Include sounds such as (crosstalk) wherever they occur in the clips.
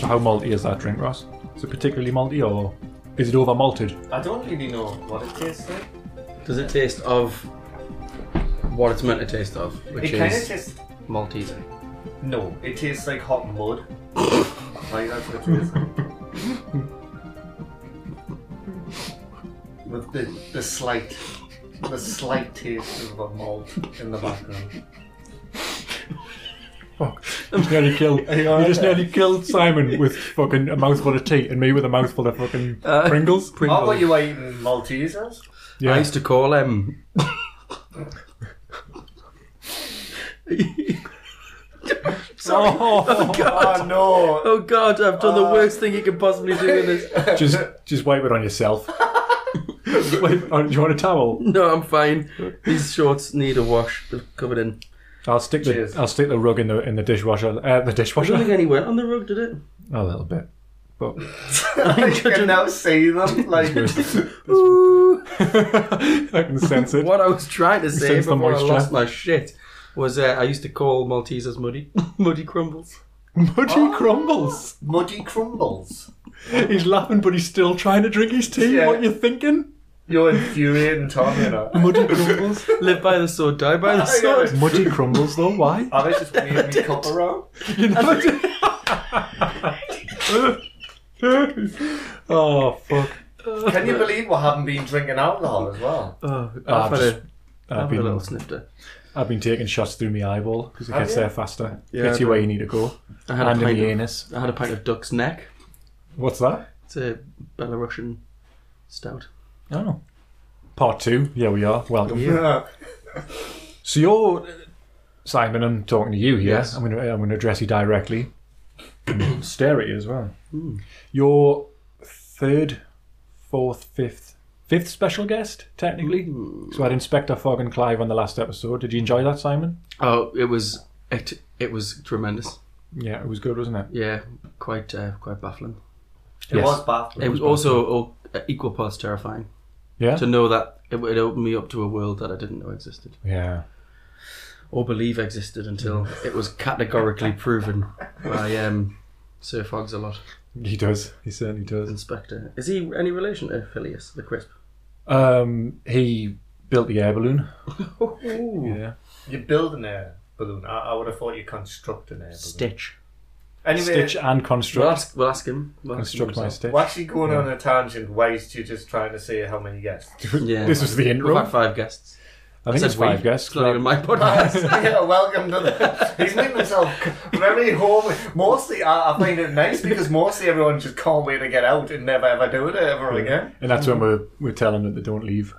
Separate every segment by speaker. Speaker 1: How malty is that drink, Ross? Is it particularly malty or is it over malted?
Speaker 2: I don't really know what it tastes like.
Speaker 3: Does it taste of what it's meant to taste of, which
Speaker 2: it kind of
Speaker 3: is
Speaker 2: tastes.
Speaker 3: Malteser?
Speaker 2: No, it tastes like hot (laughs) mud. like that's what it tastes like. With the, the slight, the slight taste of a malt in the background.
Speaker 1: (laughs) Fuck. nearly killed. You just nearly killed Simon with fucking a mouthful of tea and me with a mouthful of fucking
Speaker 3: Uh,
Speaker 1: Pringles.
Speaker 2: Oh, but you are eating Maltesers?
Speaker 1: Yeah.
Speaker 3: I used to call him.
Speaker 1: Oh,
Speaker 2: (laughs) Oh no!
Speaker 3: (laughs)
Speaker 2: (laughs)
Speaker 3: Oh god, I've done
Speaker 2: Uh.
Speaker 3: the worst thing you could possibly do in this.
Speaker 1: (laughs) just just wipe it on yourself. wipe it on, do you want a towel?
Speaker 3: No, I'm fine. These shorts need a wash. They're covered in.
Speaker 1: I'll stick the
Speaker 2: Cheers.
Speaker 1: I'll stick the rug in the in the dishwasher. Uh, the
Speaker 3: I don't think
Speaker 1: dishwasher.
Speaker 3: any went on the rug, did it?
Speaker 1: a little bit. But
Speaker 2: you can now see them. (laughs) Like,
Speaker 3: Ooh.
Speaker 1: (laughs) I can sense it.
Speaker 3: What I was trying to say
Speaker 1: Sense the
Speaker 3: before I
Speaker 1: moisture.
Speaker 3: lost my shit was uh, I used to call Maltesers muddy, (laughs)
Speaker 2: (laughs)
Speaker 3: muddy crumbles.
Speaker 1: Muddy crumbles.
Speaker 2: muddy crumbles.
Speaker 1: He's laughing, but he's still trying to drink his tea.
Speaker 2: Yeah.
Speaker 1: What you thinking?
Speaker 2: You're infuriating Tom, you (laughs) know.
Speaker 1: Muddy crumbles.
Speaker 3: Live by the sword, die by the sword.
Speaker 1: Muddy crumbles, though. Why?
Speaker 2: I was just waving my cup around.
Speaker 1: You never did. oh fuck!
Speaker 2: Can you believe I haven't been drinking alcohol as well?
Speaker 3: Oh,
Speaker 1: I've
Speaker 3: I've, had
Speaker 1: Ah, just-
Speaker 3: a,
Speaker 1: I've
Speaker 3: I've had a little
Speaker 1: been,
Speaker 3: snifter.
Speaker 1: I've been taking shots through my eyeball because it
Speaker 2: Have
Speaker 1: gets
Speaker 2: you?
Speaker 1: there faster.
Speaker 3: Yeah,
Speaker 1: gets you
Speaker 3: I
Speaker 1: where
Speaker 3: do.
Speaker 1: you need to go.
Speaker 3: I had a
Speaker 1: And in
Speaker 3: pint
Speaker 1: the
Speaker 3: of-
Speaker 1: anus.
Speaker 3: I had a pint of duck's neck.
Speaker 1: What's that?
Speaker 3: It's a Belarusian stout.
Speaker 1: Oh. Part two. Yeah, we are. Welcome.
Speaker 2: Yeah.
Speaker 1: So you're Simon. I'm talking to you here.
Speaker 3: Yes.
Speaker 1: I'm going to I'm going to address you (coughs) directly. Stare at you as well. Your third, fourth, fifth, fifth special guest technically. So I had Inspector Fogg and Clive on the last episode. Did you enjoy that, Simon?
Speaker 3: Oh, it was it, it was tremendous.
Speaker 1: Yeah, it was good, wasn't it?
Speaker 3: Yeah, quite uh, quite baffling.
Speaker 2: It
Speaker 1: Yes.
Speaker 2: was baffling.
Speaker 3: It was also all, uh, equal parts terrifying
Speaker 1: Yeah.
Speaker 3: to know that it, it opened me up to a world that I didn't know existed
Speaker 1: Yeah.
Speaker 3: or believe existed (laughs) until it was categorically proven by um, Sir Fogg's a lot
Speaker 1: He does. He certainly does.
Speaker 3: inspector. Is he any relation to Phileas the Crisp?
Speaker 1: Um, he built the air balloon.
Speaker 3: Ooh.
Speaker 1: Yeah.
Speaker 2: You're building a balloon. I, I would have thought you constructed an air balloon.
Speaker 3: Stitch.
Speaker 2: anyway,
Speaker 1: Stitch and
Speaker 3: We'll
Speaker 1: construct.
Speaker 3: ask, we'll ask him. We'll ask him
Speaker 1: Construct my
Speaker 3: himself.
Speaker 1: stitch.
Speaker 2: we're actually going on a tangent. Why is you just trying to say how many guests?
Speaker 3: Yeah.
Speaker 1: This was the
Speaker 3: We've had
Speaker 1: intro.
Speaker 3: five guests.
Speaker 1: I think it's
Speaker 3: Said we.
Speaker 1: five guests.
Speaker 3: It's not even my
Speaker 2: (laughs)
Speaker 3: podcast.
Speaker 2: yeah, welcome to the. He's made himself very homely. Mostly, I, I find it nice because mostly everyone just can't wait to get out and never ever do it ever again.
Speaker 1: And that's when we're, we're telling them that they don't leave.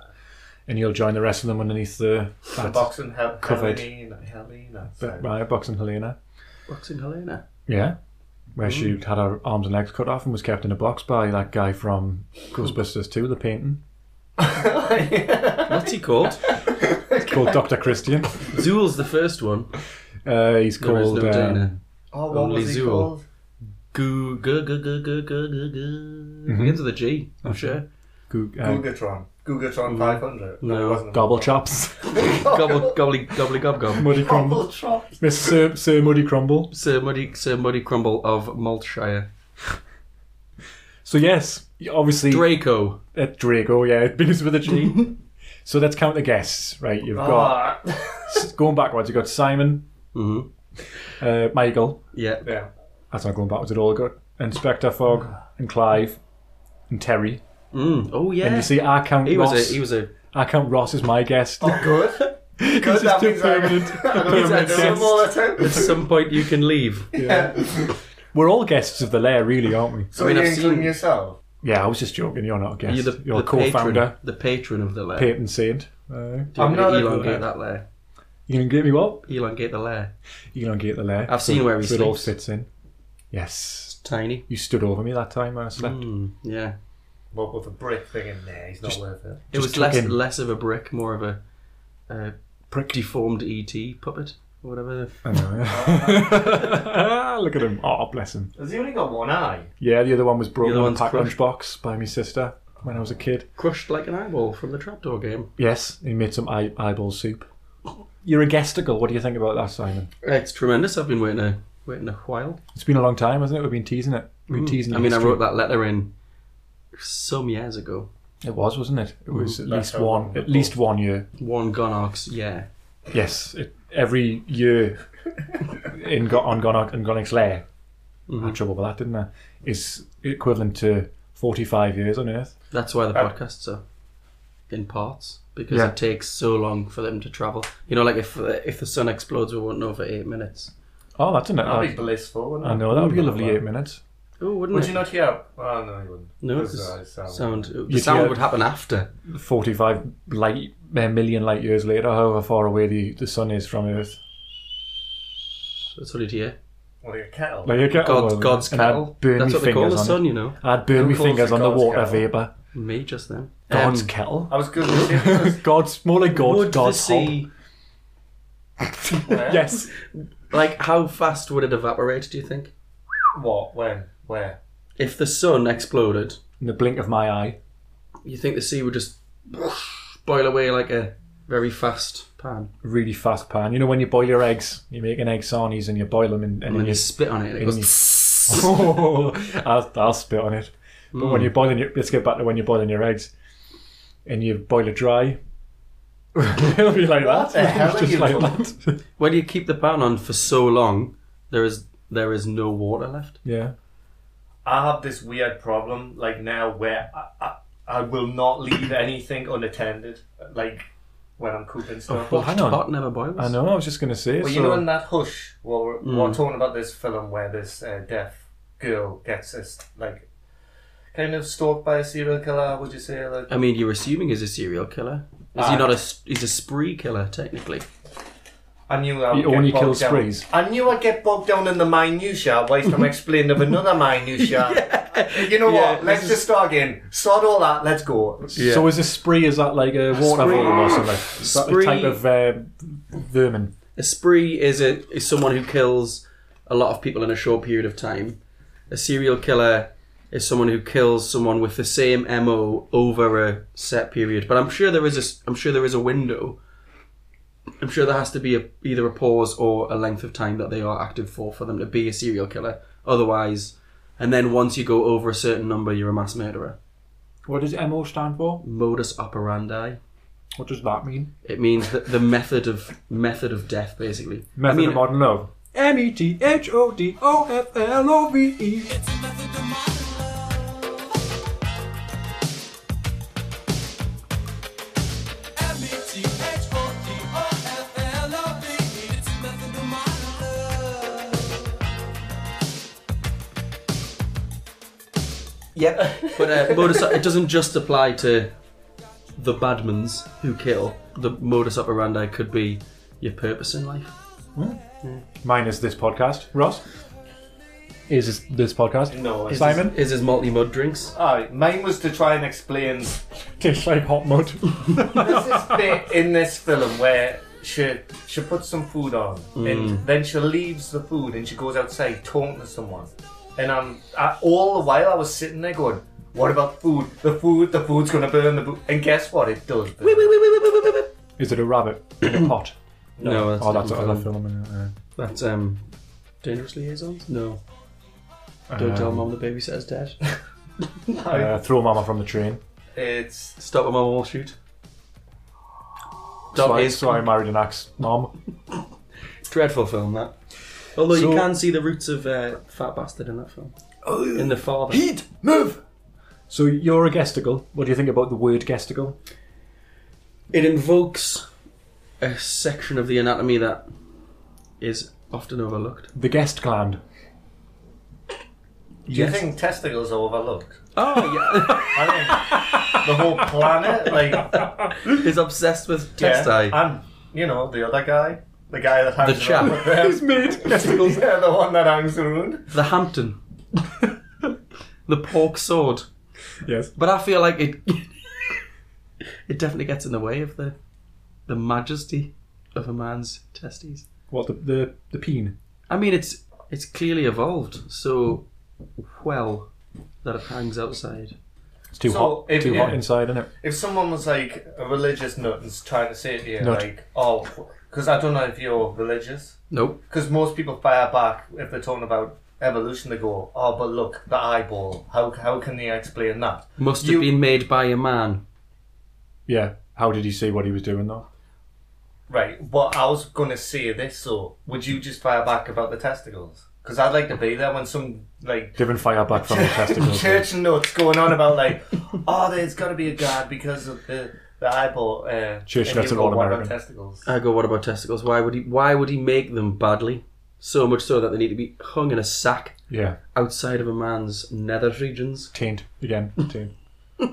Speaker 1: And you'll join the rest of them underneath the
Speaker 2: The
Speaker 1: that-
Speaker 2: boxing hel-
Speaker 1: Covered.
Speaker 2: Helena. Helena.
Speaker 1: that- right, box and Helena.
Speaker 3: Boxing Helena.
Speaker 1: Yeah. Where she had her arms and legs cut off and was kept in a box by that guy from Ghostbusters 2, the painting.
Speaker 3: What's he called?
Speaker 1: It's called Dr. Christian.
Speaker 3: Zool's the first one.
Speaker 1: Uh, he's
Speaker 3: There is
Speaker 1: called.
Speaker 3: no
Speaker 1: um,
Speaker 3: Dana.
Speaker 2: oh, what
Speaker 3: Only
Speaker 2: was he
Speaker 3: Zool.
Speaker 2: called?
Speaker 3: Goo, goo, goo, goo, goo, goo, goo, goo.
Speaker 1: Mm-hmm.
Speaker 3: Begins with a G, I'm sure.
Speaker 1: Goo- uh,
Speaker 2: Gugatron. Gugatron 500.
Speaker 3: No.
Speaker 2: it wasn't.
Speaker 1: Gobble chops.
Speaker 3: Gobble, gobbly, gobbly, gob,
Speaker 1: (laughs)
Speaker 3: gob.
Speaker 1: Muddy Crumble.
Speaker 2: Gugatron.
Speaker 1: Miss Sir, Sir Muddy Crumble.
Speaker 3: Sir Muddy, Sir Muddy Crumble of Maltshire.
Speaker 1: So, yes, obviously.
Speaker 3: Draco.
Speaker 1: at Drago, yeah, (laughs) it begins with a G. so let's count the guests, right? You've got,
Speaker 2: Ah.
Speaker 1: going backwards, you've got Simon,
Speaker 3: Mm-hmm.
Speaker 1: uh, Michael,
Speaker 3: Yeah.
Speaker 2: yeah.
Speaker 1: that's not going backwards at all, got Inspector Fogg, and Clive, and Terry.
Speaker 3: Mm. Oh
Speaker 1: And you
Speaker 3: yeah.
Speaker 1: see, I count
Speaker 3: He
Speaker 1: Ross.
Speaker 3: was a he was a
Speaker 1: I count Ross as my guest.
Speaker 2: Oh, good.
Speaker 1: (laughs) He's
Speaker 2: Good, that
Speaker 1: just a
Speaker 2: means I- (laughs)
Speaker 3: (laughs)
Speaker 1: permanent,
Speaker 2: I don't
Speaker 1: permanent
Speaker 2: have to do them all
Speaker 1: guest.
Speaker 2: the time.
Speaker 3: at some point you
Speaker 1: (laughs)
Speaker 3: can leave.
Speaker 1: We're all guests of the lair, really, aren't we?
Speaker 2: So
Speaker 3: I mean,
Speaker 2: you're
Speaker 3: I've
Speaker 2: including
Speaker 3: seen-
Speaker 2: yourself?
Speaker 1: Yeah, I was just joking. You're not a guest.
Speaker 3: You're
Speaker 1: You're,
Speaker 3: the,
Speaker 1: a
Speaker 3: the
Speaker 1: co-founder,
Speaker 3: patron, the patron of the lair.
Speaker 1: patron saint. Uh,
Speaker 3: Do you
Speaker 2: I'm
Speaker 3: want me to
Speaker 2: not a-
Speaker 3: elongate that lair.
Speaker 1: you can get me what?
Speaker 3: Elongate the lair.
Speaker 1: You can get the lair.
Speaker 3: I've seen
Speaker 1: So-
Speaker 3: where he
Speaker 1: so it all
Speaker 3: sleeps.
Speaker 1: fits in. Yes,
Speaker 3: Tiny.
Speaker 1: you stood over me that time when I slept.
Speaker 3: Mm, yeah.
Speaker 2: What with the brick thing in there? He's not worth it.
Speaker 3: It was
Speaker 1: tuck
Speaker 3: less
Speaker 1: in.
Speaker 3: less of a brick, more of a uh,
Speaker 1: Prick.
Speaker 3: deformed ET puppet or whatever.
Speaker 1: I know. (laughs) Look at him. Oh, bless him.
Speaker 2: Has he only got one eye?
Speaker 1: Yeah, the other one was brought
Speaker 3: The other
Speaker 1: in a
Speaker 3: one's
Speaker 1: packed
Speaker 3: crushed.
Speaker 1: lunchbox by my sister when I was a kid.
Speaker 3: Crushed like an eyeball from the trapdoor game.
Speaker 1: Yes, he made some eye- eyeball soup. You're a guesticle. What do you think about that, Simon?
Speaker 3: It's tremendous. I've been waiting a waiting a while.
Speaker 1: It's been a long time, hasn't it? We've been teasing it. We're teasing
Speaker 3: Mm. I mean, I
Speaker 1: history.
Speaker 3: wrote that letter in some years ago.
Speaker 1: It was, wasn't it? It
Speaker 3: Mm.
Speaker 1: was at
Speaker 2: That's
Speaker 1: least
Speaker 2: how
Speaker 1: one,
Speaker 2: long
Speaker 1: at
Speaker 2: ago.
Speaker 1: least one year.
Speaker 3: One Gonox, yeah.
Speaker 1: Yes, it, every year in Go- on Gonarch and Gonarch's lair. I
Speaker 3: Mm-hmm.
Speaker 1: had trouble with that, didn't I? Is equivalent to forty-five years on Earth.
Speaker 3: That's why the
Speaker 2: Uh,
Speaker 3: podcasts are in parts because
Speaker 1: Yeah.
Speaker 3: it takes so long for them to travel. You know, like if if the sun explodes, we won't know for eight minutes.
Speaker 1: Oh, that's an.
Speaker 2: That'd be
Speaker 1: I,
Speaker 2: blissful, wouldn't
Speaker 1: I
Speaker 2: it?
Speaker 1: know that would be a lovely eight minutes.
Speaker 3: Oh, wouldn't
Speaker 2: Would
Speaker 3: it?
Speaker 2: you not hear? Oh, no, you wouldn't.
Speaker 3: No,
Speaker 2: 'Cause,
Speaker 3: because
Speaker 2: uh, sound.
Speaker 3: sound. The
Speaker 1: You'd
Speaker 3: sound
Speaker 1: hear-
Speaker 3: would happen after.
Speaker 1: Forty-five light eh, million light years later, however far away the, the sun is from Earth.
Speaker 3: That's what you'd hear.
Speaker 2: Well, your kettle.
Speaker 1: Like, you get-
Speaker 3: God's,
Speaker 1: oh,
Speaker 3: God's
Speaker 1: and I'd
Speaker 3: kettle.
Speaker 1: burn
Speaker 3: That's
Speaker 1: me
Speaker 3: what they call
Speaker 1: fingers
Speaker 3: the
Speaker 1: on it.
Speaker 3: sun, you know.
Speaker 1: I'd burn
Speaker 2: Who
Speaker 1: my
Speaker 2: calls
Speaker 1: fingers
Speaker 2: it
Speaker 1: on the
Speaker 2: God's
Speaker 1: water
Speaker 2: kettle?
Speaker 1: vapour.
Speaker 3: Me just then.
Speaker 1: God's
Speaker 3: Um,
Speaker 1: kettle.
Speaker 3: (laughs)
Speaker 2: I was
Speaker 1: (laughs)
Speaker 2: going to say
Speaker 1: God's more like God's
Speaker 3: would
Speaker 1: God's
Speaker 3: the
Speaker 1: hob.
Speaker 3: sea,
Speaker 1: (laughs) Yes,
Speaker 3: like how fast would it evaporate? Do you think
Speaker 2: what, when, where?
Speaker 3: if the sun exploded,
Speaker 1: in the blink of my eye.
Speaker 3: you think the sea would just boil away like a very fast pan,
Speaker 1: really fast pan. You know when you boil your eggs, you make an egg sarnies and you boil them and, and
Speaker 3: and
Speaker 1: then
Speaker 3: then
Speaker 1: you.
Speaker 3: you spit on it and it
Speaker 1: and
Speaker 3: goes.
Speaker 1: you- (laughs) Oh, I'll, I'll spit on it. But when you're boiling, your, let's get back to when you're boiling your eggs, and you boil it dry. (laughs) It'll be like that.
Speaker 2: What
Speaker 1: (laughs)
Speaker 2: the hell are
Speaker 1: just
Speaker 2: you
Speaker 1: like
Speaker 2: talking-
Speaker 1: that.
Speaker 3: (laughs)
Speaker 1: (laughs)
Speaker 3: When you keep the pan on for so long, there is there is no water left.
Speaker 1: yeah.
Speaker 2: I have this weird problem, like now, where I, I, I will not leave anything unattended, like when I'm cooking stuff.
Speaker 1: Well, hang on.
Speaker 3: Pot never boils.
Speaker 1: I know. I was just going to say.
Speaker 2: Well,
Speaker 1: so, Mm.
Speaker 2: you know, in that hush, while we're, we're talking about this film where this uh, deaf girl gets this, like, kind of stalked by a serial killer, would you say? Like,
Speaker 3: I mean, you're assuming he's a serial killer. Is he
Speaker 2: Ah.
Speaker 3: not a? s- He's a spree killer technically.
Speaker 2: I knew I
Speaker 1: He
Speaker 2: would get
Speaker 1: only
Speaker 2: bogged
Speaker 1: kills
Speaker 2: down.
Speaker 1: sprees.
Speaker 2: I knew I'd get bogged down in the minutia
Speaker 1: (laughs)
Speaker 2: whilst I'm explaining of another minutia. You know
Speaker 3: Yeah,
Speaker 2: what? Let's just start again. Sod all that. Let's go.
Speaker 1: So is a spree? Is that like a water
Speaker 3: Spree.
Speaker 1: vole or something? Is that a
Speaker 3: Spree.
Speaker 1: type of uh, vermin?
Speaker 3: A spree is a is someone who kills a lot of people in a short period of time. A serial killer is someone who kills someone with the same MO over a set period. But I'm sure there is a s- I'm sure there is a window. I'm sure there has to be a, either a pause or a length of time that they are active for for them to be a serial killer. Otherwise, and then once you go over a certain number, you're a mass murderer.
Speaker 1: What does MO stand for?
Speaker 3: Modus operandi.
Speaker 1: What does that mean?
Speaker 3: It means that the method of method of death, basically.
Speaker 1: Method
Speaker 3: I mean,
Speaker 1: of modern love. M E T H O D O F L O V E.
Speaker 2: (laughs)
Speaker 3: Yep. But uh, modus, it doesn't just apply to the badmans who kill. The modus operandi could be your purpose in life.
Speaker 1: Minus this podcast, Ross. Is this, this podcast?
Speaker 2: No, it's
Speaker 1: Simon?
Speaker 3: Is his multi mud drinks?
Speaker 2: Aye, mine was to try and explain
Speaker 1: Tastes like hot mud.
Speaker 2: there's this bit in this film where she she puts some food on
Speaker 3: Mm.
Speaker 2: and then she leaves the food and she goes outside talking to someone and I'm I, all the while I was sitting there going what about food the food the food's gonna burn the bo-. and guess what it does burn.
Speaker 1: Is it a rabbit in a pot?
Speaker 3: (coughs) No, that's,
Speaker 1: Oh, that's
Speaker 3: different
Speaker 1: another
Speaker 3: film.
Speaker 1: film. isn't
Speaker 3: That's um, dangerous liaisons. No,
Speaker 1: it?
Speaker 3: don't
Speaker 1: Um,
Speaker 3: tell mum the babysitter's
Speaker 1: (laughs)
Speaker 3: dead.
Speaker 1: Uh, throw mama from the train.
Speaker 2: it's
Speaker 3: Stop at my wall shoot.
Speaker 1: so,
Speaker 3: That
Speaker 1: I,
Speaker 3: is
Speaker 1: so I married an axe mom.
Speaker 3: dreadful film that. Although
Speaker 1: So- Oh.
Speaker 3: you can see the roots of uh, fat bastard in that film. in the father.
Speaker 1: Heat! Move! So you're a guesticle. What do you think about the word guesticle?
Speaker 3: It invokes a section of the anatomy that is often overlooked.
Speaker 1: The guest gland.
Speaker 2: do you think testicles are overlooked
Speaker 3: Oh
Speaker 2: I think the whole
Speaker 3: (laughs)
Speaker 2: planet like
Speaker 3: yeah, (laughs) he's obsessed with
Speaker 2: yeah,
Speaker 3: testi.
Speaker 2: and you know the other guy the guy that hangs
Speaker 3: The chap.
Speaker 2: around with them.
Speaker 1: (laughs)
Speaker 3: (laughs)
Speaker 1: made guesticles.
Speaker 2: yeah the one that hangs around
Speaker 3: the Hampton, (laughs) the pork sword.
Speaker 1: yes.
Speaker 3: But I feel like it, (laughs) it definitely gets in the way of the, the majesty of a man's testes.
Speaker 1: What, the, the, the peen?
Speaker 3: I mean, it's it's clearly evolved so well that it hangs outside.
Speaker 1: It's too
Speaker 2: So,
Speaker 1: hot.
Speaker 2: if-
Speaker 1: too hot
Speaker 2: yeah.
Speaker 1: inside, isn't it?
Speaker 2: if someone was like a religious nut and was trying to say to you,
Speaker 1: Nut.
Speaker 2: like, oh, because I don't know if you're religious,
Speaker 3: Nope.
Speaker 2: because most people fire back if they're talking about evolution, they go, oh, but look, the eyeball. How how can they explain that?
Speaker 3: Must
Speaker 2: You-
Speaker 3: have been made by a man.
Speaker 1: Yeah. How did he see what he was doing though?
Speaker 2: Right. What I was gonna say this, so would you just fire back about the testicles? Because I'd like to be there when some like
Speaker 1: Divin fire back
Speaker 3: (laughs)
Speaker 1: from the testicles.
Speaker 2: church nuts going on about like, oh, there's got to be a god because of the the eyeball. Uh,
Speaker 1: Church
Speaker 2: and
Speaker 1: nuts
Speaker 2: you
Speaker 1: are
Speaker 2: go,
Speaker 1: all
Speaker 2: "What about
Speaker 1: American."
Speaker 2: testicles.
Speaker 3: I go, what about testicles? Why would he? Why would he make them badly? So much so that they need to be hung in a sack
Speaker 1: yeah.
Speaker 3: outside of a man's nether regions.
Speaker 1: Taint again. Taint.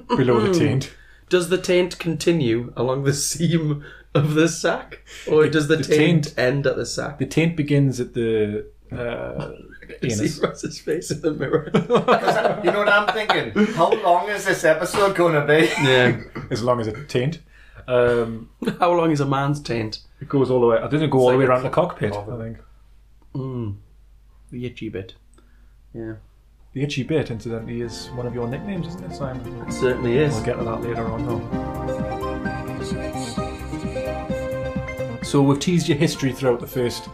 Speaker 1: Below the taint.
Speaker 3: Does the taint continue along the (laughs) seam of the sack, or does the,
Speaker 1: the
Speaker 3: taint,
Speaker 1: taint-
Speaker 3: end at the sack? (laughs)
Speaker 1: The taint begins at the (laughs) uh,
Speaker 3: I
Speaker 1: anus.
Speaker 3: See Ross's face in the (laughs) mirror.
Speaker 2: you know what I'm thinking? How long is this episode gonna be?
Speaker 3: yeah.
Speaker 1: as long as a taint. Um,
Speaker 3: How long is a man's taint?
Speaker 1: it goes all the way. I didn't go all the way
Speaker 2: like
Speaker 1: around
Speaker 2: a
Speaker 1: the cockpit. I
Speaker 2: cockpit.
Speaker 1: think
Speaker 3: Mm. The itchy bit. Yeah.
Speaker 1: the itchy bit, incidentally, is one of your nicknames, isn't it, Simon?
Speaker 3: It certainly is.
Speaker 1: We'll get to that later on, though. So we've teased your history throughout the first,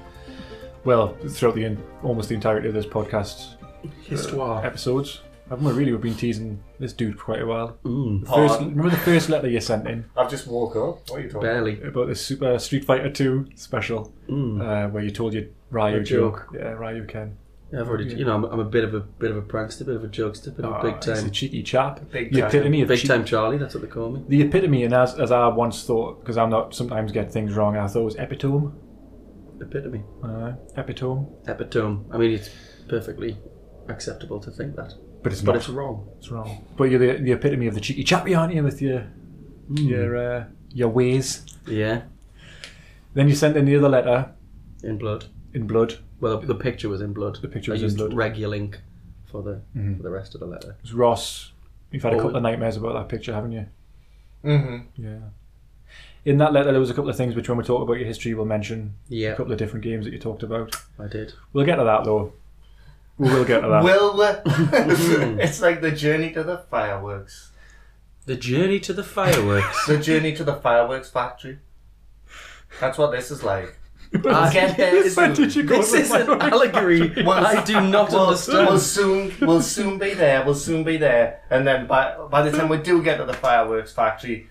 Speaker 1: well, throughout the en- almost the entirety of this podcast
Speaker 3: Histoire.
Speaker 1: episodes. Haven't we really? We've been teasing this dude for quite a while.
Speaker 3: Mm.
Speaker 1: First,
Speaker 2: Pardon?
Speaker 1: remember the first letter you sent in
Speaker 2: I've just woke up. What are you talking? about?
Speaker 3: Barely.
Speaker 1: about the Super Street Fighter Two special,
Speaker 3: Mm.
Speaker 1: uh, where you told your Ryu
Speaker 3: A
Speaker 1: joke. Yeah, Ryu Ken.
Speaker 3: Yeah, I've already. You know, I'm, I'm a bit of a bit of a prankster, bit of a jokester, bit of a big
Speaker 1: Ah, He's a
Speaker 3: time,
Speaker 1: cheeky chap.
Speaker 2: Big
Speaker 1: the
Speaker 2: time.
Speaker 1: epitome of
Speaker 3: big
Speaker 1: cheek-
Speaker 3: time Charlie. That's what they call me.
Speaker 1: The epitome, and as, as I once thought, because I'm not sometimes get things wrong, I thought it was epitome.
Speaker 3: Epitome.
Speaker 1: Uh, epitome,
Speaker 3: Epitome. I mean, it's perfectly acceptable to think that,
Speaker 1: but it's
Speaker 3: but
Speaker 1: not.
Speaker 3: it's wrong.
Speaker 1: It's wrong. But you're the, the epitome of the cheeky chappy, aren't you? With your
Speaker 3: Mm.
Speaker 1: your uh, your ways.
Speaker 3: Yeah.
Speaker 1: Then you sent in the other letter
Speaker 3: In blood.
Speaker 1: in blood.
Speaker 3: Well, the picture was in blood.
Speaker 1: The picture
Speaker 3: I
Speaker 1: was in
Speaker 3: used
Speaker 1: blood.
Speaker 3: Regulink for the for the rest of the letter.
Speaker 1: It was Ross. You've had a
Speaker 3: Oh.
Speaker 1: couple of nightmares about that picture, haven't you?
Speaker 2: Mm-hmm.
Speaker 1: Yeah. In that letter, there was a couple of things which, when we talk about your history, we'll mention a
Speaker 3: Yeah,
Speaker 1: couple of different games that you talked about.
Speaker 3: I did.
Speaker 1: We'll get to that though. We will get to
Speaker 3: Uh,
Speaker 1: that.
Speaker 2: Will
Speaker 3: mm-hmm.
Speaker 2: we- (laughs) it's like the journey to the fireworks.
Speaker 3: The journey to the fireworks.
Speaker 2: The journey to the fireworks factory. That's what this is like.
Speaker 1: (laughs)
Speaker 3: I-
Speaker 2: Get there
Speaker 1: Where
Speaker 2: soon.
Speaker 1: did you go
Speaker 3: (laughs) this
Speaker 1: with
Speaker 3: is
Speaker 1: my
Speaker 3: an
Speaker 1: life?
Speaker 3: allegory.
Speaker 2: Well,
Speaker 3: I do not
Speaker 2: We'll,
Speaker 3: understand.
Speaker 2: we'll soon, we'll soon be there. We'll soon be there, and then by by the time we do get to the fireworks factory,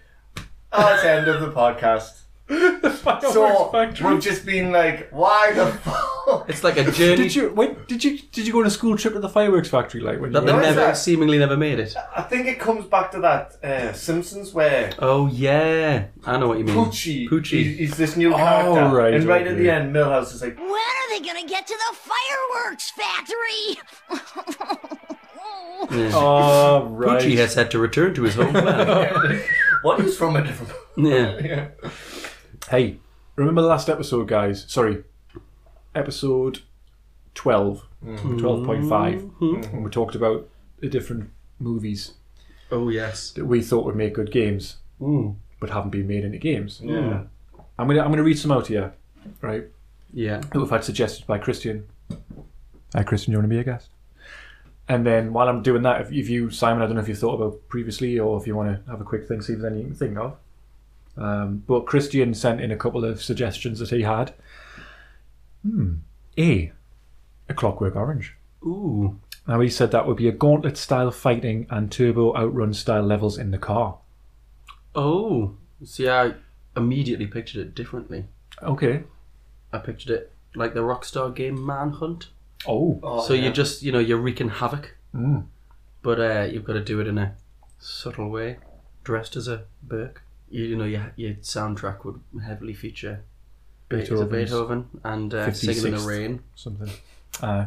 Speaker 2: oh, it's the end of the podcast.
Speaker 1: (laughs) The fireworks
Speaker 2: So
Speaker 1: factory.
Speaker 2: we've just been like, why the fuck?
Speaker 3: it's like a journey
Speaker 1: Did you wait? Did you did you go on a school trip to the fireworks factory? Like when you
Speaker 3: that they
Speaker 1: were,
Speaker 2: No, it's
Speaker 3: never
Speaker 2: not.
Speaker 3: seemingly never made it.
Speaker 2: I think it comes back to that uh, Simpsons where
Speaker 3: Oh yeah, I know what you mean.
Speaker 2: Poochie,
Speaker 3: Poochie.
Speaker 2: is, is this new character,
Speaker 1: Oh, right,
Speaker 2: and right at
Speaker 1: okay.
Speaker 2: the end, Millhouse is like,
Speaker 4: When are they gonna get to the fireworks factory?
Speaker 3: Yeah.
Speaker 1: oh right.
Speaker 3: Poochie has had to return to his homeland.
Speaker 2: "What is from a different?" (laughs)
Speaker 3: yeah.
Speaker 2: yeah.
Speaker 1: Hey, remember the last episode, guys? Sorry, episode twelve, twelve point five, when we talked about the different movies
Speaker 3: Oh yes.
Speaker 1: that we thought would make good games,
Speaker 3: Mm.
Speaker 1: but haven't been made into games.
Speaker 2: Yeah.
Speaker 1: I'm gonna I'm gonna read some out here, right?
Speaker 3: Yeah.
Speaker 1: that we've had suggested by Christian. Hi, Christian, you want to be a guest? And then while I'm doing that, if, if you, Simon, I don't know if you thought about previously or if you want to have a quick thing, see if there's anything you can think of. Um, but Christian sent in a couple of suggestions that he had. Hmm. A. A Clockwork Orange.
Speaker 3: Ooh.
Speaker 1: Now, he said that would be a gauntlet style fighting and turbo outrun style levels in the car.
Speaker 3: Oh. See, I immediately pictured it differently.
Speaker 1: Okay.
Speaker 3: I pictured it like the Rockstar game Manhunt.
Speaker 1: Oh.
Speaker 2: Oh,
Speaker 3: so
Speaker 2: yeah.
Speaker 3: you're just, you know, you're wreaking havoc,
Speaker 1: Mm.
Speaker 3: but uh, you've got to do it in a subtle way, dressed as a Burke. You, you know, your, your soundtrack would heavily feature Beethoven,
Speaker 1: Beethoven's
Speaker 3: Beethoven and uh, Singing in the
Speaker 1: 56th.
Speaker 3: Rain.
Speaker 1: Something. Uh,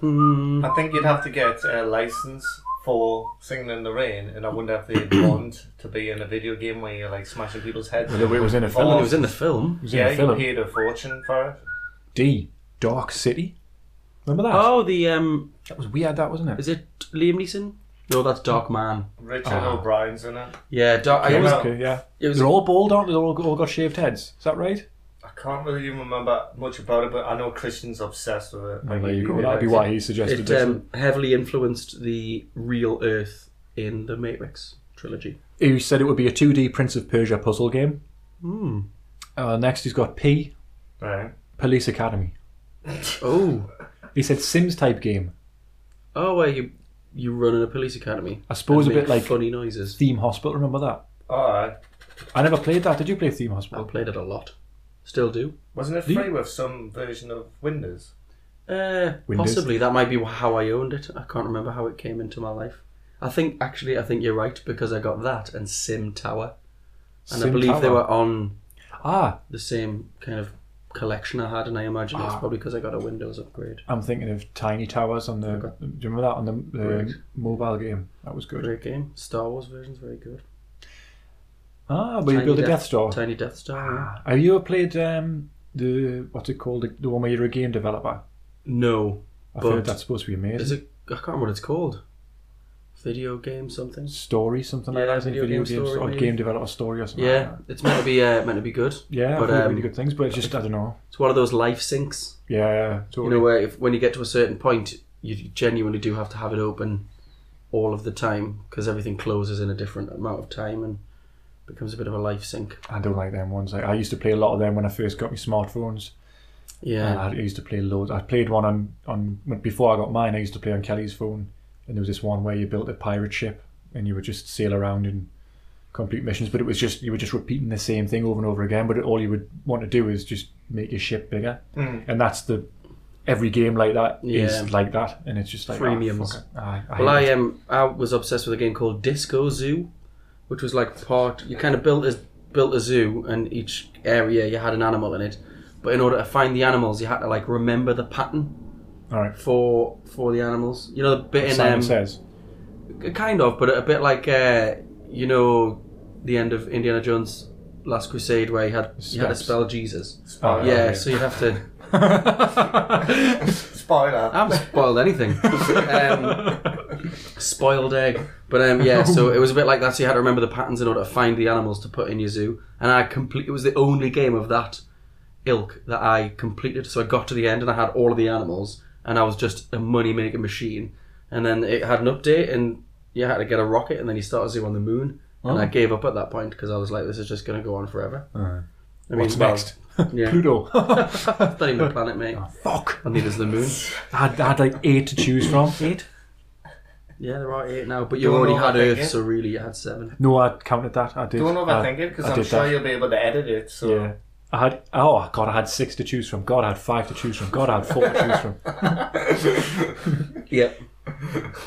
Speaker 3: Hmm.
Speaker 2: I think you'd have to get a license for singing in the rain, and I wonder if (coughs) they'd want to be in a video game where you're like smashing people's heads. Oh,
Speaker 1: well, it was in a
Speaker 3: I
Speaker 1: film.
Speaker 3: mean,
Speaker 1: It
Speaker 3: it was in the film.
Speaker 1: was in
Speaker 2: yeah,
Speaker 1: a
Speaker 2: you
Speaker 1: film.
Speaker 2: paid a fortune for it.
Speaker 1: D. Dark City. Remember that?
Speaker 3: Oh, the um,
Speaker 1: That was weird, that wasn't it?
Speaker 3: is it Liam Neeson? No, that's Dark Man.
Speaker 2: Richard
Speaker 1: Ah.
Speaker 2: O'Brien's in it.
Speaker 3: Yeah, Dark. I
Speaker 2: Yeah,
Speaker 3: always,
Speaker 2: no.
Speaker 1: okay, yeah.
Speaker 3: it was
Speaker 1: They're all bald, aren't they? They're all, all got shaved heads. Is that right?
Speaker 2: I can't really remember much about it, but I know Christian's obsessed with it.
Speaker 1: Oh,
Speaker 2: Like, he really
Speaker 1: That'd be
Speaker 2: likes
Speaker 1: why he
Speaker 3: it
Speaker 1: suggested it,
Speaker 3: um, heavily influenced the real Earth in the Matrix trilogy.
Speaker 1: He said it would be a 2D Prince of Persia puzzle game.
Speaker 3: Hmm.
Speaker 1: Uh, next, he's got P.
Speaker 2: it. Right.
Speaker 1: Police Academy.
Speaker 3: Oh,
Speaker 1: He said Sims type game.
Speaker 3: Oh, where you you run in a police academy?
Speaker 1: I suppose
Speaker 3: and
Speaker 1: a bit
Speaker 3: make
Speaker 1: like
Speaker 3: funny noises.
Speaker 1: Theme Hospital. Remember that?
Speaker 2: Alright.
Speaker 1: I never played that. Did you play Theme
Speaker 3: I
Speaker 1: Hospital?
Speaker 3: played it a lot. Still do.
Speaker 2: Wasn't it
Speaker 1: Do you-
Speaker 2: free with some version of Windows?
Speaker 3: Uh,
Speaker 1: Windows.
Speaker 3: possibly that might be how I owned it. I can't remember how it came into my life. I think actually, I think you're right because I got that and Sim Tower, and I
Speaker 1: Sim
Speaker 3: believe they
Speaker 1: Tower.
Speaker 3: were on
Speaker 1: Ah,
Speaker 3: the same kind of collection I had, and I imagine it's
Speaker 1: Ah.
Speaker 3: probably because I got a Windows upgrade.
Speaker 1: I'm thinking of Tiny Towers on the. Do you remember that on the,
Speaker 3: Right.
Speaker 1: the mobile game? That was good.
Speaker 3: Great game. Star Wars version's very good.
Speaker 1: Ah, where you
Speaker 3: Tiny
Speaker 1: build a Death Star.
Speaker 3: Tiny Death Star. Ah, yeah.
Speaker 1: Have you ever played um, the what's it called? The, the one where you're a game developer.
Speaker 3: No,
Speaker 1: I
Speaker 3: But-
Speaker 1: heard that's supposed to be amazing.
Speaker 3: is it? I can't remember what it's called. Video game something.
Speaker 1: story, something
Speaker 3: Yeah,
Speaker 1: like that. I think
Speaker 3: video
Speaker 1: video,
Speaker 3: game
Speaker 1: games
Speaker 3: story,
Speaker 1: or
Speaker 3: maybe.
Speaker 1: game developer story or something. like
Speaker 3: Yeah,
Speaker 1: that.
Speaker 3: it's meant to be uh, meant to be good.
Speaker 1: yeah,
Speaker 3: but
Speaker 1: I've heard
Speaker 3: um,
Speaker 1: really good things, but it's just I don't know.
Speaker 3: it's one of those life sinks.
Speaker 1: Yeah,
Speaker 3: You
Speaker 1: totally.
Speaker 3: know, where if, when you get to a certain point, you genuinely do have to have it open all of the time because everything closes in a different amount of time and becomes a bit of a life sink.
Speaker 1: I don't like them ones. Like, I used to play a lot of them when I first got my smartphones. And
Speaker 3: Yeah.
Speaker 1: I used to play loads. I played one on on when- before I got mine. I used to play on Kelly's phone, and there was this one where you built a pirate ship and you would just sail around and complete missions. But it was just you were just repeating the same thing over and over again. But all you would want to do is just make your ship bigger, and that's the every game like that is
Speaker 3: Yeah.
Speaker 1: like that, and it's just like
Speaker 3: Freemiums.
Speaker 1: Oh, fuck it. I, I
Speaker 3: well,
Speaker 1: hate
Speaker 3: I
Speaker 1: it.
Speaker 3: um, I was obsessed with a game called Disco Zoo, which was like part. You kind of built a built a zoo, and each area you had an animal in it. But in order to find the animals, you had to like remember the pattern
Speaker 1: all right.
Speaker 3: for for the animals. You know the bit uh, in
Speaker 1: Simon
Speaker 3: um, (laughs) uh,
Speaker 1: says
Speaker 3: kind of, but a bit like uh, you know the end of Indiana Jones Last Crusade, where he had you had to
Speaker 1: Spells.
Speaker 3: spell Jesus.
Speaker 1: Oh,
Speaker 3: yeah,
Speaker 1: yeah.
Speaker 3: so you have to.
Speaker 2: Spoiler.
Speaker 1: (laughs)
Speaker 3: I haven't spoiled (laughs) anything. um, spoiled egg, but um,
Speaker 2: (laughs)
Speaker 3: yeah, so it was a bit like that. So you had to remember the patterns in order to find the animals to put in your zoo, and I complete. It was the only game of that ilk that I completed. So I got to the end and I had all of the animals, and I was just a money making machine. And then it had an update, and you had to get a rocket, and then you start a zoo on the moon. And I
Speaker 2: Oh.
Speaker 3: gave up at that point because I was like, this is just going to go on forever. I mean,
Speaker 1: what's
Speaker 3: well,
Speaker 1: next?
Speaker 3: (laughs) yeah.
Speaker 1: Pluto.
Speaker 3: It's not even a
Speaker 2: (laughs)
Speaker 3: planet, mate.
Speaker 1: (laughs) Fuck.
Speaker 3: And neither is the moon.
Speaker 1: I had, I had like eight to choose from. Eight.
Speaker 3: Yeah, there are eight now, but you
Speaker 2: Don't
Speaker 3: already
Speaker 2: know what
Speaker 3: had
Speaker 2: I
Speaker 3: Earth,
Speaker 2: think, yeah.
Speaker 3: so really you had seven.
Speaker 1: No, I counted that. er- I did.
Speaker 2: Don't
Speaker 1: I-
Speaker 2: overthink it because
Speaker 1: I
Speaker 2: I'm
Speaker 1: did
Speaker 2: sure
Speaker 1: that.
Speaker 2: you'll be able to edit it. So
Speaker 1: Yeah. I had oh god, I had six to choose from. God, I had five to choose from. God, I had four to choose
Speaker 2: (laughs)
Speaker 1: from.
Speaker 3: Yep.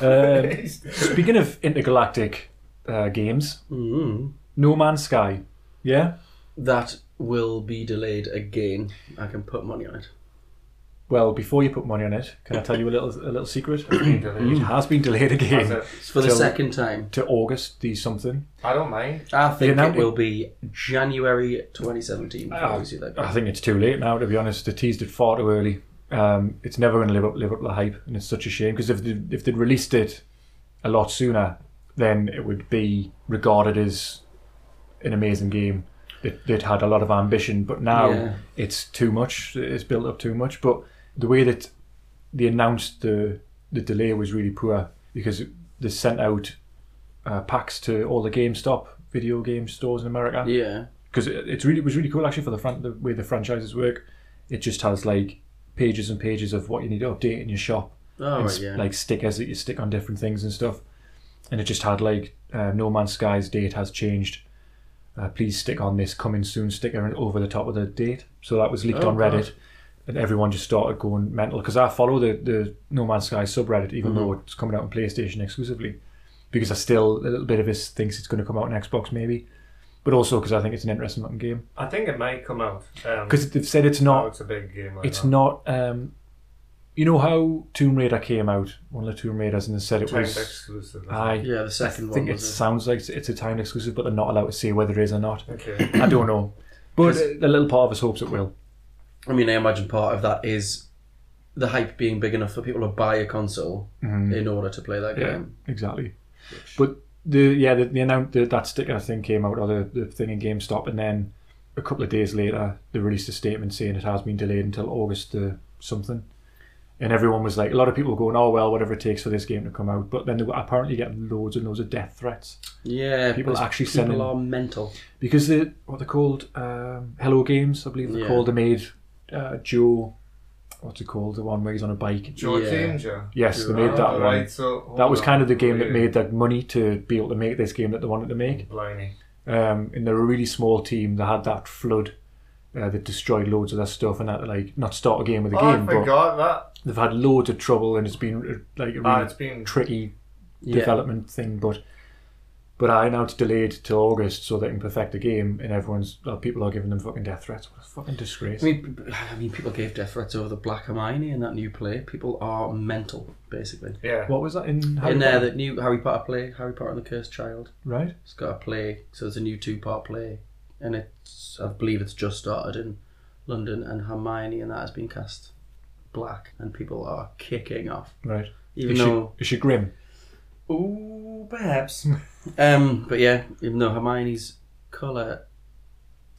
Speaker 1: Um, speaking of intergalactic uh, games,
Speaker 3: mm
Speaker 1: No Man's Sky. Yeah.
Speaker 3: That will be delayed again. I can put money on it.
Speaker 1: Well, before you put money on it, can I tell you a little a little
Speaker 2: (clears throat)
Speaker 1: secret?
Speaker 2: delayed.
Speaker 1: it has been delayed
Speaker 2: That's
Speaker 1: again
Speaker 2: it.
Speaker 3: It's for the
Speaker 1: Till-
Speaker 3: second time.
Speaker 1: to August the something.
Speaker 2: (laughs) I don't mind.
Speaker 3: I think
Speaker 1: announced
Speaker 3: it
Speaker 1: it-
Speaker 3: will be January 2017 before
Speaker 1: Oh.
Speaker 3: we see that.
Speaker 1: I think it's too late now. To be honest, they teased it far too early. Um, it's never going to live up live up to the hype, and it's such a shame because if they, if they'd released it a lot sooner, then it would be regarded as an amazing game. It, it had a lot of ambition, but now
Speaker 3: Yeah.
Speaker 1: it's too much. It's built up too much. But the way that they announced the the delay was really poor because they sent out uh, packs to all the GameStop video game stores in America
Speaker 3: Yeah.
Speaker 1: because it, it's really it was really cool actually for the front the way the franchises work. It just has like pages and pages of what you need to update in your shop,
Speaker 3: Oh,
Speaker 1: and
Speaker 3: right,
Speaker 1: s-
Speaker 3: yeah.
Speaker 1: like stickers that you stick on different things and stuff. And it just had like uh, No Man's Sky's date has changed. Uh, please stick on this coming soon sticker and over the top of the date. So that was leaked
Speaker 3: Oh,
Speaker 1: on
Speaker 3: God.
Speaker 1: Reddit, and everyone just started going mental because I follow the the No Man's Sky subreddit even
Speaker 3: Mm-hmm.
Speaker 1: though it's coming out on PlayStation exclusively. Because I still a little bit of us thinks it's going to come out on Xbox maybe, but also because I think it's an interesting looking game
Speaker 2: I think it might come out. Because
Speaker 1: because they've said it's
Speaker 2: oh,
Speaker 1: not
Speaker 2: it's a big game. Like
Speaker 1: it's
Speaker 2: that.
Speaker 1: not um you know how Tomb Raider came out one of the Tomb Raiders and they said it
Speaker 2: Timed
Speaker 1: was
Speaker 2: exclusive.
Speaker 1: I
Speaker 3: yeah, the second
Speaker 1: think
Speaker 3: one
Speaker 1: it
Speaker 3: was.
Speaker 1: sounds like it's a timed exclusive but they're not allowed to say whether it is or not
Speaker 2: Okay.
Speaker 1: (coughs) I don't know but
Speaker 3: 'Cause-
Speaker 1: a little part of us hopes it will
Speaker 3: I mean, I imagine part of that is the hype being big enough for people to buy a console
Speaker 1: Mm-hmm.
Speaker 3: in order to play that
Speaker 2: Um,
Speaker 3: game.
Speaker 1: exactly but the yeah the, the announced the, that sticker thing came out or the, the thing in GameStop and then a couple of days later they released a statement saying it has been delayed until August the something and everyone was like a lot of people were going oh well whatever it takes for this game to come out but then they were apparently getting loads and loads of death threats
Speaker 3: Yeah,
Speaker 1: People
Speaker 3: because
Speaker 1: actually
Speaker 3: people
Speaker 1: sending-
Speaker 3: are mental.
Speaker 1: because they what they're called um, Hello Games, I believe they're
Speaker 3: Yeah.
Speaker 1: called. They made uh, Joe what's it called? The one where he's on a bike.
Speaker 2: George
Speaker 3: Yeah.
Speaker 2: Danger.
Speaker 1: Yes, they made
Speaker 2: Oh,
Speaker 1: that one.
Speaker 2: right, so hold
Speaker 1: That was
Speaker 2: on.
Speaker 1: kind of the game that
Speaker 2: Yeah.
Speaker 1: made that money to be able to make this game that they wanted to make.
Speaker 2: Blimey.
Speaker 1: Um, and they're a really small team. They had that flood uh, that destroyed loads of their stuff and that like not start a game with a
Speaker 2: Oh,
Speaker 1: game,
Speaker 2: I
Speaker 1: but
Speaker 2: forgot that.
Speaker 1: they've had loads of trouble and it's been uh, like a
Speaker 2: Ah,
Speaker 1: really
Speaker 2: it's been
Speaker 1: tricky
Speaker 3: Yeah.
Speaker 1: development thing. But but I now it's delayed till August so they can perfect the game and everyone's uh, people are giving them fucking death threats. What a fucking disgrace.
Speaker 3: I mean, p- I mean, people gave death threats over the Black Hermione in that new play. People are mental, basically.
Speaker 2: yeah.
Speaker 1: what was that in Harry
Speaker 3: in there,
Speaker 1: Potter?
Speaker 3: that new Harry Potter play, Harry Potter and the Cursed Child.
Speaker 1: right?
Speaker 3: It's got a play, so it's a new two-part play, and it's I believe it's just started in London, and Hermione and that has been cast black, and people are kicking off.
Speaker 1: Right.
Speaker 3: Even
Speaker 1: Is she,
Speaker 3: though,
Speaker 1: is she grim?
Speaker 3: ooh, perhaps. (laughs) um, but yeah, even though Hermione's color,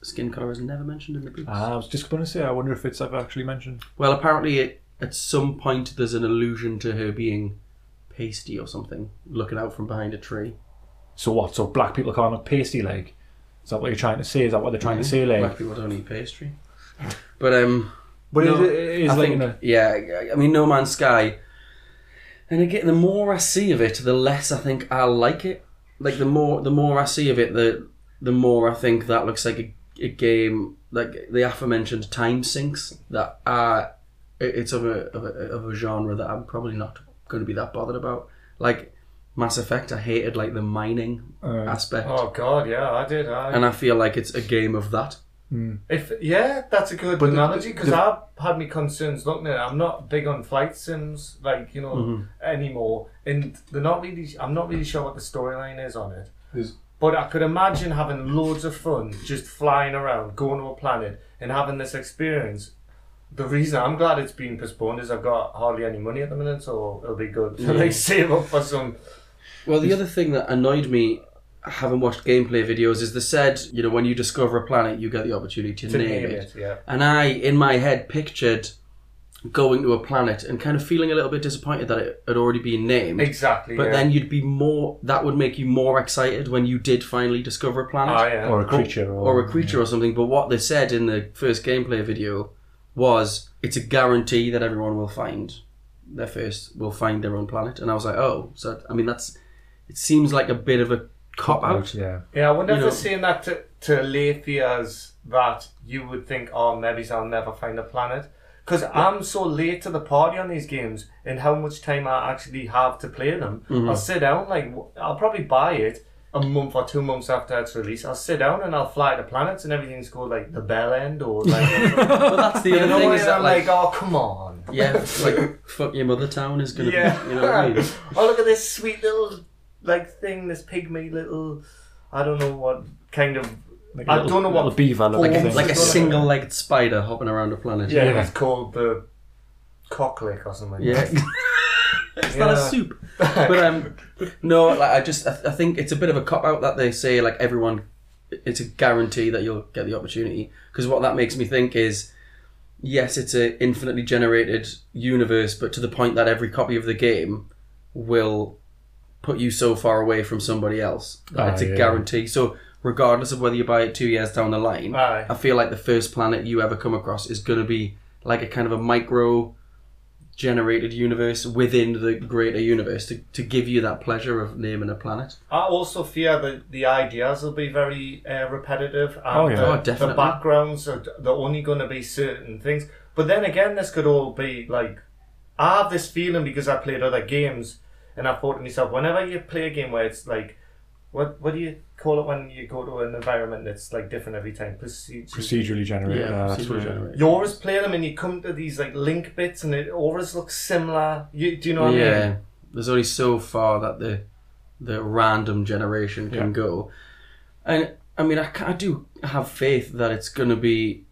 Speaker 3: skin color, is never mentioned in the books.
Speaker 1: Ah, I was just going to say, I wonder if it's ever actually mentioned.
Speaker 3: Well, apparently, it, at some point, there's an allusion to her being pasty or something, looking out from behind a tree.
Speaker 1: So what? So black people can't look pasty like? Is that what you're trying to say? Is that what they're trying to say like?
Speaker 3: Black people don't eat pastry. But um,
Speaker 1: But
Speaker 3: no,
Speaker 1: it, it is
Speaker 3: I
Speaker 1: like
Speaker 3: think,
Speaker 1: in a,
Speaker 3: yeah, I- I mean, No Man's Sky. And again, the more I see of it, the less I think I like it. Like the more the more I see of it, the the more I think that looks like a, a game like the aforementioned time sinks that are it- it's of a, of a of a genre that I'm probably not going to be that bothered about. Like Mass Effect, I hated like the mining
Speaker 1: Alright.
Speaker 3: aspect,
Speaker 2: Oh God, yeah, I did. I,
Speaker 3: and I feel like it's a game of that.
Speaker 2: if yeah, that's a good
Speaker 1: But the-
Speaker 2: analogy because
Speaker 1: the-
Speaker 2: I've had my concerns looking at. it. I'm not big on flight sims, like you know, anymore, and they're not really. I'm not really sure what the storyline is on it.
Speaker 1: There's-
Speaker 2: But I could imagine having loads of fun just flying around, going to a planet, and having this experience. The reason I'm glad it's been postponed is I've got hardly any money at the minute, so it'll be good to like (laughs) save up for some.
Speaker 3: Well, the other thing that annoyed me, having watched gameplay videos, is they said, you know, when you discover a planet, you get the opportunity to,
Speaker 2: To
Speaker 3: name,
Speaker 2: name
Speaker 3: it.
Speaker 2: it, yeah.
Speaker 3: And I, in my head, pictured going to a planet and kind of feeling a little bit disappointed that it had already been named.
Speaker 2: Exactly.
Speaker 3: But
Speaker 2: yeah.
Speaker 3: then you'd be more. That would make you more excited when you did finally discover a planet
Speaker 2: Ah, yeah.
Speaker 1: or a creature, or,
Speaker 3: or a creature or something. But what they said in the first gameplay video was it's a guarantee that everyone will find their first will find their own planet. And I was like, oh, so I mean that's it seems like a bit of a cop out.
Speaker 1: Yeah.
Speaker 2: Yeah, I wonder
Speaker 3: You
Speaker 2: if
Speaker 3: know-
Speaker 2: they're saying that to, to lay fears that you would think, oh, maybe I'll never find a planet. Because I'm so late to the party on these games and how much time I actually have to play them.
Speaker 3: Mm-hmm.
Speaker 2: I'll sit down, like, w- I'll probably buy it a month or two months after its release. I'll sit down and I'll fly to planets and everything's called, like, the bell end or,
Speaker 3: (laughs)
Speaker 2: like,
Speaker 3: But
Speaker 2: (laughs)
Speaker 3: that's the
Speaker 2: you
Speaker 3: other
Speaker 2: know,
Speaker 3: thing
Speaker 2: and
Speaker 3: is that
Speaker 2: I'm like,
Speaker 3: like,
Speaker 2: oh, come on.
Speaker 3: yeah, like fuck your mother town is
Speaker 2: (laughs)
Speaker 3: gonna
Speaker 2: Yeah.
Speaker 3: be you know what I mean.
Speaker 1: (laughs)
Speaker 2: oh, look at this sweet little, like, thing, this pygmy little, I don't know what kind of.
Speaker 1: Like
Speaker 2: I don't know what
Speaker 1: little beaver like
Speaker 2: form-
Speaker 1: thing.
Speaker 3: Like a
Speaker 2: It's
Speaker 3: single legged spider hopping around a planet.
Speaker 2: Yeah,
Speaker 1: Yeah.
Speaker 2: it's called the cocklick or something.
Speaker 3: Yeah. (laughs) it's not a
Speaker 2: Yeah.
Speaker 3: soup. But um, no, like I just I, I think it's a bit of a cop out that they say like everyone, it's a guarantee that you'll get the opportunity because what that makes me think is, yes, it's a infinitely generated universe, but to the point that every copy of the game will put you so far away from somebody else that
Speaker 1: Ah,
Speaker 3: it's a
Speaker 1: yeah.
Speaker 3: guarantee. So regardless of whether you buy it two years down the line,
Speaker 2: Aye.
Speaker 3: I feel like the first planet you ever come across is going to be like a kind of a micro generated universe within the greater universe to, to give you that pleasure of naming a planet.
Speaker 2: I also fear that the ideas will be very uh, repetitive. And
Speaker 1: Oh, yeah.
Speaker 2: the,
Speaker 1: Oh,
Speaker 2: The
Speaker 3: definitely.
Speaker 2: backgrounds are they're only going to be certain things. But then again, this could all be like I have this feeling because I played other games, and I thought to myself, whenever you play a game where it's like, what what do you call it when you go to an environment that's like different every time? Procedure.
Speaker 1: procedurally generated. uh, that's
Speaker 3: procedurally
Speaker 1: what it-
Speaker 3: generated.
Speaker 2: You always play them, and you come to these like link bits, and it always looks similar. You do you know what I mean?
Speaker 3: yeah, there's only so far that the the random generation can
Speaker 1: Yeah.
Speaker 3: go, and I mean, I, ca- I do have faith that it's going to be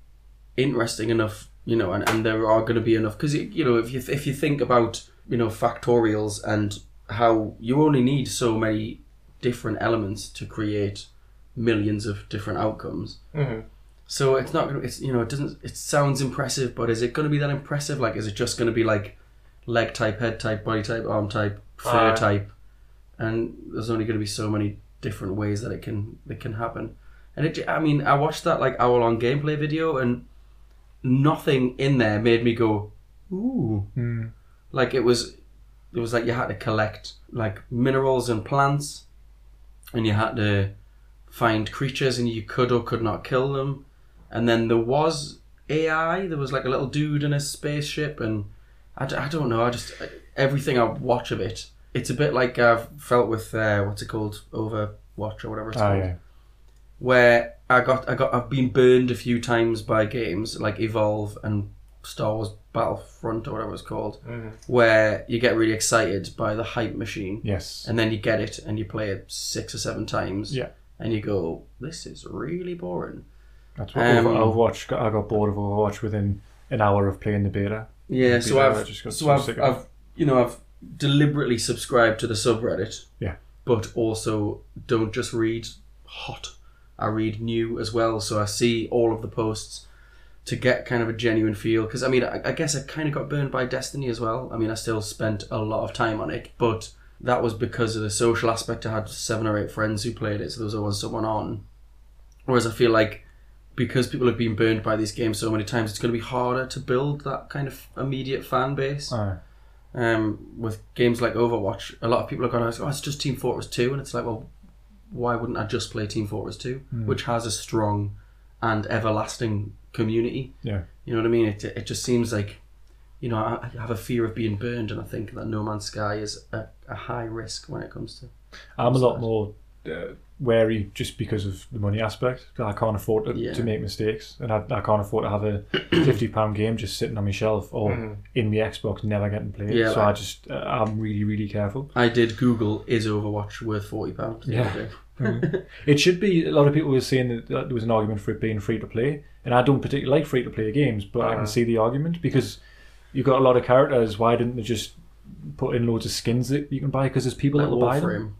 Speaker 3: interesting enough, you know, and, and there are going to be enough because you know if you if you think about you know factorials and how you only need so many different elements to create millions of different outcomes.
Speaker 2: Mhm.
Speaker 3: So it's not gonna. It's you know it doesn't. It sounds impressive, but is it going to be that impressive? Like, is it just going to be like leg type, head type, body type, arm type, fur
Speaker 2: Aye.
Speaker 3: type? And there's only going to be so many different ways that it can that can happen. And it. I mean, I watched that like hour long gameplay video, and nothing in there made me go, Ooh. Like it was, it was like you had to collect like minerals and plants, and you had to find creatures, and you could or could not kill them. And then there was AI. There was like a little dude in a spaceship, and I, d- I don't know. I just everything I watch of it, it's a bit like I've felt with uh, what's it called, Overwatch or whatever it's
Speaker 1: Oh
Speaker 3: called
Speaker 1: yeah.
Speaker 3: where I got I got I've been burned a few times by games like Evolve and Star Wars Battlefront or whatever it's called,
Speaker 1: Mm-hmm.
Speaker 3: where you get really excited by the hype machine,
Speaker 1: Yes.
Speaker 3: and then you get it and you play it six or seven times,
Speaker 1: Yeah.
Speaker 3: and you go, "This is really boring."
Speaker 1: That's what
Speaker 3: Um,
Speaker 1: Over- Overwatch. Got, I got bored of Overwatch within an hour of playing the beta.
Speaker 3: Yeah, so
Speaker 1: Yeah,
Speaker 3: I've
Speaker 1: I just got
Speaker 3: so
Speaker 1: so
Speaker 3: I've,
Speaker 1: sick of it.
Speaker 3: I've you know I've deliberately subscribed to the subreddit.
Speaker 1: Yeah.
Speaker 3: But also don't just read hot. I read new as well, so I see all of the posts to get kind of a genuine feel. Because I mean, I, I guess I kind of got burned by Destiny as well. I mean, I still spent a lot of time on it, but that was because of the social aspect. I had seven or eight friends who played it, so there was always someone on. Whereas I feel like because people have been burned by these games so many times, it's going to be harder to build that kind of immediate fan base.
Speaker 1: Aye.
Speaker 3: Um, with games like Overwatch, a lot of people are going to ask, "Oh, it's just Team Fortress 2. and it's like, well, why wouldn't I just play Team Fortress Two,
Speaker 1: Hmm.
Speaker 3: which has a strong and everlasting community?
Speaker 1: Yeah.
Speaker 3: You know what I mean? It it just seems like, you know, I, I have a fear of being burned, and I think that No Man's Sky is a, a high risk when it comes to.
Speaker 1: I'm a lot more uh, wary just because of the money aspect. I can't afford to,
Speaker 3: Yeah.
Speaker 1: to make mistakes, and I, I can't afford to have a (clears throat) fifty pound game just sitting on my shelf or in my Xbox never getting played.
Speaker 3: Mm-hmm. Yeah,
Speaker 1: so
Speaker 3: like-
Speaker 1: I just uh, I'm really really careful.
Speaker 3: I did Google is Overwatch worth forty pounds.
Speaker 1: Yeah. It should be a lot of people were saying that, that there was an argument for it being free to play, and I don't particularly like free to play games, but
Speaker 3: Uh-huh.
Speaker 1: I can see the argument because you've got a lot of characters. Why didn't they just put in loads of skins that you can buy? Because there's people that will buy them.
Speaker 3: Warframe.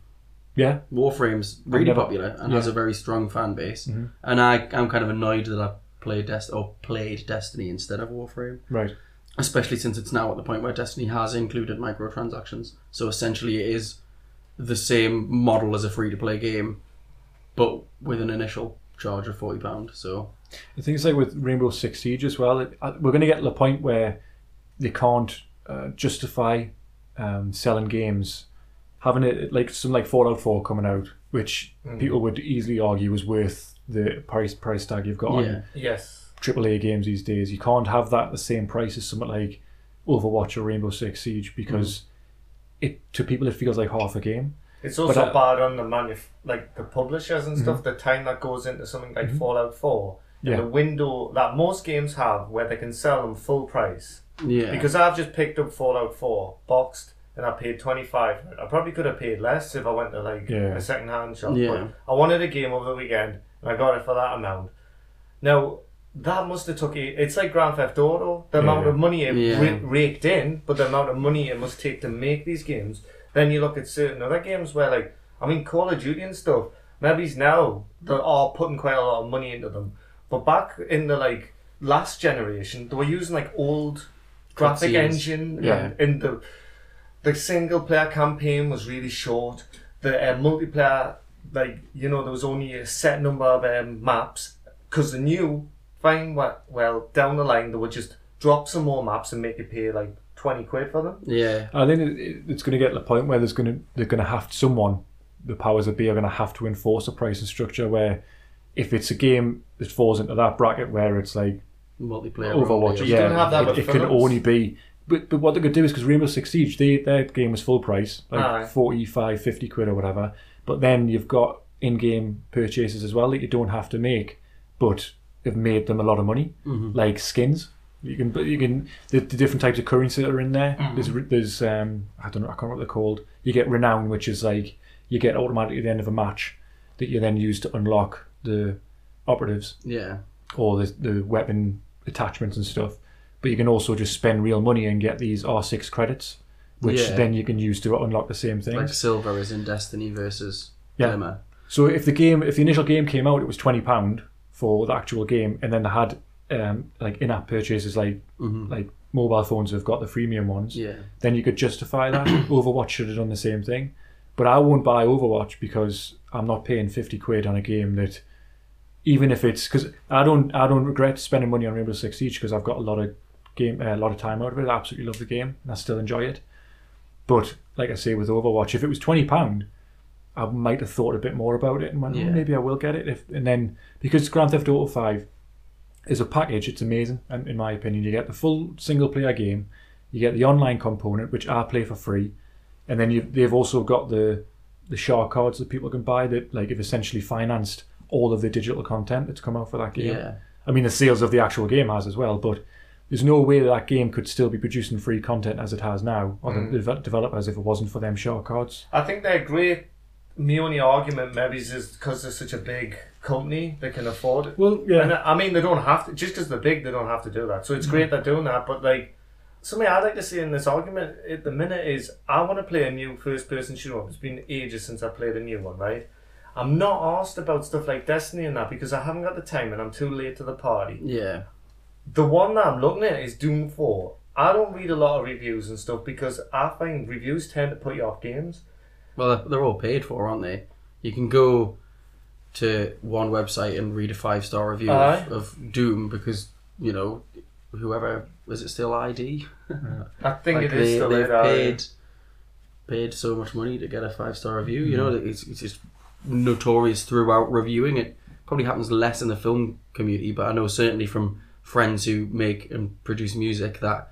Speaker 1: Yeah,
Speaker 3: Warframe's really
Speaker 1: never- Mm-hmm.
Speaker 3: popular and has a very strong fan base, and I I'm kind of annoyed that I played Dest or played Destiny instead of Warframe.
Speaker 1: right.
Speaker 3: especially since it's now at the point where Destiny has included microtransactions. So essentially, it is the same model as a free to play game, but with an initial charge of forty pound. So
Speaker 1: The things like with Rainbow Six Siege as well, it, uh, we're going to get to the point where they can't uh, justify um, selling games. Having it like some like Fallout Four coming out, which people would easily argue was worth the price price tag you've got
Speaker 3: Yeah.
Speaker 1: on
Speaker 2: Yes.
Speaker 1: AAA games these days. You can't have that at the same price as something like Overwatch or Rainbow Six Siege because it to people it feels like half a game.
Speaker 2: It's also
Speaker 1: I-
Speaker 2: bad on the manuf- like the publishers and stuff. The time that goes into something like Fallout Four,
Speaker 1: Yeah.
Speaker 2: and the window that most games have where they can sell them full price.
Speaker 3: yeah,
Speaker 2: Because I've just picked up Fallout Four boxed, and I paid twenty five. I probably could have paid less if I went to like
Speaker 1: Yeah.
Speaker 2: a second hand shop.
Speaker 3: Yeah.
Speaker 2: But I wanted a game over the weekend, and I got it for that amount. Now that must have took you. It's like Grand Theft Auto. The amount
Speaker 1: Yeah.
Speaker 2: of money it
Speaker 3: Yeah.
Speaker 2: ra- raked in, but the amount of money it must take to make these games. Then you look at certain other games where, like, I mean, Call of Duty and stuff. Maybe now they are putting quite a lot of money into them, but back in the like last generation, they were using like old graphic
Speaker 3: Cutscenes.
Speaker 2: engine.
Speaker 1: Yeah.
Speaker 2: And, and the the single player campaign was really short. The uh, multiplayer, like you know, there was only a set number of um, maps because they knew fine what well down the line they would just drop some more maps and make you pay like twenty quid for them.
Speaker 3: yeah,
Speaker 1: I think it- it- it's going to get to the point where there's going to they're going to have someone, the powers that be, are going to have to enforce a pricing structure where, if it's a game that falls into that bracket where it's like
Speaker 3: multiplayer.
Speaker 1: Overwatch,
Speaker 3: only.
Speaker 2: You
Speaker 1: yeah,
Speaker 2: can have that with
Speaker 1: it, it can
Speaker 2: films.
Speaker 1: only be. But, but what they could do is because Rainbow Six Siege, they, their game was full price,
Speaker 2: Aye.
Speaker 1: like forty five, fifty 45, 50 quid or whatever. But then you've got in game purchases as well that you don't have to make, but have made them a lot of money,
Speaker 2: Mm-hmm.
Speaker 1: like skins. You can, but you can. The, the different types of currency that are in there.
Speaker 2: Mm-hmm.
Speaker 1: There's, re- there's, um, I don't know, I can't remember what they're called. You get renown, which is like you get automatically at the end of a match that you then use to unlock the operatives
Speaker 3: yeah,
Speaker 1: or the, the weapon attachments and stuff. But you can also just spend real money and get these R6 credits, which
Speaker 3: Yeah.
Speaker 1: then you can use to unlock the same things.
Speaker 3: like silver is in Destiny versus
Speaker 1: Yeah.
Speaker 3: Glimmer.
Speaker 1: so if the game, if the initial game came out, it was twenty pound for the actual game, and then they had um, like in-app purchases, like like mobile phones have got the freemium ones.
Speaker 3: Mm-hmm. Yeah,
Speaker 1: Then you could justify that. Overwatch should have done the same thing, but I won't buy Overwatch because I'm not paying fifty quid on a game that. Even if it's because I don't, I don't regret spending money on Rainbow Six Siege because I've got a lot of game, uh, a lot of time out of it. I absolutely love the game, and I still enjoy it. But like I say with Overwatch, if it was twenty pound, I might have thought a bit more about it and went, "Hmm,
Speaker 3: Yeah.
Speaker 1: maybe I will get it. If and then because Grand Theft Auto Five is a package, it's amazing. And in my opinion, you get the full single player game, you get the online component, which I play for free, and then you they've also got the the shark cards that people can buy that like have essentially financed all of the digital content that's come out for that game.
Speaker 3: Yeah.
Speaker 1: I mean, the sales of the actual game has as well, but there's no way that, that game could still be producing free content as it has now, or the the dev- developers, if it wasn't for them shark cards.
Speaker 2: I think they're great. My only argument, maybe, is because they're such a big company, they can afford it.
Speaker 1: Well, yeah.
Speaker 2: And I I mean, they don't have to. Just because they're big, they don't have to do that. So it's great they're doing that. But like, something I'd like to see in this argument at the minute is, I want to play a new first-person shooter. It's been ages since I played a new one, right? I'm not asked about stuff like Destiny and that because I haven't got the time and I'm too late to the party.
Speaker 3: Yeah.
Speaker 2: The one that I'm looking at is Doom 4. I don't read a lot of reviews and stuff because I find reviews tend to put you off games.
Speaker 3: Well, they're all paid for, aren't they? You can go to one website and read a five star review
Speaker 2: Aye.
Speaker 3: of, of Doom because you know whoever is it still ID?
Speaker 2: I think
Speaker 3: Like
Speaker 2: it is
Speaker 3: they,
Speaker 2: still
Speaker 3: they've
Speaker 2: it, I-
Speaker 3: paid paid so much money to get a five star review.
Speaker 2: Mm-hmm.
Speaker 3: You know, it's, it's just notorious throughout reviewing. It probably happens less in the film community, but I know certainly from friends who make and produce music that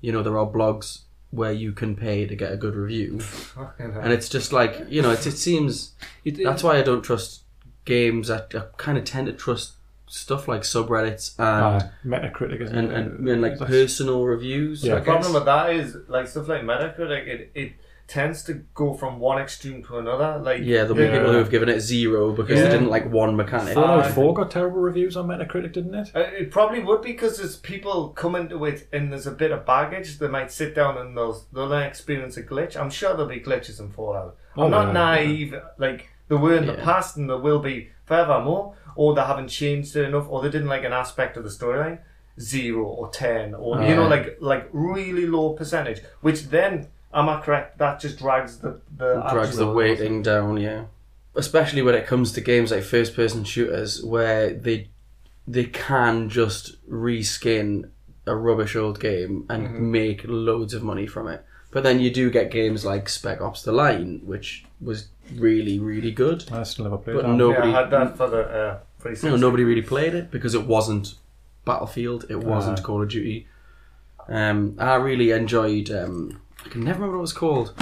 Speaker 3: you know there are blogs where you can pay to get a good
Speaker 2: (laughs)
Speaker 3: review,
Speaker 2: Fucking hell.
Speaker 3: and it's just like you know, it, it seems.
Speaker 1: It,
Speaker 3: That's why I don't trust games. I, I kind of tend to trust stuff like subreddits and
Speaker 1: Metacritic isn't
Speaker 3: and,
Speaker 1: it?
Speaker 3: and, and like
Speaker 1: That's-
Speaker 3: personal reviews.
Speaker 1: Yeah.
Speaker 3: I
Speaker 2: The problem
Speaker 3: guess.
Speaker 2: with that is like stuff like Metacritic, it, it tends to go from one extreme to another. Like
Speaker 3: Yeah, there'll be
Speaker 1: Yeah.
Speaker 3: people who have given it a zero because
Speaker 2: Yeah.
Speaker 3: they didn't like one mechanic.
Speaker 1: Fallout Four got terrible reviews on Metacritic, didn't it?
Speaker 2: Uh, It probably would because there's people coming to it and there's a bit of baggage. They might sit down and they'll they'll experience a glitch. I'm sure there'll be glitches in Fallout.
Speaker 1: Oh,
Speaker 2: I'm not
Speaker 1: yeah,
Speaker 2: naive. Like there were in the
Speaker 3: Yeah.
Speaker 2: past and there will be forevermore. Or they haven't changed it enough. Or they didn't like an aspect of the storyline. Zero or ten or you know
Speaker 3: Yeah.
Speaker 2: like like really low percentage. Which then am I correct? That just drags the the
Speaker 3: Drags the
Speaker 2: actual-
Speaker 3: weighting down, yeah. Especially when it comes to games like first person shooters where they they can just reskin a rubbish old game and make loads of money from it. But then you do get games like Spec Ops The Line, which was really, really good.
Speaker 1: I still never played
Speaker 3: But
Speaker 1: that.
Speaker 2: Yeah,
Speaker 3: nobody
Speaker 2: I had that for the uh, free
Speaker 3: you know, nobody really played it because it wasn't Battlefield, it
Speaker 1: Ah.
Speaker 3: wasn't Call of Duty. Um, I really enjoyed. Um, I can never remember what it was called,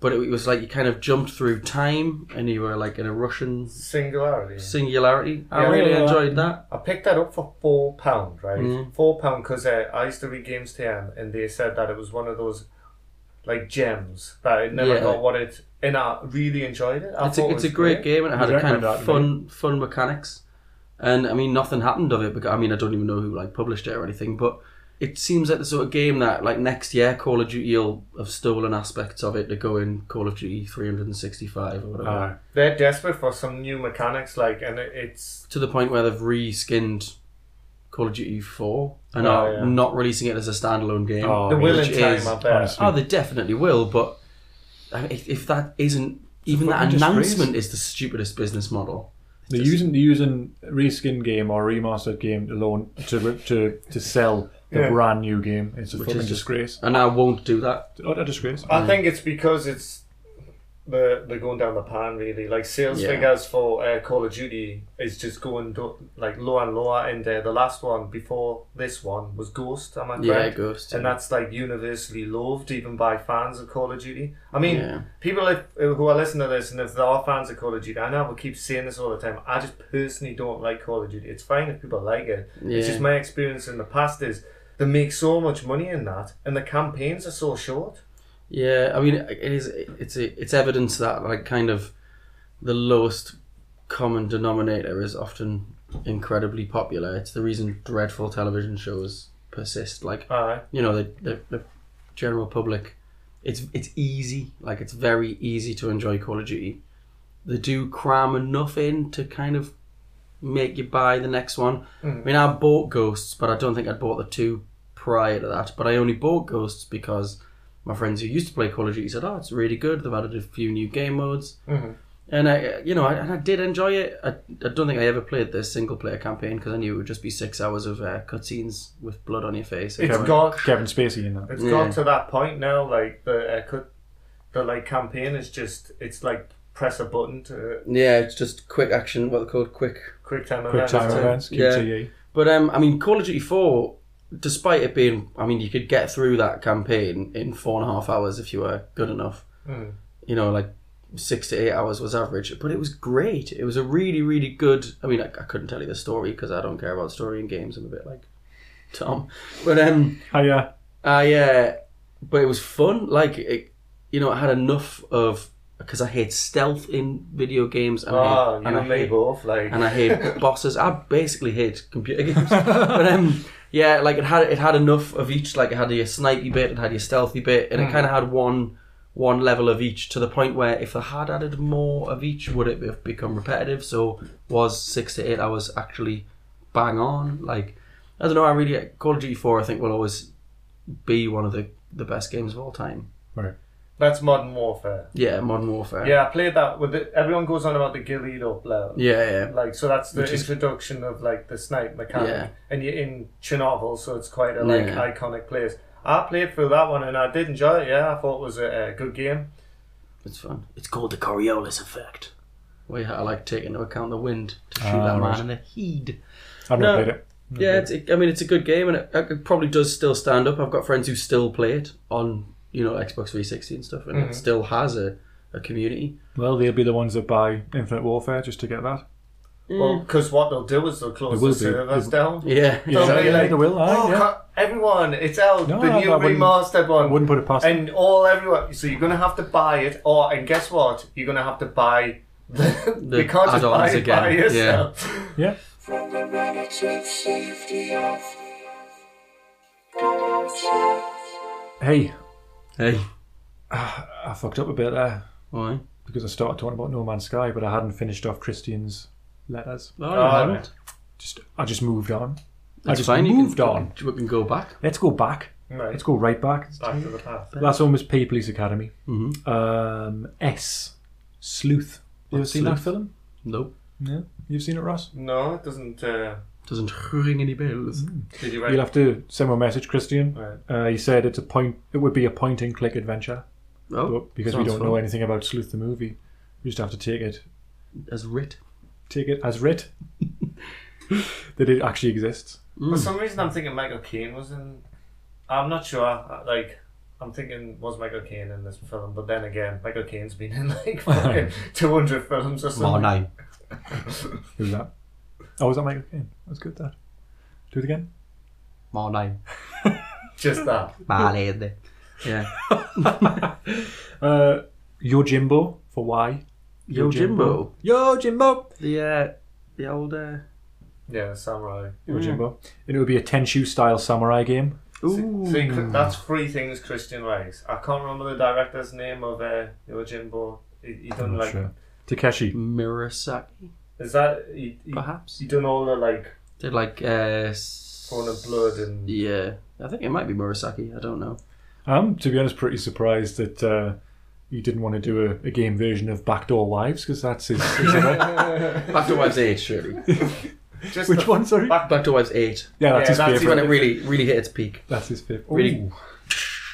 Speaker 3: but it, was like you kind of jumped through time and you were like in a Russian
Speaker 2: Singularity.
Speaker 3: singularity. I
Speaker 2: Yeah,
Speaker 3: really
Speaker 1: yeah, yeah.
Speaker 3: enjoyed that.
Speaker 2: I picked that up for four pound, right?
Speaker 3: Mm.
Speaker 2: Four pound because uh, I used to read Games TM, and they said that it was one of those like gems that it never
Speaker 3: Yeah.
Speaker 2: got what it. And I really enjoyed it. I
Speaker 3: It's
Speaker 2: thought
Speaker 3: a,
Speaker 2: it
Speaker 3: it's a
Speaker 2: was
Speaker 3: great game and it had
Speaker 1: You
Speaker 3: a kind
Speaker 1: recommend
Speaker 3: of
Speaker 1: that,
Speaker 3: fun fun mechanics. And I mean, nothing happened of it because I mean, I don't even know who like published it or anything. But it seems like the sort of game that like next year Call of Duty will have stolen aspects of it to go in Call of Duty 365 or whatever.
Speaker 1: Aye.
Speaker 2: They're desperate for some new mechanics, like, and it, it's
Speaker 3: to the point where they've reskinned Call of Duty 4 and
Speaker 2: Oh,
Speaker 3: are
Speaker 2: yeah.
Speaker 3: not releasing it as a standalone game.
Speaker 1: Oh,
Speaker 2: the will
Speaker 3: which
Speaker 2: in time.
Speaker 3: is-
Speaker 2: I bet.
Speaker 1: honestly.
Speaker 3: Oh, they definitely will, but I mean, if, if that isn't even
Speaker 1: fucking
Speaker 3: that
Speaker 1: disgrace.
Speaker 3: announcement is the stupidest business model.
Speaker 1: They're using they're using a reskin game or a remastered game to launch to re- to to sell the
Speaker 2: Yeah.
Speaker 1: brand new game. It's a
Speaker 3: Which
Speaker 1: fucking
Speaker 3: is just-
Speaker 1: disgrace. Uh,
Speaker 3: And I won't do that.
Speaker 1: Utter disgrace.
Speaker 3: Mm.
Speaker 2: I think it's because it's the they're going down the pan really. Like sales
Speaker 3: Yeah.
Speaker 2: figures for uh, Call of Duty is just going do- like lower and lower. And uh, the last one before this one was Ghost. Am I correct?
Speaker 3: Yeah, Ghost,
Speaker 2: And
Speaker 3: yeah.
Speaker 2: that's like universally loved even by fans of Call of Duty. I mean,
Speaker 3: Yeah.
Speaker 2: people if, who are listening to this and if they are fans of Call of Duty, I know we keep saying this all the time. I just personally don't like Call of Duty. It's fine if people like it. It's
Speaker 3: Yeah.
Speaker 2: just my experience in the past is. They make so much money in that, and the campaigns are so short.
Speaker 3: Yeah, I mean, it is. It's a, it's evidence that like kind of the lowest common denominator is often incredibly popular. It's the reason dreadful television shows persist. Like
Speaker 2: Aye.
Speaker 3: you know the, the, the general public it's it's easy like it's very easy to enjoy call of duty they do cram enough in to kind of make you buy the next one i mean i bought ghosts but i don't think i bought the two prior to that but i only bought ghosts because my friends who used to play call of duty said oh it's really good they've added a few new game modes And I, you know, I, and I did enjoy it. I, I don't think I ever played this single player campaign because I knew it would just be six hours of uh, cutscenes with blood on your face.
Speaker 2: It's
Speaker 3: Everyone-
Speaker 2: got
Speaker 1: Kevin Spacey in that.
Speaker 2: It's
Speaker 3: Yeah.
Speaker 2: got to that point now. Like the uh, cut, the like campaign is just it's like press a button to
Speaker 3: Yeah, it's just quick action, what they call quick.
Speaker 2: quick time
Speaker 1: Quick
Speaker 2: events.
Speaker 1: time
Speaker 2: to-
Speaker 1: events, E.
Speaker 3: Yeah.
Speaker 1: QTE.
Speaker 3: But um, I mean, Call of Duty Four, despite it being, I mean, you could get through that campaign in four and a half hours if you were good enough.
Speaker 2: Mm.
Speaker 3: You know, like six to eight hours was average, but it was great. It was a really, really good. I mean, I, I couldn't tell you the story because I don't care about story in games. I'm a bit like Tom, but um.
Speaker 1: Oh, yeah.
Speaker 3: I, uh, but it was fun. Like, it, you know, I had enough of because I hate stealth in video games, and
Speaker 2: Oh,
Speaker 3: I hate,
Speaker 2: you
Speaker 3: and I
Speaker 2: and me
Speaker 3: hate,
Speaker 2: both. Like
Speaker 3: and I hate bosses. I basically hate computer games. but um, yeah, like it had it had enough of each. Like it had your snipey bit, it had your stealthy bit, and it kind of had one one level of each to the point where if they had added more of each, would it have become repetitive? So was six to eight hours actually bang on? Like I don't know. I really Call of Duty Four. I think will always be one of the the best games of all time.
Speaker 1: Right.
Speaker 2: that's modern warfare.
Speaker 3: Yeah, Modern Warfare.
Speaker 2: Yeah, I played that with the, everyone goes on about the gillied up level.
Speaker 3: yeah, yeah.
Speaker 2: Like so, that's the
Speaker 3: Which is-
Speaker 2: introduction of like the snipe mechanic,
Speaker 3: Yeah.
Speaker 2: and you're in Chernobyl, so it's quite a like
Speaker 3: Yeah.
Speaker 2: iconic place. I played through that one and I did enjoy it. Yeah, I thought it was a, a good game.
Speaker 3: It's fun. It's called the Coriolis effect. Where you had to like take into account the wind to shoot
Speaker 1: Ah,
Speaker 3: that man
Speaker 1: right.
Speaker 3: in the head.
Speaker 1: I've
Speaker 3: No.
Speaker 1: not played it.
Speaker 3: Yeah, it's, it, I mean it's a good game and it, it probably does still stand up. I've got friends who still play it on you know Xbox 360 and stuff, and
Speaker 1: Mm-hmm.
Speaker 3: it still has a, a community.
Speaker 1: Well, they'll be the ones that buy Infinite Warfare just to get that.
Speaker 2: Well, because what they'll do is they'll close
Speaker 1: It will
Speaker 2: the
Speaker 1: be.
Speaker 2: servers
Speaker 1: It-
Speaker 2: down.
Speaker 3: Mm. (laughs) Yeah,
Speaker 2: They'll
Speaker 1: Yeah,
Speaker 2: be
Speaker 1: yeah,
Speaker 2: like,
Speaker 1: they will, aye,
Speaker 2: oh,
Speaker 1: yeah.
Speaker 2: co- everyone, it's out.
Speaker 1: No,
Speaker 2: the
Speaker 1: I-
Speaker 2: new
Speaker 1: I wouldn't-
Speaker 2: remastered
Speaker 1: I
Speaker 2: one.
Speaker 1: wouldn't put it past
Speaker 2: And all everyone. So you're going to have to buy it, or and guess what? You're going to have to buy. The, (laughs)
Speaker 3: (laughs)
Speaker 2: you can't just
Speaker 3: add-ons
Speaker 2: buy it
Speaker 3: again,
Speaker 2: by
Speaker 3: yeah.
Speaker 2: yourself.
Speaker 1: (laughs) Yeah.
Speaker 5: from the relative safety of
Speaker 1: Hey,
Speaker 3: Hey,
Speaker 1: I fucked up a bit there
Speaker 3: why?
Speaker 1: because I started talking about No Man's Sky, but I hadn't finished off Christian's letters.
Speaker 3: Oh,
Speaker 2: Oh,
Speaker 3: you
Speaker 2: no.
Speaker 3: haven't.
Speaker 1: Just, I just moved on. I
Speaker 3: It's
Speaker 1: just
Speaker 3: fine.
Speaker 1: moved
Speaker 3: you can,
Speaker 1: on.
Speaker 3: We can go back.
Speaker 1: Let's go back.
Speaker 2: Right.
Speaker 1: Let's go right back.
Speaker 2: Back to the past.
Speaker 1: Last one was P Police Academy.
Speaker 3: Mm-hmm.
Speaker 1: Um, S Sleuth. You ever seen that
Speaker 3: Oh, Sleuth?
Speaker 1: film?
Speaker 3: Nope,
Speaker 1: No. You've seen it, Ross?
Speaker 2: No, it doesn't. Uh,
Speaker 3: doesn't ring any bells.
Speaker 2: did you write?
Speaker 1: You'll have to send me a message, Christian.
Speaker 2: Right.
Speaker 1: Uh, he said it's a point. It would be a point-and-click adventure,
Speaker 3: Oh,
Speaker 1: but because we
Speaker 3: sounds
Speaker 1: don't
Speaker 3: fun.
Speaker 1: know anything about Sleuth the movie, we just have to take it
Speaker 3: as writ.
Speaker 1: take it as
Speaker 3: (laughs)
Speaker 1: writ that it actually exists.
Speaker 2: For some reason, I'm thinking Michael Caine was in. I'm not sure. I- Like, I'm thinking was Michael Caine in this film? But then again, Michael Caine's been in (laughs)
Speaker 1: (laughs)
Speaker 2: like fucking 200 films or something.
Speaker 3: name.
Speaker 1: Who's that? Oh, was that Michael Caine? That's good. That. Do it again. (laughs)
Speaker 3: My name.
Speaker 2: Just that.
Speaker 3: My lady. Yeah.
Speaker 1: Uh, Yo Jimbo for why?
Speaker 3: Yo, Jimbo.
Speaker 1: Yo Jimbo.
Speaker 3: The uh, the old. Uh,
Speaker 2: Yeah, samurai.
Speaker 1: Yo Jimbo. Hmm. And it would be a Tenchu style samurai game.
Speaker 3: ooh.
Speaker 2: See, Cri- that's three things Christian likes. I can't remember the director's name of uh, Yojimbo. He, he done
Speaker 1: I'm not
Speaker 2: like
Speaker 1: sure. Takeshi.
Speaker 3: Murasaki,
Speaker 2: is that he, he,
Speaker 3: perhaps.
Speaker 2: he done all the like
Speaker 3: They're like uh, s-
Speaker 2: Throne of Blood and
Speaker 3: Yeah, I think it might be Murasaki. I don't know.
Speaker 1: I'm, to be honest, pretty surprised that uh, he didn't want to do a, a game version of Backdoor Wives because that's his. his other-
Speaker 3: Back to Wives Eight, surely.
Speaker 2: just
Speaker 1: which
Speaker 2: the-
Speaker 3: (laughs)
Speaker 1: one? Sorry.
Speaker 2: Back-
Speaker 3: Back to Wives Eight.
Speaker 1: yeah, that's
Speaker 2: Yeah,
Speaker 1: his
Speaker 2: that's his-
Speaker 1: favorite.
Speaker 3: When it really, really hit its peak.
Speaker 1: That's his favorite.
Speaker 3: Really-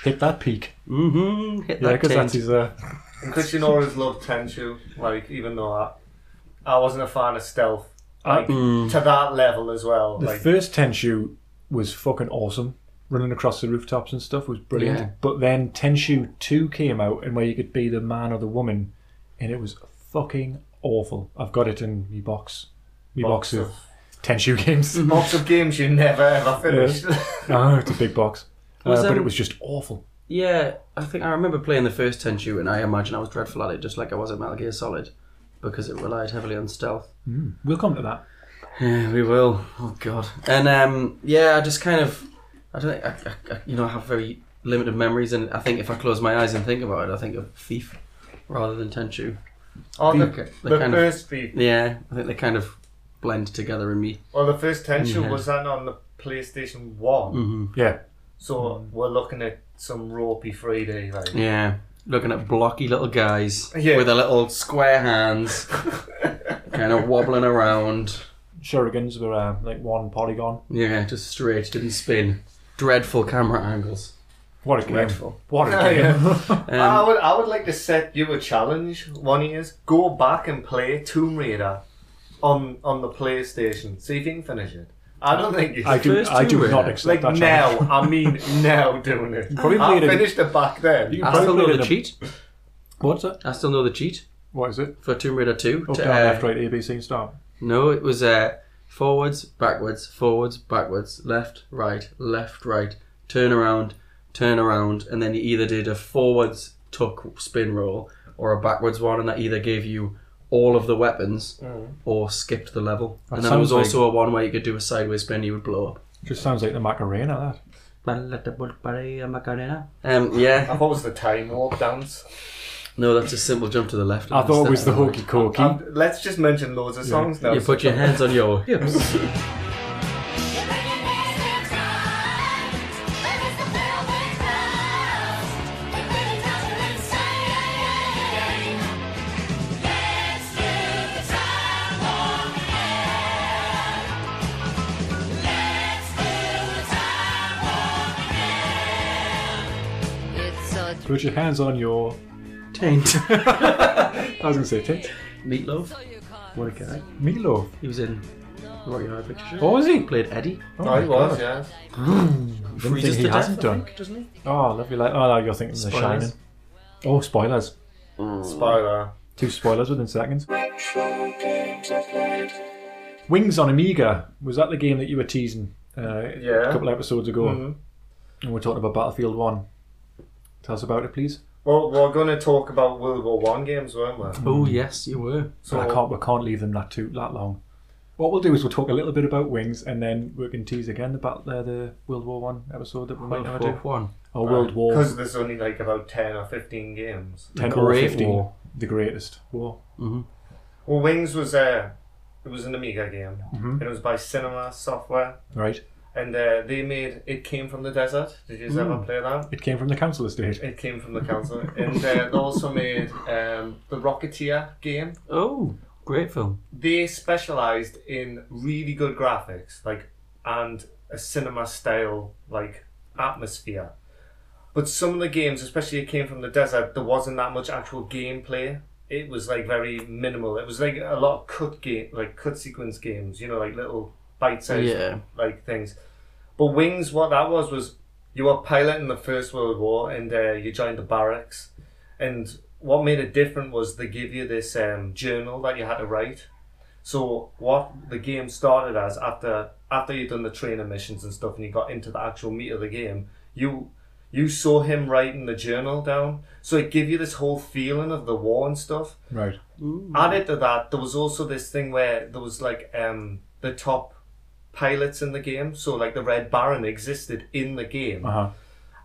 Speaker 1: Hit that peak.
Speaker 3: Mm-hmm. Hit
Speaker 1: Yeah,
Speaker 3: that
Speaker 1: because that's
Speaker 3: tent.
Speaker 1: his. Uh,
Speaker 2: And Christian always loved Tenchu. Like even though I, I wasn't a fan of stealth. Like to that level as well.
Speaker 1: Mm. The
Speaker 2: like
Speaker 1: first Tenshu was fucking awesome. Running across the rooftops and stuff was brilliant.
Speaker 3: Yeah.
Speaker 1: But then Tenshu 2 came out, and where you could be the man or the woman, and it was fucking awful. I've got it in me box. Me box,
Speaker 2: Box
Speaker 1: of Tenshu games. (laughs)
Speaker 2: box of games you never ever finished.
Speaker 1: oh, it's a big box. Uh,
Speaker 3: Was,
Speaker 1: but it
Speaker 3: um,
Speaker 1: was just awful.
Speaker 3: Yeah, I think I remember playing the first Tenchu, and I imagine I was dreadful at it, just like I was at Metal Gear Solid, because it relied heavily on stealth.
Speaker 1: We'll come to that.
Speaker 3: Yeah, we will. Oh God. And um, yeah, I just kind of, I don't, think- I, I, I, you know, I have very limited memories, and I think if I close my eyes and think about it, I think of Thief rather than Tenchu.
Speaker 2: Or the,
Speaker 3: Okay, Oh, the
Speaker 2: the
Speaker 3: kind of-
Speaker 2: first beat
Speaker 3: Yeah, I think they kind of blend together in me.
Speaker 2: Well, the first Tenchu
Speaker 3: Mm, Yeah.
Speaker 2: was that on the PlayStation One,
Speaker 1: Yeah.
Speaker 3: Mm.
Speaker 2: so we're looking at some ropey 3D. Like,
Speaker 3: Yeah, looking at blocky little guys
Speaker 2: Yeah.
Speaker 3: with their little square hands, kind of wobbling around.
Speaker 1: Shurikens were uh, like one polygon.
Speaker 3: Yeah, just straight, didn't spin. Dreadful camera angles.
Speaker 1: What a game!
Speaker 3: Dreadful.
Speaker 1: What a
Speaker 2: Yeah,
Speaker 1: game!
Speaker 2: I
Speaker 3: Um,
Speaker 2: would I would like to set you a challenge. One is go back and play Tomb Raider on on the PlayStation. See if you can finish it. I don't think you.
Speaker 1: I do.
Speaker 3: First
Speaker 1: I do
Speaker 3: two,
Speaker 1: not
Speaker 3: yeah.
Speaker 1: accept
Speaker 2: like
Speaker 1: that.
Speaker 2: now,
Speaker 1: challenge.
Speaker 2: I
Speaker 1: (laughs)
Speaker 2: mean now doing it.
Speaker 1: probably
Speaker 2: I
Speaker 1: played it-
Speaker 2: finished it back then.
Speaker 1: You
Speaker 3: I
Speaker 1: probably
Speaker 3: still know
Speaker 1: did
Speaker 3: the
Speaker 1: a-
Speaker 3: cheat.
Speaker 1: What's it?
Speaker 3: I still know the cheat
Speaker 1: What is it?
Speaker 3: for Tomb Raider 2.
Speaker 1: Up,
Speaker 3: to,
Speaker 1: down,
Speaker 3: uh,
Speaker 1: left, right, ABC, start.
Speaker 3: No, it was uh, forwards, backwards, forwards, backwards, left, right, left, right, turn around, turn around, and then you either did a forwards tuck spin roll or a backwards one, and that either gave you all of the weapons or skipped the level. and then there was
Speaker 1: Mm. sounds
Speaker 3: also a one where you could do a sideways spin, you would blow up.
Speaker 1: Just sounds like the Macarena. That.
Speaker 3: Um, yeah,
Speaker 2: I thought it was the time warp dance.
Speaker 3: no, that's a simple jump to the left.
Speaker 1: I thought it was the
Speaker 3: hook.
Speaker 1: hokey cokey.
Speaker 2: Um, let's just mention loads of songs now.
Speaker 3: You put your hands on your hips.
Speaker 4: It's a
Speaker 1: Put your hands on your. (laughs)
Speaker 3: Taint.
Speaker 1: I was going to say tits.
Speaker 3: Meatloaf. What a guy.
Speaker 1: Meatloaf.
Speaker 3: He was in the Rocky Horror Picture Show.
Speaker 1: What was he?
Speaker 3: played Eddie.
Speaker 2: Oh, it was, yeah.
Speaker 1: Didn't think he hasn't done.
Speaker 3: doesn't he?
Speaker 1: Oh, lovely. Like, oh, no, you're thinking
Speaker 3: Spoilers.
Speaker 1: The Shining. Oh, spoilers.
Speaker 2: Spoiler.
Speaker 1: Two spoilers within seconds.
Speaker 5: Retro games of light.
Speaker 1: Wings on Amiga. Was that the game that you were teasing uh,
Speaker 2: Yeah.
Speaker 1: a couple episodes ago?
Speaker 2: Mhm.
Speaker 1: And we're talking about Battlefield 1. Tell us about it, please.
Speaker 2: Well, we're going to talk about World War One games, weren't we?
Speaker 3: Oh yes, you were.
Speaker 1: So I can't, we can't leave them that too that long. What we'll do is we'll talk a little bit about Wings and then we can tease again about uh, the World War One episode that we might never do.
Speaker 3: One.
Speaker 1: Or World War
Speaker 2: Because there's only like about 10 or 15 games.
Speaker 1: 10 or
Speaker 3: Great
Speaker 1: 15.
Speaker 3: War.
Speaker 1: The greatest war.
Speaker 2: Well, Wings was uh, it was an Amiga game. and It was by Cinema Software,
Speaker 1: Right.
Speaker 2: and uh, they made It Came from the Desert. Did you ever play that?
Speaker 1: It came from the council estate.
Speaker 2: It came from the council, and uh, they also made um, the Rocketeer game.
Speaker 3: Oh, great film.
Speaker 2: They specialized in really good graphics, like and a cinema style like atmosphere. But some of the games, especially it came from the desert, there wasn't that much actual gameplay. It was like very minimal. It was like a lot of cut game, like cut sequence games. You know, like little bite-sized
Speaker 3: Yeah.
Speaker 2: like things. But Wings, what that was was you were piloting the First World War, and uh, you joined the barracks. And what made it different was they give you this um, journal that you had to write. So what the game started as after after you'd done the training missions and stuff and you got into the actual meat of the game, you you saw him writing the journal down. So it gave you this whole feeling of the war and stuff.
Speaker 1: Right.
Speaker 2: Added to that, there was also this thing where there was like um the top pilots in the game. So like the Red Baron existed in the game
Speaker 1: Uh huh.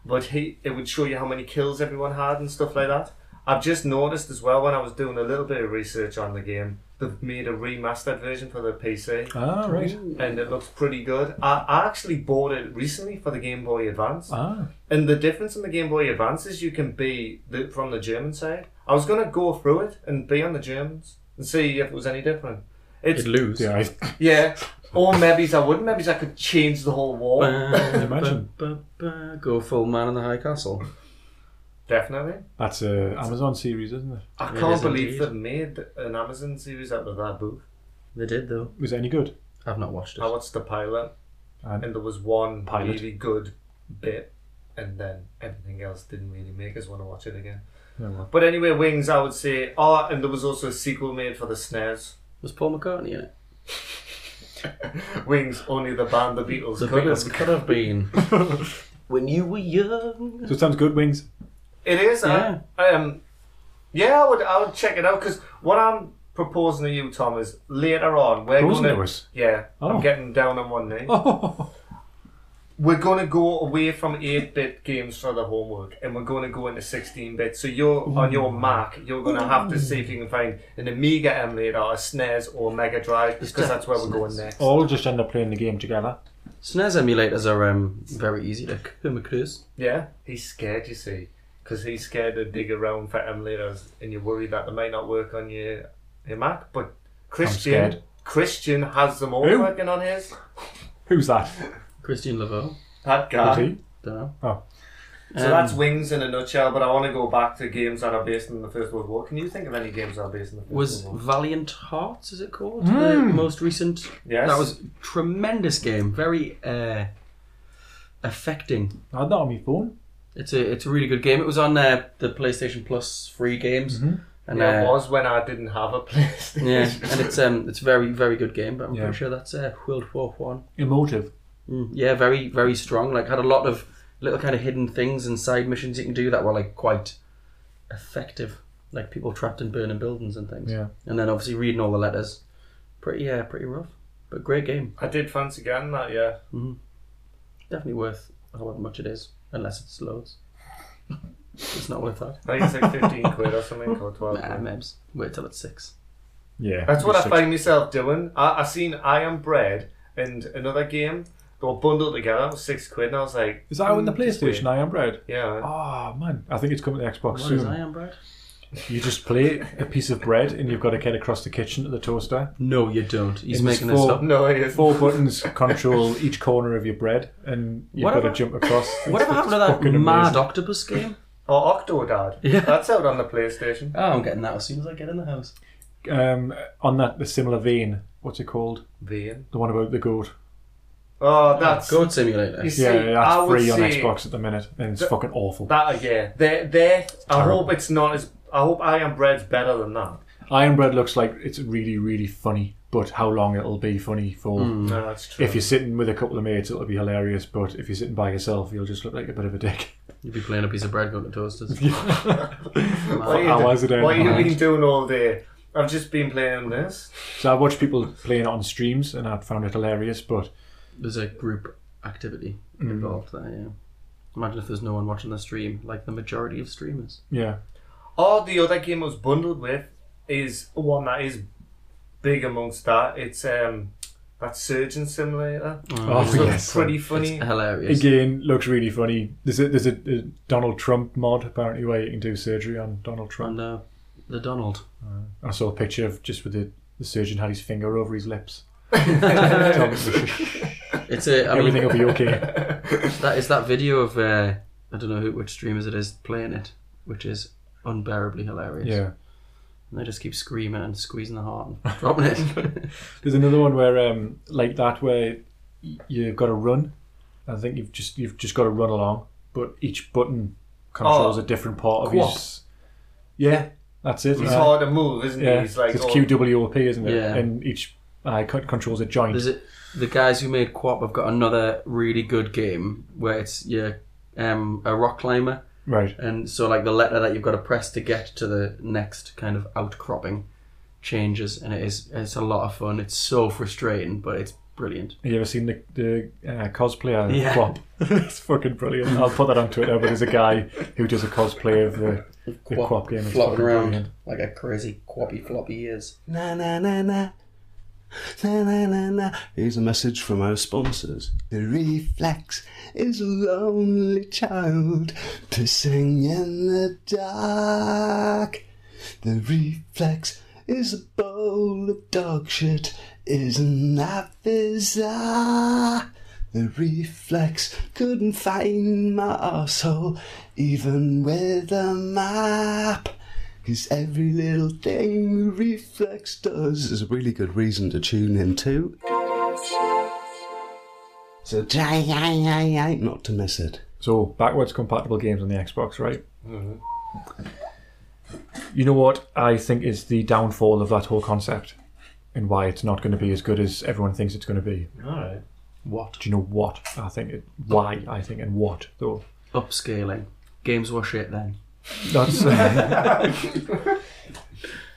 Speaker 2: but he it would show you how many kills everyone had and stuff like that. I've just noticed as well when I was doing a little bit of research on the game, they've made a remastered version for the PC,
Speaker 1: Ah, right.
Speaker 2: and it looks pretty good. I, I actually bought it recently for the Game Boy Advance,
Speaker 3: Uh.
Speaker 1: Ah.
Speaker 2: and the difference in the Game Boy Advance is you can be the, from the German side. I was gonna go through it and be on the Germans and see if it was any different. It's
Speaker 3: It'd lose.
Speaker 1: Yeah, I (laughs)
Speaker 2: yeah, or maybe I wouldn't. Maybe I could change the whole war.
Speaker 3: Uh.
Speaker 1: imagine.
Speaker 3: Go full man in the high castle.
Speaker 2: Definitely.
Speaker 1: That's a Amazon series, isn't it?
Speaker 2: I
Speaker 3: It
Speaker 2: can't
Speaker 3: is
Speaker 2: believe
Speaker 3: indeed.
Speaker 2: they've made an Amazon series out of that book.
Speaker 3: They did though.
Speaker 1: Was it any good?
Speaker 3: I've not watched
Speaker 2: I watched the pilot,
Speaker 1: And-
Speaker 2: and, there was one
Speaker 1: Pilot.
Speaker 2: really good bit, and then everything else didn't really make us want to watch it again.
Speaker 1: Yeah, well.
Speaker 2: But anyway, Wings, I would say. Oh, and there was also a sequel made for the snares.
Speaker 3: Was Paul McCartney in it?
Speaker 2: Wings, only the band The Beatles
Speaker 3: The
Speaker 2: couldn't.
Speaker 3: Beatles could have been.
Speaker 1: (laughs)
Speaker 3: when you were young.
Speaker 1: So it sounds good, Wings. (laughs)
Speaker 2: It is.
Speaker 3: Yeah.
Speaker 2: Yeah. I, um, yeah, I would. I would check it out because what I'm proposing to you, Tom, is later on we're
Speaker 1: Proposing
Speaker 2: going
Speaker 1: to us?
Speaker 2: Yeah,
Speaker 1: Oh.
Speaker 2: I'm getting down on one knee.
Speaker 1: Oh,
Speaker 2: we're going to go away from 8-bit games for the homework and we're going to go into 16-bit so you're on your mac you're going to have to see if you can find an amiga emulator or a snes or mega drive because that's where we're going next
Speaker 1: all just end up playing the game together.
Speaker 3: SNES emulators are um, very easy to come across.
Speaker 2: yeah he's scared you see because he's scared to dig around for emulators, and you're worried that they might not work on your your Mac. But Christian
Speaker 1: scared.
Speaker 2: Christian has them all
Speaker 1: Who?
Speaker 2: working on his.
Speaker 1: Who's that?
Speaker 3: Christian Laveau. Um,
Speaker 2: That guy.
Speaker 1: Is he? Um,
Speaker 3: Don't know.
Speaker 1: Oh.
Speaker 2: So that's Wings in a nutshell, but I want to go back to games that are based in the First World War. Can you think of any games that are based in the First
Speaker 3: was
Speaker 2: World War?
Speaker 3: Valiant Hearts, is it called?
Speaker 1: Mm.
Speaker 3: The most recent.
Speaker 2: Yes.
Speaker 3: That was a tremendous game. Very uh, affecting.
Speaker 1: I had that on my phone.
Speaker 3: It's a it's a really good game. It was on uh, the PlayStation Plus free games,
Speaker 1: Mm-hmm.
Speaker 3: and
Speaker 2: Yeah, it
Speaker 3: uh,
Speaker 2: was when I didn't have a (laughs) PlayStation.
Speaker 3: yeah, and it's um it's a very very good game. But I'm
Speaker 1: Yeah.
Speaker 3: pretty sure that's uh, World War One.
Speaker 1: Emotive.
Speaker 3: Mm, yeah, very very strong. Like had a lot of little kind of hidden things and side missions you can do that were like quite effective. Like people trapped in burning buildings and things.
Speaker 1: Yeah.
Speaker 3: And then obviously reading all the letters. Pretty yeah, pretty rough, but great game.
Speaker 2: I did fancy getting that, yeah.
Speaker 3: Definitely worth however much it is, unless it's (laughs) loads. it's not worth that.
Speaker 2: I think it's like
Speaker 3: (laughs)
Speaker 2: 15 quid or something, or 12
Speaker 3: Nah,
Speaker 2: quid.
Speaker 3: mebs. Wait till it's six.
Speaker 1: Yeah.
Speaker 2: That's what I
Speaker 1: Six.
Speaker 2: find myself doing. I, I seen I Am Bread and another game. They were bundled together, it was six quid, and I was like,
Speaker 1: Is that on the
Speaker 2: "Hmm, just
Speaker 1: PlayStation?
Speaker 2: wait."
Speaker 1: I am bread.
Speaker 2: Yeah.
Speaker 1: Oh man, I think it's coming to Xbox
Speaker 3: What is I
Speaker 1: soon.
Speaker 3: am bread?
Speaker 1: You just play a piece of bread and you've got to get across the kitchen to the toaster.
Speaker 3: No, you don't. He's
Speaker 1: It was
Speaker 3: making this
Speaker 1: for-
Speaker 2: (laughs)
Speaker 3: up.
Speaker 2: No, it is.
Speaker 1: Four
Speaker 3: (laughs)
Speaker 1: buttons control each corner of your bread, and you've
Speaker 3: Whatever-
Speaker 1: got to jump across.
Speaker 3: Whatever
Speaker 1: It's-
Speaker 3: happened to
Speaker 1: it's
Speaker 3: that
Speaker 1: fucking
Speaker 3: mad
Speaker 1: amazing.
Speaker 3: octopus game?
Speaker 2: Or Octodad.
Speaker 3: (laughs) Yeah.
Speaker 2: That's out on the PlayStation.
Speaker 3: (laughs) Oh, I'm getting that as soon as I get in the house.
Speaker 1: Um, on that the similar vein, what's it called?
Speaker 2: Vein.
Speaker 1: The one about the goat.
Speaker 2: Oh, that's.
Speaker 3: Goat Simulator.
Speaker 2: You see,
Speaker 1: Yeah,
Speaker 2: I
Speaker 1: that's
Speaker 2: would
Speaker 1: free on
Speaker 2: say
Speaker 1: Xbox at the minute, and it's
Speaker 2: Th-
Speaker 1: fucking awful.
Speaker 2: That, yeah. They're, they're, I
Speaker 1: terrible.
Speaker 2: hope it's not as. I hope I Am Bread's better than that.
Speaker 1: Iron Bread looks like it's really, really funny, but how long it'll be funny for?
Speaker 3: Hmm.
Speaker 2: No, that's true.
Speaker 1: If you're sitting with a couple of mates, it'll be hilarious, but if you're sitting by yourself, you'll just look like a bit of a dick.
Speaker 3: You'd be playing a piece of bread going to toasters.
Speaker 2: What
Speaker 1: How
Speaker 2: do-
Speaker 1: was it
Speaker 2: What have you
Speaker 1: overnight?
Speaker 2: been doing all day? I've just been playing this.
Speaker 1: So I watched people playing it on streams, and I found it hilarious, but
Speaker 3: There's a group activity
Speaker 1: Mm.
Speaker 3: involved there, yeah. Imagine if there's no one watching the stream, like the majority of streamers.
Speaker 1: yeah.
Speaker 2: All the other game it was bundled with is one that is big amongst that. It's um that Surgeon Simulator.
Speaker 1: Oh,
Speaker 2: It looks
Speaker 1: yes. uh,
Speaker 2: pretty funny.
Speaker 3: It's hilarious.
Speaker 1: Again, looks really funny. There's a, there's a, a Donald Trump mod apparently where you can do surgery on Donald Trump.
Speaker 3: And uh, the Donald.
Speaker 1: I saw a picture of just with the, the surgeon had his finger over his lips. (laughs)
Speaker 3: It's a. I
Speaker 1: Everything
Speaker 3: mean,
Speaker 1: will be okay.
Speaker 3: that is that video of uh, I don't know who, which streamers it is playing it, which is unbearably hilarious.
Speaker 1: Yeah.
Speaker 3: And they just keep screaming and squeezing the heart and (laughs)
Speaker 1: (laughs)
Speaker 3: dropping it.
Speaker 1: There's another one where um like that where y- you've got to run. I think you've just you've just got to run along, but each button controls
Speaker 2: Oh,
Speaker 1: a different part of
Speaker 2: co-op.
Speaker 1: his. Yeah, that's it.
Speaker 2: He's
Speaker 1: Uh,
Speaker 2: hard to move, isn't
Speaker 1: yeah,
Speaker 2: he? He's like oh,
Speaker 1: it's
Speaker 2: all-
Speaker 1: QWOP, isn't it?
Speaker 3: oh, Yeah.
Speaker 1: And each uh, co- controls a joint.
Speaker 3: There's a, the guys who made Quap have got another really good game where it's you're um, a rock climber,
Speaker 1: Right.
Speaker 3: and so like the letter that you've got to press to get to the next kind of outcropping changes, and it is it's a lot of fun. It's so frustrating, but it's brilliant.
Speaker 1: Have you ever seen the, the uh, cosplayer
Speaker 3: Yeah. (laughs)
Speaker 1: Quap? it's fucking brilliant. I'll put that on Twitter, but there's a guy who does a cosplay of the, the Quap game. It's
Speaker 3: flopping
Speaker 1: fucking
Speaker 3: around
Speaker 1: brilliant.
Speaker 3: like a crazy quappy floppy ears. Na na na na.
Speaker 6: Na, na, na, na. Here's a message from our sponsors. The reflex is a lonely child to sing in the dark. The reflex is a bowl of dog shit. Isn't that bizarre? The reflex couldn't find my arsehole, even with a map. Because every little thing the reflex does is a really good reason to tune in to. So (laughs) try, try, try, try not to miss it.
Speaker 1: So, backwards compatible games on the Xbox, right?
Speaker 3: Mm-hmm.
Speaker 1: You know what I think is the downfall of that whole concept and why it's not going to be as good as everyone thinks it's going to be?
Speaker 2: Alright.
Speaker 1: What? Do you know what I think? It, why I think and what, though?
Speaker 3: Upscaling. Games were shit then.
Speaker 1: That's. uh,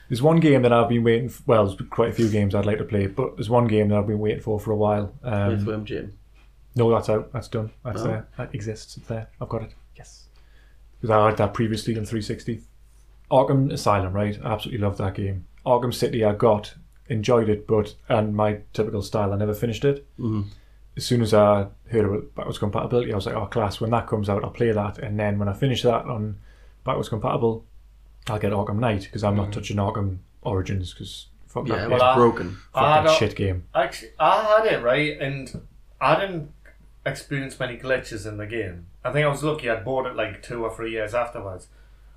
Speaker 1: there's one game that I've been waiting. For, well, there's quite a few games I'd like to play, but there's one game that I've been waiting for for a while.
Speaker 3: With
Speaker 1: Um,
Speaker 3: Worm Jim.
Speaker 1: no, that's out. That's done. That's
Speaker 3: Oh.
Speaker 1: there. That exists. It's there. I've got it. Yes. Because I had that previously in 360. Arkham Asylum, right? I absolutely loved that game. Arkham City, I got, enjoyed it, but and my typical style, I never finished it.
Speaker 2: Mm-hmm.
Speaker 1: As soon as I heard about backwards compatibility, I was like, "Oh, class! When that comes out, I'll play that." And then when I finished that on backwards compatible, I'll get Arkham Knight because I'm not touching Arkham Origins because fuck
Speaker 3: Yeah,
Speaker 1: that, game.
Speaker 3: it
Speaker 2: Mm.
Speaker 3: was
Speaker 2: well, I-
Speaker 3: broken.
Speaker 1: fuck
Speaker 2: I
Speaker 1: that
Speaker 2: don't-
Speaker 1: shit game.
Speaker 2: Actually, I had it right, and I didn't experience many glitches in the game. I think I was lucky. I bought it like two or three years afterwards.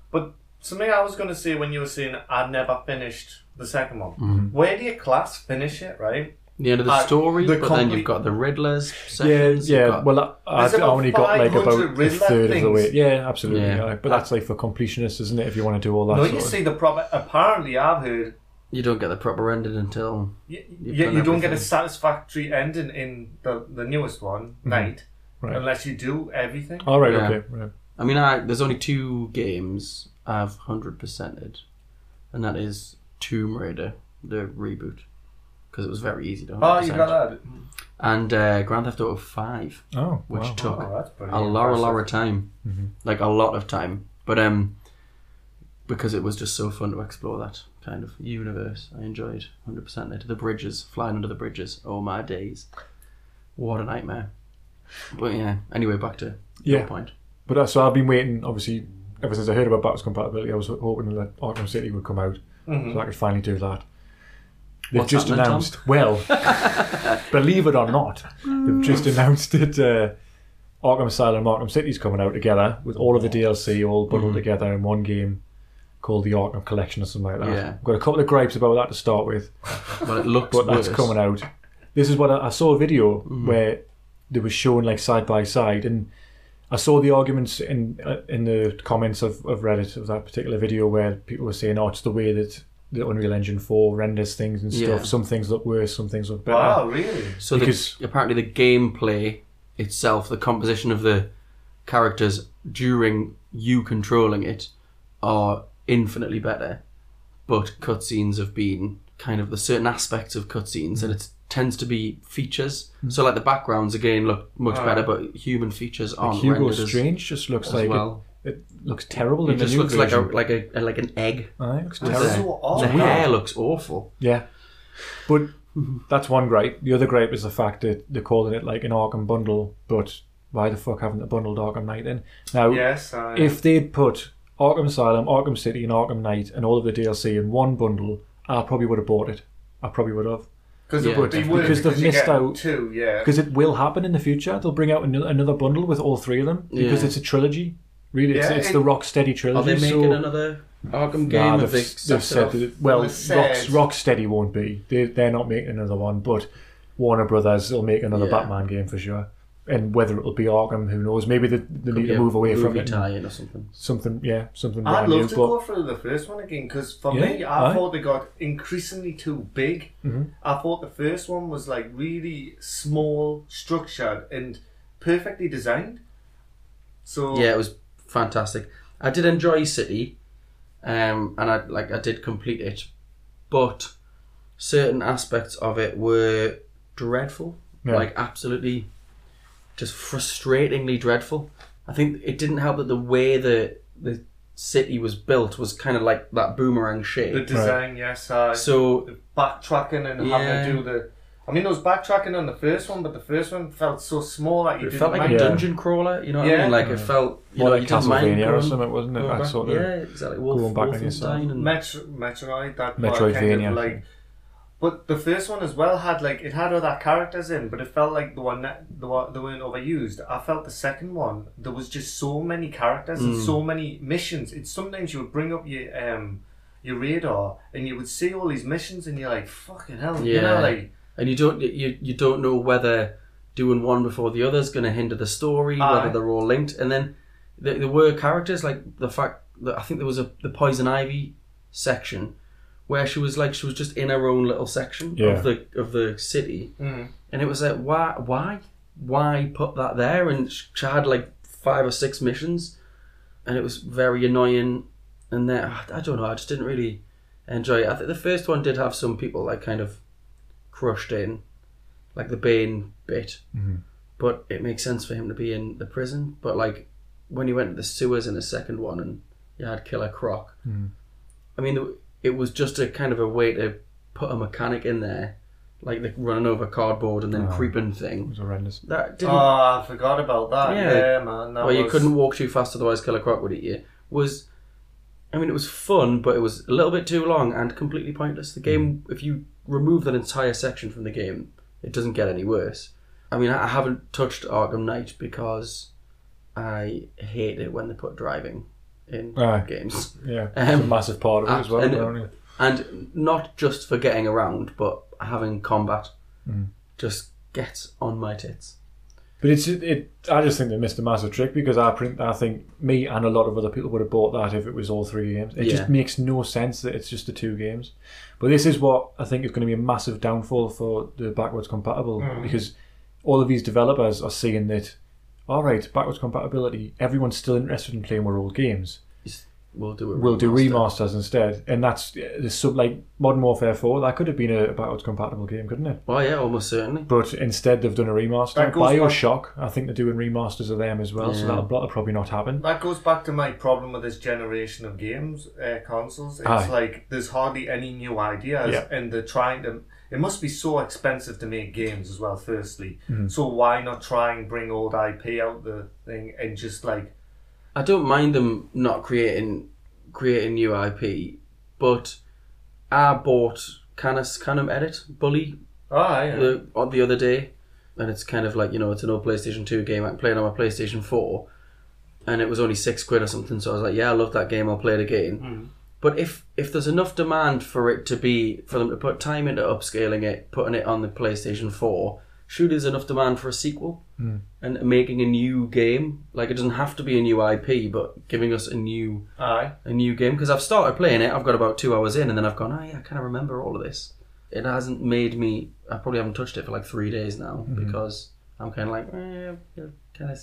Speaker 2: But something I was going to say when you were saying I never finished the second one.
Speaker 1: Mm-hmm.
Speaker 2: Where do your class finish it? Right?
Speaker 3: The end of the
Speaker 2: Uh,
Speaker 3: story,
Speaker 2: the
Speaker 3: but then
Speaker 2: complete-
Speaker 3: you've got the Riddlers
Speaker 1: Yeah,
Speaker 3: sessions.
Speaker 1: yeah.
Speaker 3: you've got-
Speaker 1: well, I,
Speaker 2: There's
Speaker 1: I
Speaker 2: about
Speaker 1: only got like
Speaker 2: 500
Speaker 1: about a
Speaker 2: Riddler
Speaker 1: third of the way.
Speaker 2: things.
Speaker 1: Yeah, absolutely.
Speaker 3: Yeah.
Speaker 1: yeah. But that's like for completionists, isn't it? If you want to do all that.
Speaker 2: no,
Speaker 1: sort
Speaker 2: you
Speaker 1: of-
Speaker 2: see the proper. Apparently, I've heard
Speaker 3: you don't get the proper ending until
Speaker 2: you,
Speaker 3: You've
Speaker 2: you,
Speaker 3: done
Speaker 2: you don't get a
Speaker 3: everything.
Speaker 2: satisfactory ending in the, the newest one, Night,
Speaker 1: Mm-hmm. Right.
Speaker 2: unless you do everything.
Speaker 1: All right.
Speaker 3: Yeah.
Speaker 1: Okay. Right.
Speaker 3: I mean, I there's only two games I've hundred percented, and that is Tomb Raider, the reboot, because it was very easy to. 100%.
Speaker 2: Oh, you got that.
Speaker 3: And uh, Grand Theft Auto Five,
Speaker 1: Oh,
Speaker 3: which
Speaker 1: wow.
Speaker 3: took
Speaker 2: Oh, that's pretty
Speaker 3: a lot, a lot
Speaker 2: impressive.
Speaker 3: of time,
Speaker 1: Mm-hmm.
Speaker 3: like a lot of time, but um, because it was just so fun to explore that kind of universe, I enjoyed hundred percent it. The bridges, flying under the bridges, oh my days, what a nightmare. But yeah, anyway, back to
Speaker 1: Yeah.
Speaker 3: your point.
Speaker 1: But uh, so I've been waiting, obviously, ever since I heard about backwards compatibility. I was hoping that Arkham City would come out, so I could finally do that. They've
Speaker 3: What's
Speaker 1: just
Speaker 3: that meant, Tom?
Speaker 1: announced. Well,
Speaker 3: (laughs)
Speaker 1: believe it or not, they've just announced that uh, Arkham Asylum, Arkham City's coming out together with all of the DLC all
Speaker 3: Mm-hmm.
Speaker 1: bundled together in one game called the Arkham Collection or something like that.
Speaker 3: Yeah.
Speaker 1: I've got a couple of gripes about that to start with
Speaker 3: But it looks
Speaker 1: but
Speaker 3: worse.
Speaker 1: that's coming out. This is what I, I saw a video
Speaker 3: Mm.
Speaker 1: where they were shown like side by side, and I saw the arguments in uh, in the comments of, of Reddit of that particular video where people were saying, "Oh, it's the way that the Unreal Engine Four renders things and stuff.
Speaker 3: Yeah.
Speaker 1: Some things look worse, some things look better."
Speaker 2: Wow, really?
Speaker 3: So
Speaker 1: Because-
Speaker 3: the, apparently, the gameplay itself, the composition of the characters during you controlling it, are infinitely better. But cutscenes have been kind of the certain aspects of cutscenes, and it tends to be features.
Speaker 1: Hmm.
Speaker 3: So like the backgrounds again look much better, but human features aren't
Speaker 1: Hugo
Speaker 3: rendered as-
Speaker 1: Strange just looks
Speaker 3: as
Speaker 1: like it-
Speaker 3: well.
Speaker 1: it, looks terrible.
Speaker 3: It
Speaker 1: in the
Speaker 3: just
Speaker 1: new
Speaker 3: looks like a
Speaker 1: version.
Speaker 3: like a like an egg.
Speaker 1: Aye, it looks
Speaker 3: The,
Speaker 1: terrible.
Speaker 2: so odd.
Speaker 3: the hair looks awful.
Speaker 1: Yeah. But
Speaker 3: Mm-hmm.
Speaker 1: that's one gripe. The other gripe is the fact that they're calling it like an Arkham bundle, but why the fuck haven't they bundled Arkham Knight in? Now,
Speaker 2: Yes, I
Speaker 1: if they'd put Arkham Asylum, Arkham City, and Arkham Knight and all of the DLC in one bundle, I probably would have bought it. I probably would have.
Speaker 2: Because
Speaker 3: Yeah.
Speaker 2: it would be weird
Speaker 1: Because
Speaker 2: because,
Speaker 1: they've
Speaker 2: you
Speaker 1: missed
Speaker 2: get
Speaker 1: out-
Speaker 2: two, yeah.
Speaker 1: Because it will happen in the future. They'll bring out an- another bundle with all three of them because
Speaker 3: Yeah.
Speaker 1: it's a trilogy. Really, it's,
Speaker 2: Yeah,
Speaker 1: it's
Speaker 2: it-
Speaker 1: the Rocksteady trilogy.
Speaker 3: Are they making
Speaker 1: so-
Speaker 3: another Arkham game?
Speaker 1: Nah, they've,
Speaker 3: Have they
Speaker 1: they've
Speaker 3: sacked it
Speaker 1: said
Speaker 3: off?
Speaker 1: that it- well,
Speaker 2: Well, it says-
Speaker 1: Rock, Rocksteady won't be. They, they're not making another one, but Warner Brothers will make another
Speaker 3: Yeah.
Speaker 1: Batman game for sure. And whether it'll be Arkham, who knows? Maybe they, they need
Speaker 3: Yeah,
Speaker 1: to move away from
Speaker 3: movie
Speaker 1: it. and
Speaker 3: tie-in or something.
Speaker 1: Something, yeah, something
Speaker 2: I'd
Speaker 1: brand new.
Speaker 2: love to go
Speaker 1: But
Speaker 2: through the first one again because for
Speaker 1: Yeah,
Speaker 2: me, I
Speaker 1: aye. Mm-hmm.
Speaker 2: thought they got increasingly too big. I thought the first one was like really small, structured, and perfectly designed. So
Speaker 3: Yeah, it was fantastic. I did enjoy City, um, and I like I did complete it, but certain aspects of it were dreadful,
Speaker 1: Yeah.
Speaker 3: like absolutely, just frustratingly dreadful. I think it didn't help that the way the the city was built was kind of like that boomerang shape.
Speaker 2: the design, yes, I
Speaker 3: so
Speaker 2: the backtracking and
Speaker 3: Yeah.
Speaker 2: having to do the. I mean, there was backtracking on the first one, but the first one felt so small that you
Speaker 3: it
Speaker 2: didn't
Speaker 3: felt like
Speaker 2: mind
Speaker 3: a
Speaker 1: Yeah.
Speaker 3: dungeon crawler. You know what I
Speaker 2: Yeah.
Speaker 3: mean? Like it felt you
Speaker 1: More
Speaker 3: know
Speaker 1: like
Speaker 3: you didn't mind
Speaker 1: Castlevania or
Speaker 3: going-
Speaker 1: something, wasn't it?
Speaker 3: going
Speaker 1: That
Speaker 3: back-
Speaker 1: sort of
Speaker 3: yeah, exactly. Wolf,
Speaker 1: going back on yourself.
Speaker 3: Wolfenstein and
Speaker 2: Metro, Metroid, that were kind
Speaker 1: Metroidvania.
Speaker 2: of like. But the first one as well had like it had other characters in, but it felt like the one that the one, they weren't overused. I felt the second one there was just so many characters and
Speaker 3: Mm.
Speaker 2: so many missions. It's sometimes you would bring up your um your radar and you would see all these missions and you're like fucking hell, you
Speaker 3: Yeah.
Speaker 2: know, like
Speaker 3: and you don't you you don't know whether doing one before the other is going to hinder the story,
Speaker 2: Aye.
Speaker 3: whether they're all linked, and then there, there were characters like the fact that I think there was a the poison ivy section where she was like she was just in her own little section
Speaker 1: Yeah.
Speaker 3: of the of the city, and it was like why why why put that there? And sh- she had like five or six missions, and it was very annoying. And then ah, I don't know, I just didn't really enjoy it. I think the first one did have some people like kind of crushed in, like the Bane bit. But it makes sense for him to be in the prison. But like when he went to the sewers in the second one, and you had Killer Croc. I mean, it was just a kind of a way to put a mechanic in there, like the running over cardboard and then creeping
Speaker 1: it
Speaker 3: thing.
Speaker 1: was horrendous.
Speaker 3: That didn't.
Speaker 2: oh I forgot about that.
Speaker 3: Yeah.
Speaker 2: Yeah, man. That
Speaker 3: well, you
Speaker 2: was-
Speaker 3: couldn't walk too fast, otherwise Killer Croc would eat you. Was I mean, it was fun, but it was a little bit too long and completely pointless. The game, if you remove that entire section from the game, it doesn't get any worse. I mean, I I haven't touched Arkham Knight because I hate it when they put driving in
Speaker 1: Aye.
Speaker 3: games. (laughs)
Speaker 1: Yeah, it's a
Speaker 3: Um,
Speaker 1: massive part of it as well.
Speaker 3: and-
Speaker 1: apparently.
Speaker 3: And not just for getting around, but having combat
Speaker 1: Mm.
Speaker 3: just gets on my tits.
Speaker 1: But it's it. I just think they missed a massive trick because I print. I think me and a lot of other people would have bought that if it was all three games. It
Speaker 3: Yeah.
Speaker 1: just makes no sense that it's just the two games. But this is what I think is going to be a massive downfall for the backwards compatible because all of these developers are seeing that. All right, backwards compatibility. Everyone's still interested in playing our old games.
Speaker 3: We'll do a
Speaker 1: We'll do
Speaker 3: remaster.
Speaker 1: remasters instead, and that's the sub like Modern Warfare Four. That could have been a backwards compatible game, couldn't it?
Speaker 3: Oh yeah, almost certainly.
Speaker 1: But instead, they've done a remaster.
Speaker 2: That goes back-
Speaker 1: Bioshock, I think they're doing remasters of them as well, so that'll, that'll probably not happen.
Speaker 2: That goes back to my problem with this generation of games uh, consoles. It's
Speaker 1: Aye.
Speaker 2: like there's hardly any new ideas,
Speaker 1: Yeah.
Speaker 2: and they're trying to. It must be so expensive to make games as well. Firstly,
Speaker 1: Mm-hmm.
Speaker 2: so why not try and bring old IP out the thing and just like
Speaker 3: I don't mind them not creating creating new IP, but I bought Canis Canum Edit Bully
Speaker 2: oh yeah,
Speaker 3: the on the other day, and it's kind of like you know it's an old PlayStation Two game I can play it on my PlayStation Four, and it was only six quid or something. So I was like, yeah, I love that game. I'll play it again. But if if there's enough demand for it to be for them to put time into upscaling it, putting it on the PlayStation Four, sure there's enough demand for a sequel and making a new game. Like it doesn't have to be a new IP, but giving us a new
Speaker 2: aye.
Speaker 3: a new game because I've started playing it. I've got about two hours in, and then I've gone, oh yeah, I kind of remember all of this. It hasn't made me. I probably haven't touched it for like three days now
Speaker 1: Mm-hmm.
Speaker 3: because I'm kind of like, eh, kind of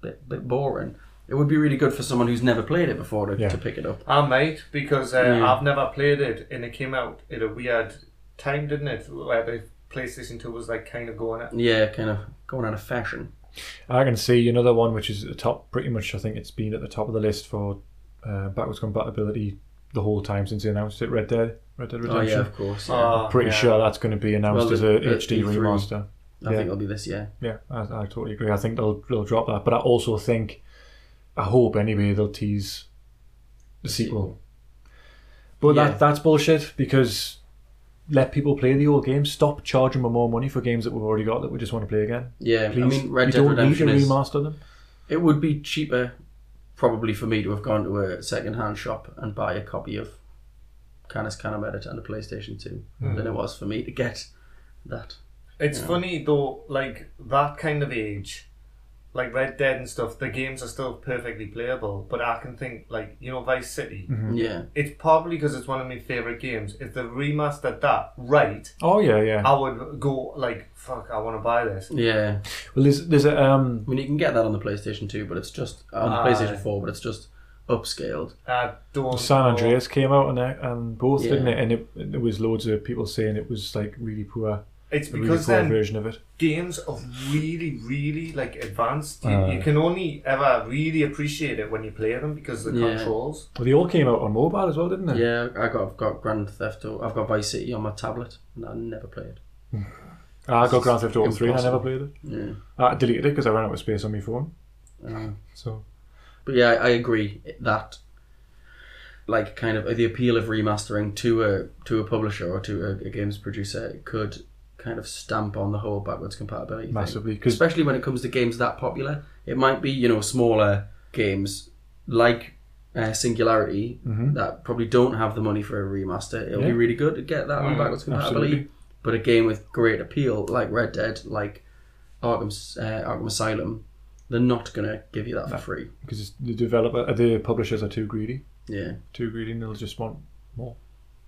Speaker 3: bit bit boring. It would be really good for someone who's never played it before to,
Speaker 1: Yeah.
Speaker 3: to pick it up.
Speaker 2: I might because uh,
Speaker 3: Mm.
Speaker 2: I've never played it, and it came out at a weird time, didn't it? Where the PlayStation Two was like kind of going. At,
Speaker 3: Yeah, kind of going out of fashion.
Speaker 1: I can see another one which is at the top, pretty much, I think it's been at the top of the list for uh, backwards compatibility the whole time since they announced it Red Dead, Red Dead
Speaker 3: Oh yeah,
Speaker 1: Redemption.
Speaker 3: of course. yeah.
Speaker 2: Oh,
Speaker 1: Pretty
Speaker 2: yeah.
Speaker 1: sure that's going to be announced
Speaker 3: Well,
Speaker 1: as a
Speaker 3: the- E the
Speaker 1: HD
Speaker 3: E3.
Speaker 1: remaster. yeah.
Speaker 3: I think it'll be this year.
Speaker 1: Yeah, I, I totally agree. I think they'll, they'll drop that, but I also think, I hope anyway, they'll tease the sequel. But
Speaker 3: Yeah.
Speaker 1: that that's bullshit because let people play the old games. Stop charging them more money for games that we've already got that we just want to play again.
Speaker 3: Yeah,
Speaker 1: Please,
Speaker 3: I mean, Red
Speaker 1: you
Speaker 3: Dead
Speaker 1: don't
Speaker 3: Redemption
Speaker 1: need to
Speaker 3: is.
Speaker 1: remaster them.
Speaker 3: It would be cheaper, probably, for me to have gone to a second-hand shop and buy a copy of Canis Canum Edit and a PlayStation 2 than it was for me to get that.
Speaker 2: It's funny though, like that kind of age, like Red Dead and stuff. The games are still perfectly playable, but I can think like you know Vice City.
Speaker 1: Mm-hmm.
Speaker 3: Yeah.
Speaker 2: It's probably because it's one of my favorite games. If they remastered that right,
Speaker 1: Oh yeah, yeah.
Speaker 2: I would go like fuck. I want to buy this.
Speaker 3: Yeah.
Speaker 1: Well, there's there's a um.
Speaker 3: I mean, you can get that on the PlayStation 2, but it's just. On the
Speaker 2: Aye.
Speaker 3: PlayStation 4, but it's just upscaled.
Speaker 2: I don't.
Speaker 1: San
Speaker 2: know.
Speaker 1: Andreas came out and, that- and both
Speaker 3: Oh. Yeah.
Speaker 1: didn't it? And it, there was loads of people saying it was like really poor,
Speaker 2: It's
Speaker 1: a really poor
Speaker 2: because then
Speaker 1: version of it.
Speaker 2: games are really, really like advanced. You,
Speaker 1: Uh.
Speaker 2: you can only ever really appreciate it when you play them because the
Speaker 3: Yeah.
Speaker 2: controls.
Speaker 1: Well, they all came out on mobile as well, didn't they?
Speaker 3: Yeah, I got, I've got Grand Theft Auto. I've got Vice City on my tablet, and I never play it.
Speaker 1: I got Grand Theft Auto three. and I never
Speaker 3: Impossible.
Speaker 1: played it.
Speaker 3: Yeah.
Speaker 1: I deleted it because I ran out of space on my phone. So
Speaker 3: But yeah, I, I agree that like kind of the appeal of remastering to a to a publisher or to a, a games producer could kind of stamp on the whole backwards compatibility thing.
Speaker 1: massively because
Speaker 3: especially when it comes to games that popular. It might be you know smaller games like uh, Singularity that probably don't have the money for a remaster. It'll be
Speaker 1: Mm-hmm. Yeah.
Speaker 3: really good to get that on backwards compatibility.
Speaker 1: absolutely.
Speaker 3: But a game with great appeal like Red Dead, like Arkham uh, Arkham Asylum, they're not gonna give you that for free.
Speaker 1: because the developer, uh, the publishers are too greedy,
Speaker 3: Yeah.
Speaker 1: too greedy, and they'll just want more.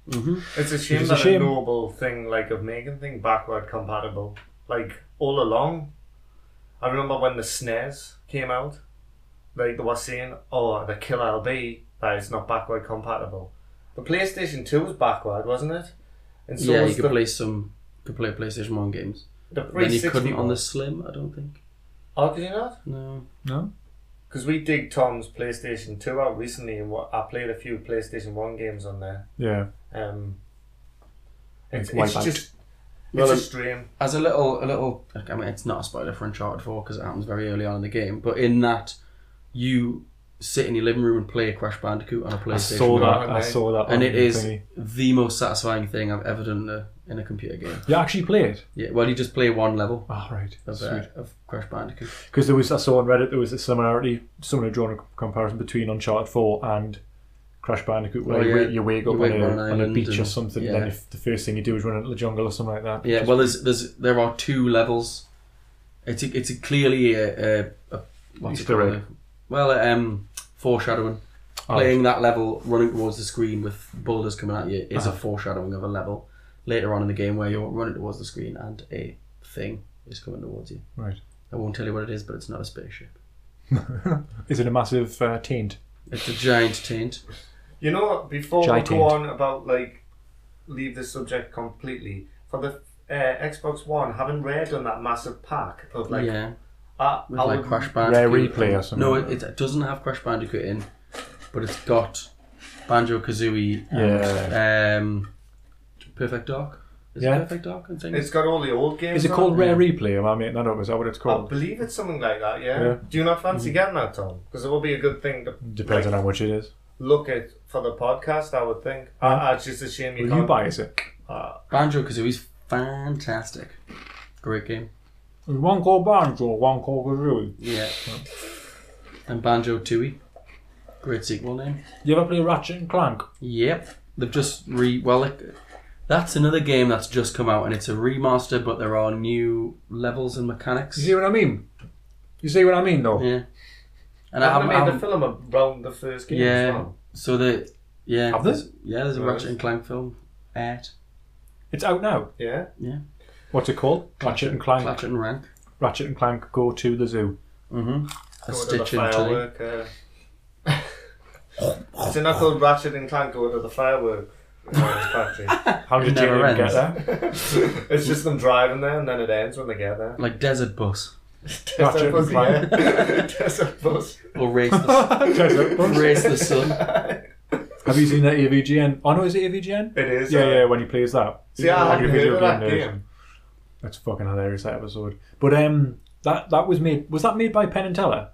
Speaker 2: It's a shame
Speaker 1: It's a
Speaker 2: that
Speaker 1: shame.
Speaker 2: a noble thing like of making thing backward compatible. Like all along, I remember when the snares came out, like they were saying, "Oh, the Kill LB that it's not backward compatible." The PlayStation Two was backward, wasn't it? And
Speaker 3: yeah,
Speaker 2: was
Speaker 3: you could
Speaker 2: the,
Speaker 3: play some. Could play PlayStation One games.
Speaker 2: the
Speaker 3: Then you
Speaker 2: 360.
Speaker 3: couldn't on the Slim. I don't think.
Speaker 2: Oh, could you not?
Speaker 3: No.
Speaker 1: No,
Speaker 2: Because we dig Tom's PlayStation Two out recently, and what I played a few PlayStation One games on there.
Speaker 1: yeah,
Speaker 2: Um,
Speaker 1: Like
Speaker 2: it's, it's
Speaker 1: Wipeout.
Speaker 2: just
Speaker 3: Well, um,
Speaker 2: it's a stream.
Speaker 3: As a little, a little. I mean, it's not a spoiler for Uncharted Four because it happens very early on in the game. But in that, you sit in your living room and play Crash Bandicoot on a PlayStation.
Speaker 1: I saw
Speaker 3: one.
Speaker 1: that. I saw that. on
Speaker 3: And it is
Speaker 1: thingy.
Speaker 3: the most satisfying thing I've ever done in a, in a computer game.
Speaker 1: You actually play it.
Speaker 3: Yeah, well, you just play one level
Speaker 1: Oh, right.
Speaker 3: of, uh, of Crash Bandicoot.
Speaker 1: Because there was, I saw on Reddit there was a similarity. Someone had drawn a comparison between Uncharted Four and Crash Bandicoot, where
Speaker 3: Oh,
Speaker 1: you,
Speaker 3: yeah.
Speaker 1: wa- you wake
Speaker 3: You
Speaker 1: up
Speaker 3: wake
Speaker 1: on,
Speaker 3: up on
Speaker 1: a,
Speaker 3: an
Speaker 1: on a
Speaker 3: island
Speaker 1: beach or
Speaker 3: and-
Speaker 1: something,
Speaker 3: yeah.
Speaker 1: and then if the first thing you do is run into the jungle or something like that.
Speaker 3: Yeah, well, there's, there's there are two levels. It's a, it's a clearly a, a, a what's
Speaker 1: Easter
Speaker 3: it
Speaker 1: egg.
Speaker 3: called? Well, um, foreshadowing. Playing that level, running towards the screen with boulders coming at you is a foreshadowing of a level later on in the game where you're running towards the screen and a thing is coming towards you.
Speaker 1: right. (laughs)
Speaker 3: I won't tell you what it is, but it's not a spaceship.
Speaker 1: Is it a massive uh, taint?
Speaker 3: It's a giant taint.
Speaker 2: You know what? Before we
Speaker 1: Giant.
Speaker 2: go on about like leave the subject completely for the uh, Xbox One, having Rare done that massive pack of like uh,
Speaker 3: yeah,
Speaker 2: I,
Speaker 3: with
Speaker 2: I
Speaker 3: like
Speaker 2: would-
Speaker 3: Crash
Speaker 1: Rare
Speaker 3: Bandicoot.
Speaker 1: replay or something.
Speaker 3: No, it, it doesn't have Crash Bandicoot in, but it's got Banjo Kazooie.
Speaker 1: Yeah.
Speaker 3: Um, Perfect Dark. Is
Speaker 1: Yeah.
Speaker 3: it Perfect Dark? I think.
Speaker 2: It's got all the old games.
Speaker 1: Is it
Speaker 2: on
Speaker 1: called Rare Replay? Am I making that up? Is that what it's
Speaker 2: I
Speaker 1: called?
Speaker 2: believe it's something like that. Yeah.
Speaker 1: Yeah.
Speaker 2: Do you not fancy getting that, Tom? Because it would be a good thing to
Speaker 1: Depends
Speaker 2: like,
Speaker 1: on how much it is.
Speaker 2: look at for the podcast. I would think. I I, it's just a shame you
Speaker 1: Will
Speaker 2: can't.
Speaker 1: you buy it? It
Speaker 3: Banjo Kazooie's fantastic. Great game.
Speaker 1: One called Banjo, one called Kazooie.
Speaker 3: Yeah. And Banjo Tooie. Great sequel name.
Speaker 1: You ever play Ratchet and Clank?
Speaker 3: Yep. They've just re well. It, that's another game that's just come out, and it's a remaster, but there are new levels and mechanics.
Speaker 1: You see what I mean? You see what I mean, though?
Speaker 3: Yeah. And I
Speaker 2: Haven't
Speaker 3: haven't,
Speaker 2: they made
Speaker 3: I haven't
Speaker 2: the film around the first game as
Speaker 3: Yeah.
Speaker 2: well.
Speaker 3: So the yeah,
Speaker 1: Have
Speaker 3: there's, yeah, there's a
Speaker 2: Right.
Speaker 3: Ratchet and Clank film. At
Speaker 1: It's out now.
Speaker 2: Yeah.
Speaker 1: What's it called? Ratchet and Clank.
Speaker 3: Ratchet and Rank.
Speaker 1: Ratchet and Clank go to the zoo.
Speaker 3: Mm-hmm.
Speaker 2: Go
Speaker 3: A
Speaker 2: to
Speaker 3: Stitch
Speaker 2: the
Speaker 3: in Time.
Speaker 2: firework. Uh, is it not called Ratchet and Clank go to the firework uh, factory?
Speaker 3: (laughs)
Speaker 1: How did
Speaker 3: It
Speaker 1: you
Speaker 3: never
Speaker 1: even get
Speaker 3: ends.
Speaker 1: there?
Speaker 2: it's just them driving there and then it ends when they get there.
Speaker 3: Like Desert Bus.
Speaker 1: Ratchet and
Speaker 2: Bus,
Speaker 1: Clank.
Speaker 2: yeah. (laughs) Desert bus.
Speaker 3: Or Race (laughs) the,
Speaker 1: (laughs) Desert Bus.
Speaker 3: Race the Sun.
Speaker 1: Have you seen that EVGN? Oh no, is it EVGN?
Speaker 2: It is.
Speaker 1: Yeah,
Speaker 2: uh,
Speaker 1: yeah, when he plays that.
Speaker 2: See, I
Speaker 1: Like a
Speaker 2: hadn't heard
Speaker 1: video
Speaker 2: of that
Speaker 1: game nerd.
Speaker 2: game.
Speaker 1: That's fucking hilarious that episode. But um that that was made was that made by Penn and Teller?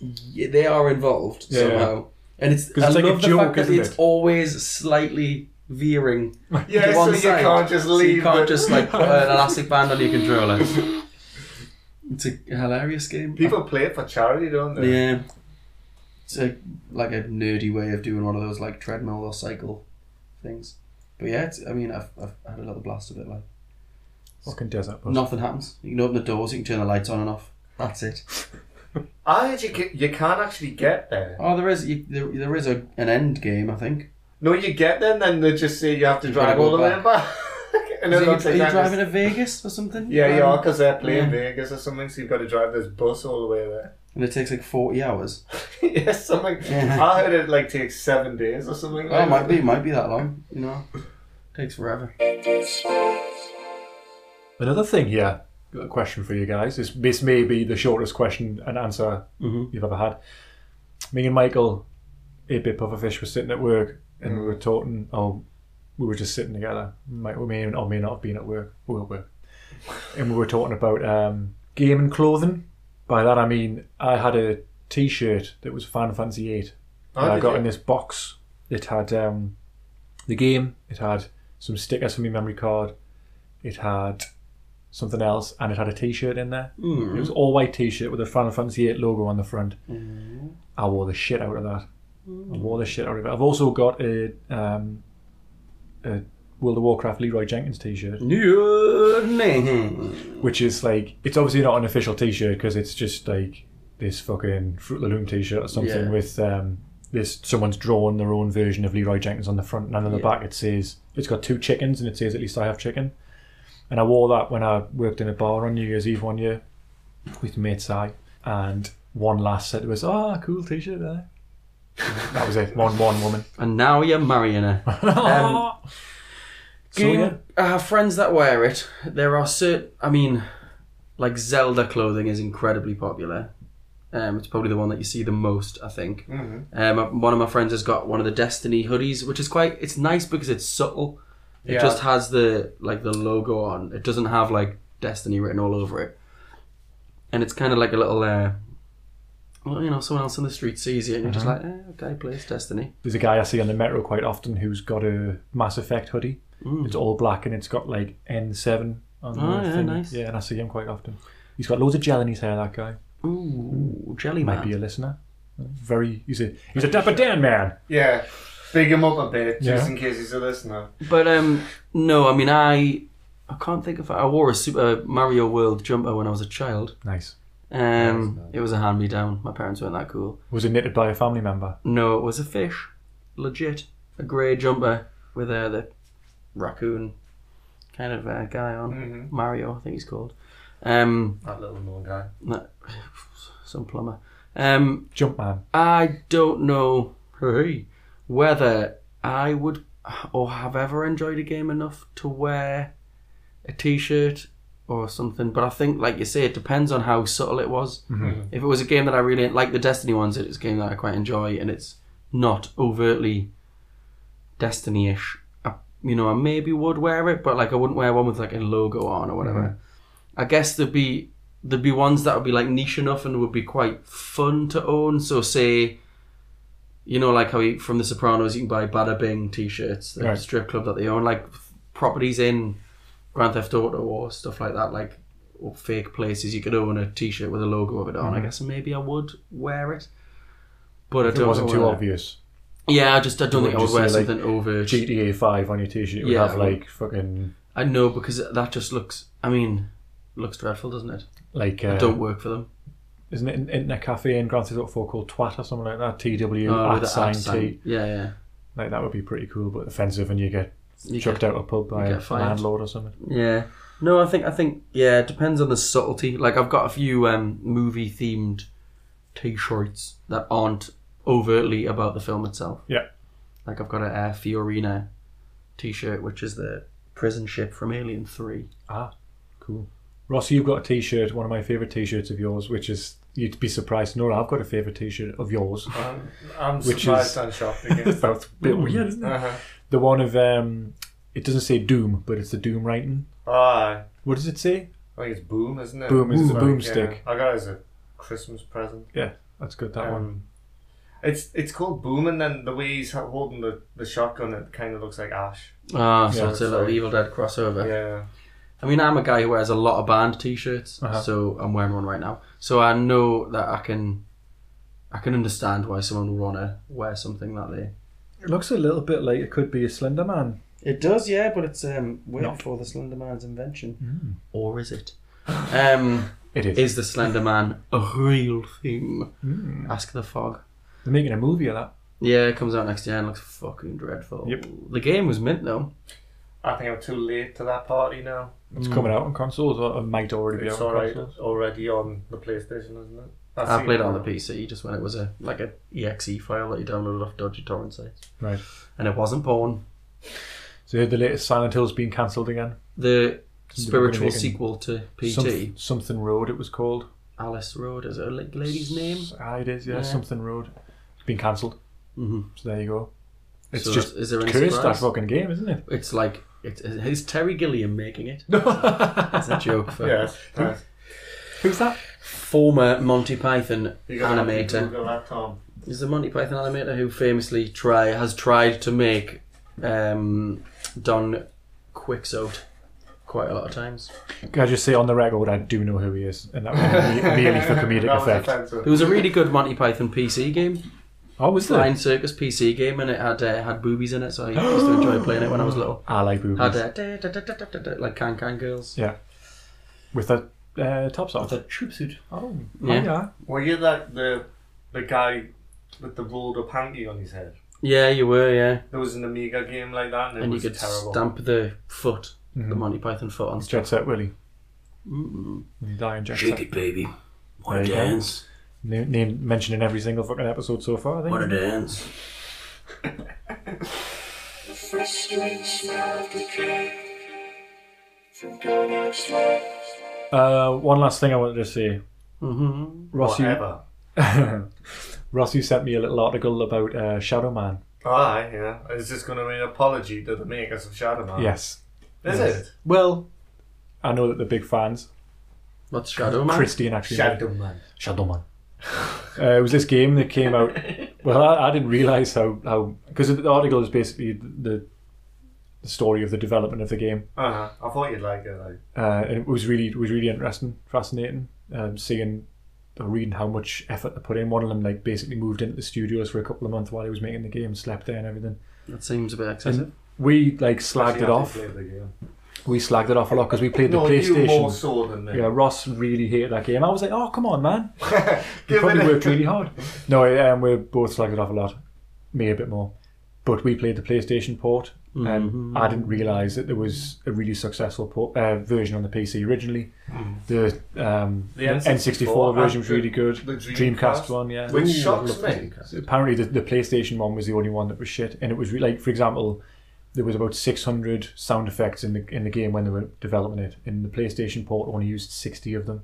Speaker 3: Yeah, they are involved
Speaker 1: Yeah.
Speaker 3: somehow, and it's
Speaker 1: 'Cause
Speaker 3: I
Speaker 1: it's like a
Speaker 3: love the
Speaker 1: joke,
Speaker 3: fact that
Speaker 1: isn't
Speaker 3: it's
Speaker 1: it?
Speaker 3: always slightly veering.
Speaker 2: Yeah,
Speaker 3: to
Speaker 2: so
Speaker 3: one
Speaker 2: you
Speaker 3: side.
Speaker 2: can't just
Speaker 3: So
Speaker 2: leave.
Speaker 3: you can't
Speaker 2: it.
Speaker 3: just like put an elastic
Speaker 2: (laughs)
Speaker 3: band on your controller. It's a hilarious game.
Speaker 2: People play it for charity, don't they?
Speaker 3: Yeah. It's a, like a nerdy way of doing one of those like treadmill or cycle things. But yeah, it's, I mean, I've, I've had a little blast of it. Like
Speaker 1: Fucking desert bus.
Speaker 3: nothing happens. You can open the doors, you can turn the lights on and off. That's it.
Speaker 2: I actually, ca- you can't actually get there.
Speaker 3: Oh, there is you, there, there is a, an end game, I think.
Speaker 2: No, you get there, and then they just say you have to
Speaker 3: You
Speaker 2: drive
Speaker 3: gotta
Speaker 2: all the
Speaker 3: go
Speaker 2: way back. (laughs) and
Speaker 3: Is it-
Speaker 2: everyone
Speaker 3: are
Speaker 2: takes
Speaker 3: you
Speaker 2: that as-
Speaker 3: driving to Vegas or something? Um,
Speaker 2: Yeah, you are, because they're playing
Speaker 3: Yeah.
Speaker 2: Vegas or something, so you've got to drive this bus all the way there.
Speaker 3: And it takes like forty hours.
Speaker 2: (laughs) yes, something.
Speaker 3: Yeah.
Speaker 2: I heard it like takes seven days or something.
Speaker 3: Oh,
Speaker 2: like
Speaker 3: it might be,
Speaker 2: that.
Speaker 3: it might be that long. You know, takes forever.
Speaker 1: Another thing here, got a question for you guys. This this may be the shortest question and answer you've ever had. Me and Michael, a bit pufferfish, were sitting at work and
Speaker 2: Mm.
Speaker 1: we were talking. Oh, we were just sitting together. Might we may or may not have been at work. We were at work, and we were talking about um, game and clothing. By that I mean I had a T-shirt that was Final Fantasy Eight.
Speaker 2: Oh,
Speaker 1: that I
Speaker 2: did
Speaker 1: got
Speaker 2: you?
Speaker 1: in this box. It had um, the game. It had some stickers for my memory card. It had something else, and it had a T-shirt in there. It was all white T-shirt with a Final Fantasy VIII logo on the front. I wore the shit out of that. I wore the shit out of it. I've also got a, um, a World of Warcraft Leroy Jenkins T-shirt,
Speaker 3: New name.
Speaker 1: which is like it's obviously not an official T-shirt because it's just like this fucking Fruit of the Loom T-shirt or something
Speaker 3: Yeah.
Speaker 1: with um, this someone's drawn their own version of Leroy Jenkins on the front, and on the
Speaker 3: Yeah.
Speaker 1: back it says it's got two chickens and it says at least I have chicken. And I wore that when I worked in a bar on New Year's Eve one year with my mate Si. And one lass said to us, "Ah, cool T-shirt there." (laughs) that was it. One one
Speaker 3: (laughs)
Speaker 1: woman.
Speaker 3: And now you're marrying her. Um,
Speaker 1: So,
Speaker 3: Do you
Speaker 1: yeah.
Speaker 3: I have friends that wear it? There are certain. I mean, like Zelda clothing is incredibly popular. Um, it's probably the one that you see the most, I think.
Speaker 1: Mm-hmm.
Speaker 3: Um, one of my friends has got one of the Destiny hoodies, which is quite. It's nice because it's subtle. It
Speaker 2: Yeah.
Speaker 3: just has the like the logo on. It doesn't have like Destiny written all over it, and it's kind of like a little uh, well, you know, someone else in the street sees you, and you're just
Speaker 1: Mm-hmm.
Speaker 3: like, eh, okay, plays Destiny.
Speaker 1: There's a guy I see on the metro quite often who's got a Mass Effect hoodie. It's all black and it's got like N7 on
Speaker 3: Oh,
Speaker 1: the
Speaker 3: yeah,
Speaker 1: thing.
Speaker 3: nice.
Speaker 1: Yeah, and I see him quite often. He's got loads of gel in his hair, that guy.
Speaker 3: Ooh, Jelly
Speaker 1: Might be
Speaker 3: Man.
Speaker 1: a listener. Very, he's a he's a dapper Dan man.
Speaker 2: Yeah. Big him up a bit, just
Speaker 1: Yeah.
Speaker 2: in case he's a listener.
Speaker 3: But um, no, I mean, I I can't think of. I wore a Super Mario World jumper when I was a child.
Speaker 1: Nice.
Speaker 3: Um, it was a hand me down. My parents weren't that cool.
Speaker 1: Was it knitted by a family member?
Speaker 3: No, it was a fish, legit, a grey jumper with uh, the raccoon kind of uh, guy on Mario, I think he's called. Um,
Speaker 2: That little known guy.
Speaker 3: no- (sighs) some plumber. Um,
Speaker 1: Jumpman.
Speaker 3: I don't know hey, whether I would or have ever enjoyed a game enough to wear a t-shirt or something. But I think, like you say, it depends on how subtle it was. If it was a game that I really like, the Destiny ones, it's a game that I quite enjoy, and it's not overtly Destiny-ish. I, you know, I maybe would wear it, but like I wouldn't wear one with like a logo on or whatever.
Speaker 1: Mm-hmm.
Speaker 3: I guess there'd be there'd be ones that would be like niche enough and would be quite fun to own. So say, you know, like how you, from The Sopranos you can buy Bada Bing t-shirts, the
Speaker 1: Right.
Speaker 3: strip club that they own, like properties in Grand Theft Auto or stuff like that, like or fake places you could own a t-shirt with a logo of it on. I guess maybe I would wear it, but I
Speaker 1: Mm-hmm. If
Speaker 3: don't
Speaker 1: it wasn't
Speaker 3: know
Speaker 1: too
Speaker 3: whether-
Speaker 1: obvious.
Speaker 3: Yeah, I just I don't
Speaker 1: You
Speaker 3: think I
Speaker 1: wouldn't
Speaker 3: would wear
Speaker 1: just say, like,
Speaker 3: something over
Speaker 1: GTA 5 on your t-shirt it would
Speaker 3: Yeah,
Speaker 1: have
Speaker 3: I would.
Speaker 1: like fucking
Speaker 3: I know because that just looks. I mean, looks dreadful, doesn't it?
Speaker 1: like uh,
Speaker 3: Don't work for them.
Speaker 1: isn't it in, in a cafe in Grand Theft Auto 4 called Twat or something like that? TW
Speaker 3: Oh,
Speaker 1: at
Speaker 3: with the
Speaker 1: sign
Speaker 3: at sign.
Speaker 1: T.
Speaker 3: Yeah, yeah.
Speaker 1: Like that would be pretty cool, but offensive, and you get
Speaker 3: You
Speaker 1: chucked
Speaker 3: get-
Speaker 1: out of a pub by
Speaker 3: you
Speaker 1: a
Speaker 3: get fined.
Speaker 1: landlord or something.
Speaker 3: Yeah. No, I think I think yeah, it depends on the subtlety. Like I've got a few um, movie themed t-shirts that aren't overtly about the film itself.
Speaker 1: Yeah.
Speaker 3: Like I've got a uh, Fiorina t-shirt which is the prison ship from Alien 3.
Speaker 1: Ah, cool. Ross, you've got a T-shirt, one of my favorite T-shirts of yours, which is you'd be surprised. No, I've got a favorite T-shirt of yours.
Speaker 2: I'm, I'm
Speaker 1: Which
Speaker 2: surprised
Speaker 1: is-
Speaker 2: I'm
Speaker 1: (laughs)
Speaker 2: shocked again.
Speaker 1: That's a bit weird, isn't it?
Speaker 2: uh-huh.
Speaker 1: The one of um, it doesn't say Doom, but it's the Doom writing.
Speaker 2: Ah,
Speaker 1: What does it say?
Speaker 2: I think it's Boom, isn't it?
Speaker 1: Boom, it's the
Speaker 2: Like,
Speaker 1: boomstick.
Speaker 2: yeah. I got it as a Christmas present.
Speaker 1: Yeah, that's good. That one.
Speaker 2: Um, it's it's called Boom, and then the way he's holding the, the shotgun, it kind of looks like Ash.
Speaker 3: Ah, so
Speaker 1: Yeah,
Speaker 3: it's a little
Speaker 2: sorry.
Speaker 3: Evil Dead crossover.
Speaker 2: Yeah.
Speaker 3: I mean, I'm a guy who wears a lot of band t-shirts,
Speaker 1: Uh-huh.
Speaker 3: so I'm wearing one right now. So I know that I can I can understand why someone would want to wear something that they
Speaker 1: It looks a little bit like it could be a Slender Man.
Speaker 3: It does, yeah, but it's um, wait for the Slender Man's invention.
Speaker 1: Hmm.
Speaker 3: Or is it? Um,
Speaker 1: It is.
Speaker 3: is the Slender Man a real thing?
Speaker 1: Hmm.
Speaker 3: Ask the Fog.
Speaker 1: They're making a movie of that.
Speaker 3: Yeah, it comes out next year and looks fucking dreadful.
Speaker 1: Yep.
Speaker 3: The game was mint though.
Speaker 2: I think I'm too late to that party now.
Speaker 1: It's
Speaker 3: Mm.
Speaker 1: coming out on consoles, or it might already be
Speaker 2: It's
Speaker 1: out on
Speaker 2: alright,
Speaker 1: consoles.
Speaker 2: already on the PlayStation, isn't it? That's
Speaker 3: I played it on the PC just when it was a like a exe file that you downloaded off dodgy torrent sites,
Speaker 1: Right.
Speaker 3: and it wasn't porn.
Speaker 1: So you heard the latest Silent Hill's been cancelled again.
Speaker 3: The spiritual
Speaker 1: make an-
Speaker 3: sequel to PT,
Speaker 1: Someth- something Road, it was called.
Speaker 3: Alice Road, is it a la- lady's name?
Speaker 1: Ah, it is. Yeah,
Speaker 3: Yeah.
Speaker 1: something Road. It's been cancelled.
Speaker 3: Mhm.
Speaker 1: So there you go. It's
Speaker 3: So
Speaker 1: just
Speaker 3: is there any
Speaker 1: cursed that
Speaker 3: surprise?
Speaker 1: fucking game, isn't it?
Speaker 3: It's like it's, is Terry Gilliam making
Speaker 2: (laughs)
Speaker 3: it? That's a joke for
Speaker 2: Yes. yes.
Speaker 1: Who's that?
Speaker 3: former Monty Python
Speaker 2: You gotta have to
Speaker 3: animator.
Speaker 2: Google that, Tom.
Speaker 3: He's the Monty Python animator who famously try has tried to make um, Don Quixote quite a lot of times.
Speaker 1: Can I just say on the record, I do know who he is, and that was
Speaker 2: (laughs)
Speaker 1: me- merely for comedic
Speaker 2: That was
Speaker 1: effect.
Speaker 2: offensive.
Speaker 3: There was a really good Monty Python PC game,
Speaker 1: Oh, was there?
Speaker 3: Lion Circus PC game, and it had uh, had boobies in it, so I used to enjoy playing it when I was little.
Speaker 1: I like boobies.
Speaker 3: Had uh, da- da- da- da- da- da- da- like Can Can Girls.
Speaker 1: Yeah, with the uh, tops off.
Speaker 3: troopsuit.
Speaker 1: oh,
Speaker 3: Yeah.
Speaker 1: oh, yeah.
Speaker 2: Were you like the the guy with the rolled up hanky on his head?
Speaker 3: Yeah, you were, yeah.
Speaker 2: There was an Amiga game like that, and it
Speaker 3: And you
Speaker 2: was
Speaker 3: could
Speaker 2: terrible.
Speaker 3: stamp the foot, the Monty Python foot on
Speaker 1: Jet Set Willy.
Speaker 3: Mm-hmm.
Speaker 1: When you die in Jet Set.
Speaker 3: baby.
Speaker 1: Wanna There you go. dance? Name, name mentioned in every single fucking episode so far. I think.
Speaker 3: dance?
Speaker 5: The frustrates of decay from God's slide.
Speaker 1: Uh, one last thing I wanted to say,
Speaker 3: Mm-hmm.
Speaker 1: Ross. You,
Speaker 2: Whatever.
Speaker 1: (laughs) Ross, you sent me a little article about uh, Shadow Man.
Speaker 2: Aye, yeah. Is this going to be an apology to the makers of Shadow Man?
Speaker 1: Yes,
Speaker 2: Is it?
Speaker 3: Ah. Well,
Speaker 1: I know that they're big fans.
Speaker 3: what's Shadow Man?
Speaker 1: Christian actually.
Speaker 2: Man.
Speaker 1: Shadow Man. Uh, it was this game that came out. Well, I, I didn't realize how how because the article is basically the, the story of the development of the game.
Speaker 2: Uh-huh. I thought you'd like it. Like.
Speaker 1: uh, and it was really it was really interesting, fascinating, um, seeing or reading how much effort they put in. One of them like basically moved into the studios for a couple of months while he was making the game, slept there and everything.
Speaker 3: That seems a bit excessive.
Speaker 1: We like slagged
Speaker 2: Actually,
Speaker 1: it
Speaker 2: I
Speaker 1: off.
Speaker 2: played the game.
Speaker 1: We slagged it off a lot because we played the
Speaker 2: No, you more
Speaker 1: PlayStation.
Speaker 2: so than me.
Speaker 1: Yeah, Ross really hated that game. I was like, oh come on,
Speaker 2: (laughs)
Speaker 1: man, you
Speaker 2: Give
Speaker 1: probably
Speaker 2: it a-
Speaker 1: worked really hard. No, um, we both slagged it off a lot, me a bit more. But we played the PlayStation port, and I
Speaker 2: Mm-hmm.
Speaker 1: didn't realise that there was a really successful port, uh, version on the PC originally.
Speaker 2: Mm.
Speaker 1: The, um,
Speaker 2: The
Speaker 1: N64,
Speaker 2: N64
Speaker 1: version
Speaker 2: and
Speaker 1: was really
Speaker 2: the-
Speaker 1: good.
Speaker 2: the
Speaker 1: Dreamcast,
Speaker 2: Dreamcast,
Speaker 1: one, yeah.
Speaker 2: Which shocks me.
Speaker 1: Apparently, the, the PlayStation one was the only one that was shit, and it was re- like, for example, there was about 600 sound effects in the in the game when they were developing it, and the PlayStation port only used 60 of them.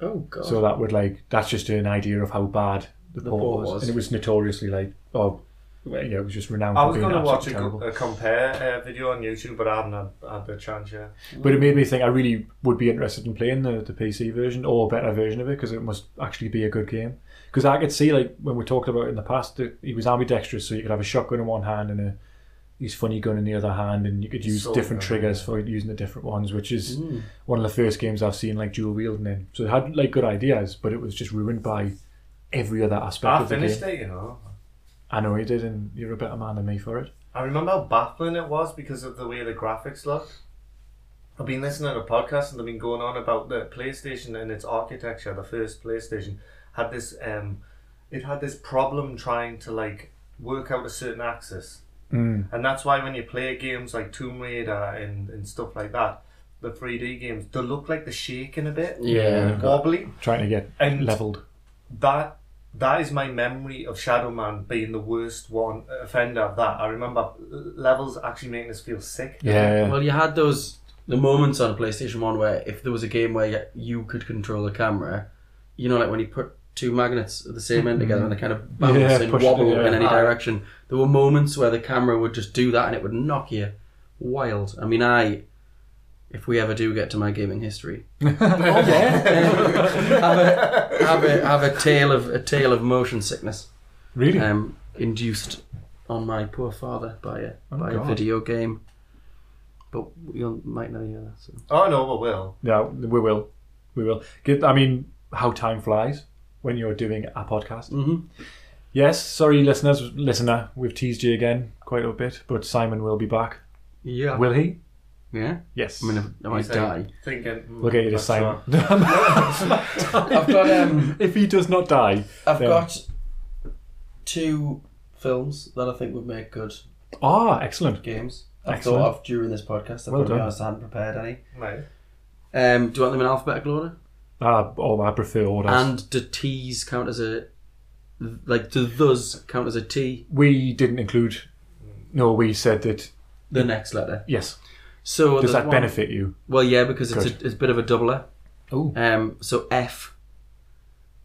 Speaker 3: Oh god.
Speaker 1: So that would like that's just an idea of how bad the, port,
Speaker 3: port
Speaker 1: was.
Speaker 3: was.
Speaker 1: and it was notoriously like oh well, yeah, it was just renowned.
Speaker 2: I
Speaker 1: for
Speaker 2: was
Speaker 1: going to
Speaker 2: watch a,
Speaker 1: terrible.
Speaker 2: co- a compare uh, video on YouTube, but I haven't had, had the chance yet.
Speaker 1: But it made me think I really would be interested in playing the, the PC version or a better version of it because it must actually be a good game. Because I could see like when we talked about it in the past that he was ambidextrous, so you could have a shotgun in one hand and a his funny gun in the other hand, and you could use
Speaker 2: So Hmm.
Speaker 1: different
Speaker 2: good,
Speaker 1: triggers for using the different ones, which is one of the first games I've seen like dual wielding in. So it had like good ideas, but it was just ruined by every other aspect
Speaker 2: I
Speaker 1: of the game.
Speaker 2: Ah, finished it, you know.
Speaker 1: I know you did, and you're a better man than me for it.
Speaker 2: I remember how baffling it was because of the way the graphics looked. I've been listening to a podcast and they've been going on about the PlayStation and its architecture. The first PlayStation had this, um, it had this problem trying to like work out a certain axis,
Speaker 1: Mm.
Speaker 2: and that's why when you play games like Tomb Raider and, and stuff like that, the 3D games they look like they're shaking a bit,
Speaker 3: Yeah.
Speaker 2: wobbly,
Speaker 1: Trying to get
Speaker 2: and
Speaker 1: leveled.
Speaker 2: that that is my memory of Shadow Man being the worst one offender of that. I remember levels actually making us feel sick.
Speaker 1: Yeah.
Speaker 3: Well, you had those the moments on PlayStation One where if there was a game where you- you could control the camera, you know, like when you put two magnets at the same end together and they kind of bounce
Speaker 1: Mm. Yeah,
Speaker 3: and
Speaker 1: push it,
Speaker 3: wobble
Speaker 1: yeah.
Speaker 3: in any
Speaker 2: Aye.
Speaker 3: direction. There were moments where the camera would just do that and it would knock you wild. I mean, I. If we ever do get to my gaming
Speaker 1: (laughs)
Speaker 3: history, (laughs)
Speaker 1: Oh,
Speaker 3: have a have a have a tale of a tale of motion sickness
Speaker 1: really?
Speaker 2: Uh,
Speaker 3: um, induced on my poor father by a
Speaker 1: Oh,
Speaker 3: by
Speaker 1: God.
Speaker 3: a video game. But you might never hear that. So.
Speaker 2: Oh no, we will.
Speaker 1: yeah, we will. We will. Get, I mean, how time flies when you're doing a podcast.
Speaker 3: Mhm.
Speaker 1: Yes, sorry, listeners, listener, we've teased you again quite a bit, but Simon will be back.
Speaker 3: Yeah.
Speaker 1: Will he?
Speaker 3: yeah.
Speaker 1: Yes.
Speaker 3: I mean, if- I might die.
Speaker 2: Thinking. mm,
Speaker 1: We'll get you to
Speaker 2: that's
Speaker 1: Simon.
Speaker 2: right.
Speaker 3: I've got um,
Speaker 1: (laughs) if he does not die.
Speaker 3: I've
Speaker 1: Yeah.
Speaker 3: got two films that I think would make good
Speaker 1: Ah, excellent.
Speaker 3: games. I
Speaker 1: Excellent.
Speaker 3: thought of during this podcast. I've
Speaker 1: Well
Speaker 3: got to be
Speaker 1: done.
Speaker 3: honest, I hadn't prepared any.
Speaker 2: Right.
Speaker 3: Um, do you want them in alphabetical order?
Speaker 1: Ah, oh, I prefer orders.
Speaker 3: And do T's count as a like do those count as a T?
Speaker 1: we didn't include. No, we said that.
Speaker 3: The next letter.
Speaker 1: Yes.
Speaker 3: So
Speaker 1: Does
Speaker 3: there's
Speaker 1: that
Speaker 3: one-
Speaker 1: benefit you?
Speaker 3: Well, yeah, because it's a, it's a bit of a doubler.
Speaker 1: Oh.
Speaker 3: Um, so F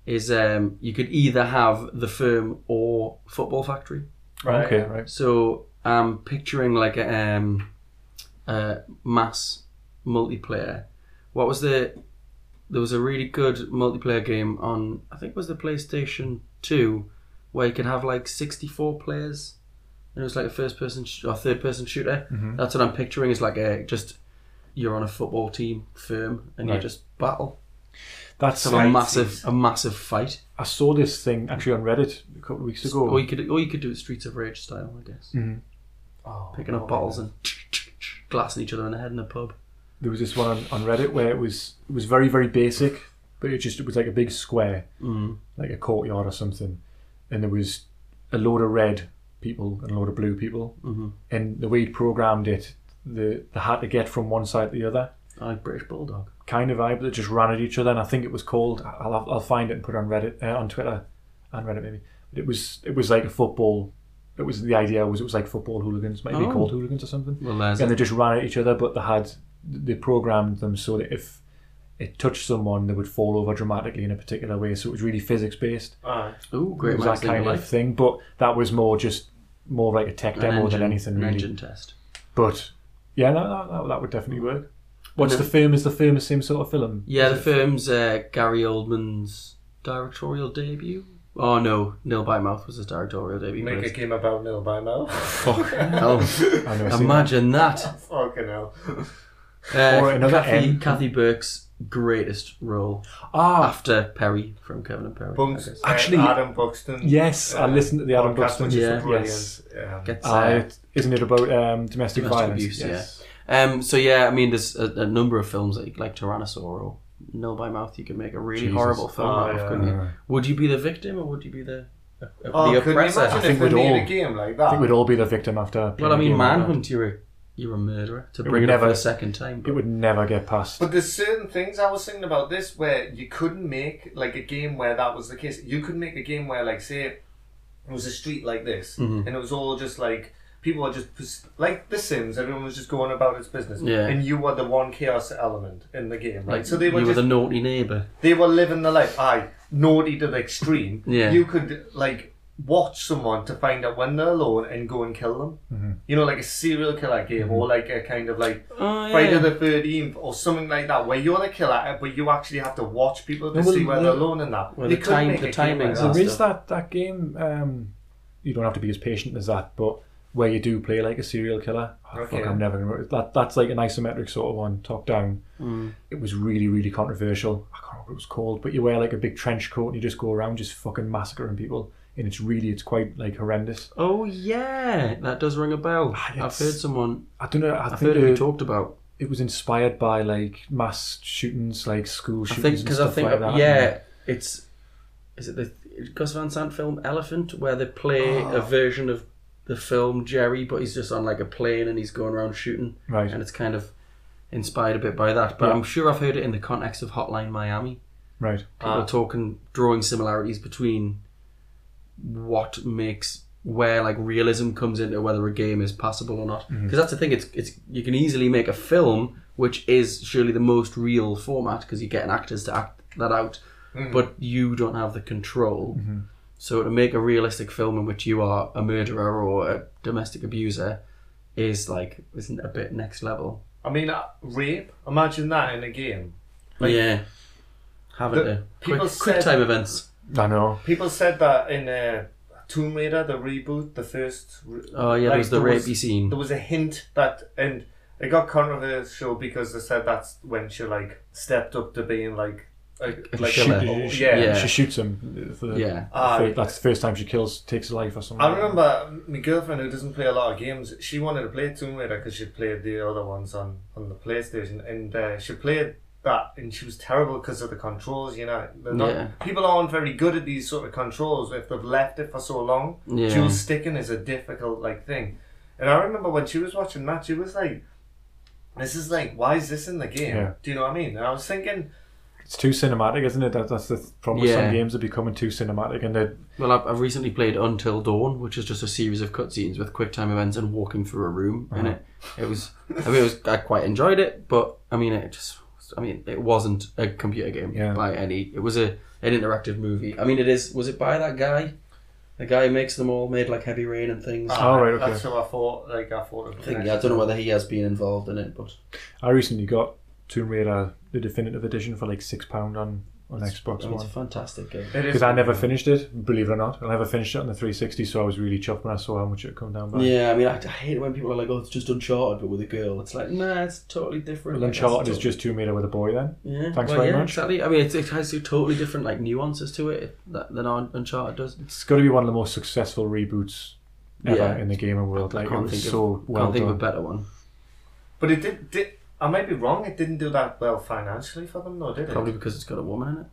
Speaker 3: is um, you could either have the firm or Football Factory.
Speaker 2: Right.
Speaker 1: okay, right.
Speaker 3: So I'm picturing like a, um, a mass multiplayer. What was the? There was a really good multiplayer game on I think it was the PlayStation Two, where you could have like 64 players, and it was like a first person sh- or third person shooter. That's what I'm picturing. Is like a just you're on a football team firm and you
Speaker 1: Right.
Speaker 3: just battle.
Speaker 1: That's
Speaker 3: So a massive a massive fight.
Speaker 1: I saw this thing actually on Reddit a couple of weeks ago.
Speaker 3: Or you could or you could do it Streets of Rage style, I guess.
Speaker 2: Oh,
Speaker 3: picking up bottles and glassing each other in the head in a pub.
Speaker 1: there was this one on, on Reddit where it was it was very very basic, but it just it was like a big square,
Speaker 3: Mm.
Speaker 1: like a courtyard or something, and there was a load of red people and a load of blue people,
Speaker 3: Mhm.
Speaker 1: and the way he programmed it, the the had to get from one side to the other
Speaker 3: I like Oh, British Bulldog.
Speaker 1: kind of vibe that just ran at each other, and I think it was called I'll I'll find it and put it on Reddit uh, on Twitter, on Reddit maybe. But it was it was like a football. It was the idea was it was like football hooligans, maybe
Speaker 3: Oh.
Speaker 1: called hooligans or something
Speaker 3: Well, there's
Speaker 1: and they just ran at each other, but they had they programmed them so that if it touched someone, they would fall over dramatically in a particular way. So it was really physics based.
Speaker 2: Alright.
Speaker 3: Ooh,
Speaker 1: It
Speaker 3: great
Speaker 1: was
Speaker 3: minds
Speaker 1: that
Speaker 3: think
Speaker 1: kind
Speaker 3: alike.
Speaker 1: of thing, but that was more just more like a tech
Speaker 3: An
Speaker 1: demo
Speaker 3: engine-
Speaker 1: than anything
Speaker 3: an
Speaker 1: really.
Speaker 3: engine test.
Speaker 1: But yeah, no, no, that, that would definitely work. What's
Speaker 3: And
Speaker 1: the film? Is the film the same sort of film?
Speaker 3: Yeah,
Speaker 1: Is
Speaker 3: the
Speaker 1: it-
Speaker 3: film's uh, Gary Oldman's directorial debut. Oh no, Nil by Mouth was his directorial debut. but
Speaker 2: Make a
Speaker 3: it's-
Speaker 2: game about Nil by now.
Speaker 3: Fuck
Speaker 1: (laughs)
Speaker 3: hell.
Speaker 1: I know. I've seen that.
Speaker 3: Imagine that.
Speaker 2: (laughs) Fucking hell.
Speaker 3: Uh,
Speaker 1: Or another
Speaker 3: Kathy,
Speaker 1: M.
Speaker 3: Kathy Burke's greatest role
Speaker 1: Ah,
Speaker 3: after Perry from Kevin and Perry.
Speaker 2: Bunks,
Speaker 3: I guess.
Speaker 1: Actually,
Speaker 2: Actually, uh, Adam Buxton.
Speaker 1: yes, I
Speaker 2: uh,
Speaker 1: listened to the Adam
Speaker 2: podcast,
Speaker 1: Buxton-
Speaker 2: which is
Speaker 3: Yeah.
Speaker 2: brilliant.
Speaker 1: Yes.
Speaker 2: Um,
Speaker 3: Gets, uh,
Speaker 1: uh, isn't it about um, domestic,
Speaker 3: Domestic
Speaker 1: violence?
Speaker 3: abuse, Um, so yeah, I mean, there's a, a number of films like like Tyrannosauro, Nil by Mouth. You could make a really
Speaker 1: Jesus.
Speaker 3: horrible film
Speaker 2: Oh,
Speaker 3: out of,
Speaker 2: yeah.
Speaker 3: couldn't you? Would you be the victim or would you be the
Speaker 2: oh,
Speaker 3: the
Speaker 2: could you imagine
Speaker 3: oppressor?
Speaker 1: think
Speaker 2: if we
Speaker 1: we'd
Speaker 2: made
Speaker 1: all-
Speaker 2: a game like
Speaker 1: I
Speaker 2: that?
Speaker 1: think we'd all be the victim after. playing
Speaker 3: well, I
Speaker 1: a
Speaker 3: mean,
Speaker 1: game like that.
Speaker 3: Manhunt. You're a you're a murderer. To
Speaker 1: It
Speaker 3: bring it
Speaker 1: would
Speaker 3: up for
Speaker 1: never-
Speaker 3: a second time.
Speaker 1: It would never get past.
Speaker 2: But there's certain things I was thinking about this where you couldn't make like a game where that was the case. You could make a game where like say it was a street like this,
Speaker 3: Mm-hmm.
Speaker 2: and it was all just like people are just pers- like The Sims. Everyone was just going about its business,
Speaker 3: Yeah.
Speaker 2: and you were the one chaos element in the game, right?
Speaker 3: like
Speaker 2: so they were
Speaker 3: you were
Speaker 2: just
Speaker 3: the naughty neighbour.
Speaker 2: they were living the life. Aye, naughty to the extreme.
Speaker 3: Yeah.
Speaker 2: You could like watch someone to find out when they're alone and go and kill them. You know, like a serial killer game
Speaker 3: Mm-hmm.
Speaker 2: or like a kind of like
Speaker 3: Oh, yeah.
Speaker 2: Friday the Thirteenth or something like that, where you're the killer, eh, but you actually have to watch people to
Speaker 1: No, well,
Speaker 2: see where
Speaker 1: the-
Speaker 2: they're alone and that.
Speaker 3: Well,
Speaker 2: They
Speaker 3: the
Speaker 2: couldn't
Speaker 3: time-
Speaker 2: make
Speaker 3: the
Speaker 2: a eh? game
Speaker 3: timings
Speaker 2: Like
Speaker 3: and
Speaker 1: There
Speaker 2: that.
Speaker 1: is that that game. Um, you don't have to be as patient as that, but where you do play like a serial killer. Oh,
Speaker 2: Okay.
Speaker 1: Fuck, I'm never gonna. That that's like an isometric sort of one, top down.
Speaker 3: Mm.
Speaker 1: It was really, really controversial. I can't remember what it was called, but you wear like a big trench coat and you just go around just fucking massacring people, and it's really, it's quite like horrendous.
Speaker 3: Oh yeah, that does ring a bell.
Speaker 1: Ah,
Speaker 3: I've
Speaker 1: it's-
Speaker 3: heard someone.
Speaker 1: I don't know. I
Speaker 3: I've
Speaker 1: think
Speaker 3: heard it be
Speaker 1: it,
Speaker 3: talked about.
Speaker 1: it was inspired by like mass shootings, like school
Speaker 3: I
Speaker 1: shootings
Speaker 3: think
Speaker 1: and
Speaker 3: because I
Speaker 1: stuff
Speaker 3: think
Speaker 1: like that.
Speaker 3: yeah, it's is it the Gus Van Sant film Elephant where they play
Speaker 1: Ah.
Speaker 3: a version of the film Jerry, but he's just on like a plane and he's going around shooting,
Speaker 1: Right.
Speaker 3: and it's kind of inspired a bit by that. But
Speaker 1: Yeah.
Speaker 3: I'm sure I've heard it in the context of Hotline Miami.
Speaker 1: right.
Speaker 3: People
Speaker 2: Ah.
Speaker 3: talking, drawing similarities between what makes where like realism comes into whether a game is passable or not.
Speaker 2: Mm-hmm.
Speaker 3: Because that's the thing; it's it's you can easily make a film, which is surely the most real format because you're getting actors to act that out,
Speaker 2: Mm-hmm.
Speaker 3: but you don't have the control. So to make a realistic film in which you are a murderer or a domestic abuser is like isn't a bit next level.
Speaker 2: I mean, uh, rape. Imagine that in a game.
Speaker 3: yeah, haven't
Speaker 2: The-
Speaker 3: they? Quick,
Speaker 2: people
Speaker 3: quick
Speaker 2: said-
Speaker 3: time events.
Speaker 1: I know.
Speaker 2: People said that in uh, Tomb Raider, the reboot, the first. re-
Speaker 3: Oh yeah,
Speaker 2: like,
Speaker 3: there's the
Speaker 2: there was-
Speaker 3: rapey scene.
Speaker 2: there was a hint that and it got controversial because they said that's when she like stepped up to being like a, like
Speaker 1: Shoot-
Speaker 3: killer.
Speaker 2: a, oh,
Speaker 1: she-
Speaker 2: yeah.
Speaker 3: Yeah.
Speaker 1: She shoots him. The-
Speaker 3: Yeah.
Speaker 2: Ah,
Speaker 1: the fir- that's the first time she kills, takes a life or something.
Speaker 2: I remember my girlfriend who doesn't play a lot of games. She wanted to play Tomb Raider because she played the other ones on on the PlayStation, and uh, she played that, and she was terrible because of the controls. You know, They're not,
Speaker 3: Yeah.
Speaker 2: people aren't very good at these sort of controls if they've left it for so long.
Speaker 3: Yeah.
Speaker 2: Dual sticking is a difficult like thing, and I remember when she was watching that, she was like, "This is like, why is this in the game?
Speaker 1: Yeah.
Speaker 2: Do you know what I mean?" And I was thinking,
Speaker 1: It's too cinematic, isn't it? That, that's the th- problem with
Speaker 3: Yeah.
Speaker 1: some games are becoming too cinematic, and they're
Speaker 3: Well, I've, I've recently played Until Dawn, which is just a series of cutscenes with quick time events and walking through a room
Speaker 1: Uh-huh.
Speaker 3: in it. It was, I mean, it was, I quite enjoyed it, but I mean, it just, I mean, it wasn't a computer game
Speaker 1: Yeah.
Speaker 3: by any. It was a an interactive movie. I mean, it is. Was it by that guy? The guy who makes them all made like Heavy Rain and things.
Speaker 1: Ah, All right, okay.
Speaker 2: That's what I thought. Like I thought. Of
Speaker 3: I think, yeah, I don't know whether he has been involved in it, but
Speaker 1: I recently got Tomb Raider the definitive edition for like six pound on on Xbox
Speaker 3: I mean, it's a
Speaker 1: One
Speaker 3: fantastic game.
Speaker 2: It is-
Speaker 1: because I never finished it. Believe it or not, I never finished it on the 360, so I was really chuffed when I saw how much it come down by.
Speaker 3: Yeah, I mean, I, I hate it when people are like, "Oh, it's just Uncharted, but with a girl." It's like, nah, it's totally different.
Speaker 1: Well,
Speaker 3: Like, that's
Speaker 1: Uncharted is
Speaker 3: totally-
Speaker 1: just Tomb Raider with a boy then.
Speaker 3: Yeah.
Speaker 1: Thanks very much.
Speaker 3: Exactly. I mean, it, it has two totally different like nuances to it that, than Un- Uncharted does.
Speaker 1: It's got to be one of the most successful reboots ever
Speaker 3: Yeah.
Speaker 1: in the gaming world. Like it was
Speaker 3: think
Speaker 1: so
Speaker 3: of,
Speaker 1: well
Speaker 3: can't think of
Speaker 1: done.
Speaker 3: a better one.
Speaker 2: But it did, did. I might be wrong. It didn't do that well financially for them, though, did it?
Speaker 3: Probably because it's got a woman in it.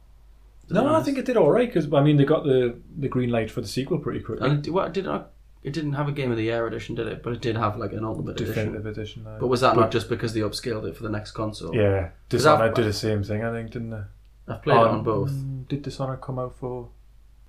Speaker 1: no, I think it did all right because I mean they got the the green light for the sequel pretty quickly.
Speaker 3: And it, well, it did not. It didn't have a Game of the Year edition, did it? But it did have like an Ultimate edition.
Speaker 1: definitive edition. uh,
Speaker 3: But was that not just because they upscaled it for the next console?
Speaker 1: Yeah,
Speaker 3: that-
Speaker 1: Dishonored did the same thing, I think, didn't they?
Speaker 3: I've played it
Speaker 1: Um,
Speaker 3: on both.
Speaker 1: Did Dishonored come out for?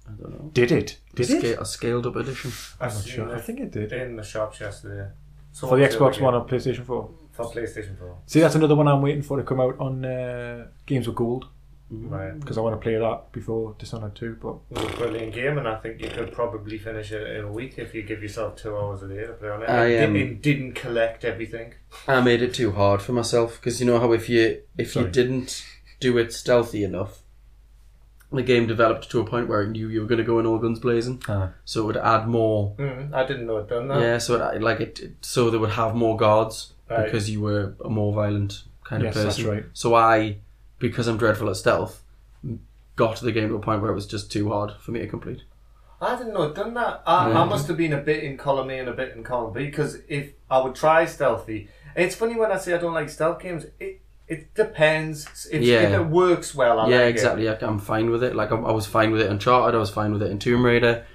Speaker 3: I don't know.
Speaker 1: Did it? Did
Speaker 3: Sca- A scaled up edition.
Speaker 2: I've
Speaker 1: I'm not
Speaker 2: seen
Speaker 1: sure. I
Speaker 2: it
Speaker 1: think it did.
Speaker 2: in the shops yesterday. So
Speaker 1: For the Xbox One or PlayStation Four.
Speaker 2: for PlayStation Pro.
Speaker 1: See, that's another one I'm waiting for to come out on uh, Games with Gold
Speaker 2: Right,
Speaker 1: because I want to play that before Dishonored Two. But
Speaker 2: it was a brilliant game, and I think you could probably finish it in a week if you give yourself two hours a day to play on it.
Speaker 3: I,
Speaker 2: it,
Speaker 3: um,
Speaker 2: didn't, it didn't collect everything.
Speaker 3: I made it too hard for myself because you know how if you if you
Speaker 1: Sorry.
Speaker 3: didn't do it stealthy enough, the game developed to a point where it knew you were going to go in all guns blazing,
Speaker 1: Ah.
Speaker 3: so it would add more.
Speaker 2: Mm, I didn't know it done that.
Speaker 3: Yeah, so it, like it, it- so they would have more guards
Speaker 2: Right.
Speaker 3: because you were a more violent kind
Speaker 1: Yes,
Speaker 3: of
Speaker 1: that's
Speaker 3: person.
Speaker 1: right.
Speaker 3: So I, because I'm dreadful at stealth, got the game to a point where it was just too hard for me to complete.
Speaker 2: I didn't know it done that. I, I must have been a bit in column A and a bit in column B because if I would try stealthy, and it's funny when I say I don't like stealth games. It it depends. If,
Speaker 3: Yeah.
Speaker 2: if it works well, I
Speaker 1: Oh,
Speaker 3: yeah,
Speaker 2: like it.
Speaker 3: exactly. I, I'm fine with it. Like I'm, I was fine with it in Uncharted. I was fine with it in Tomb Raider,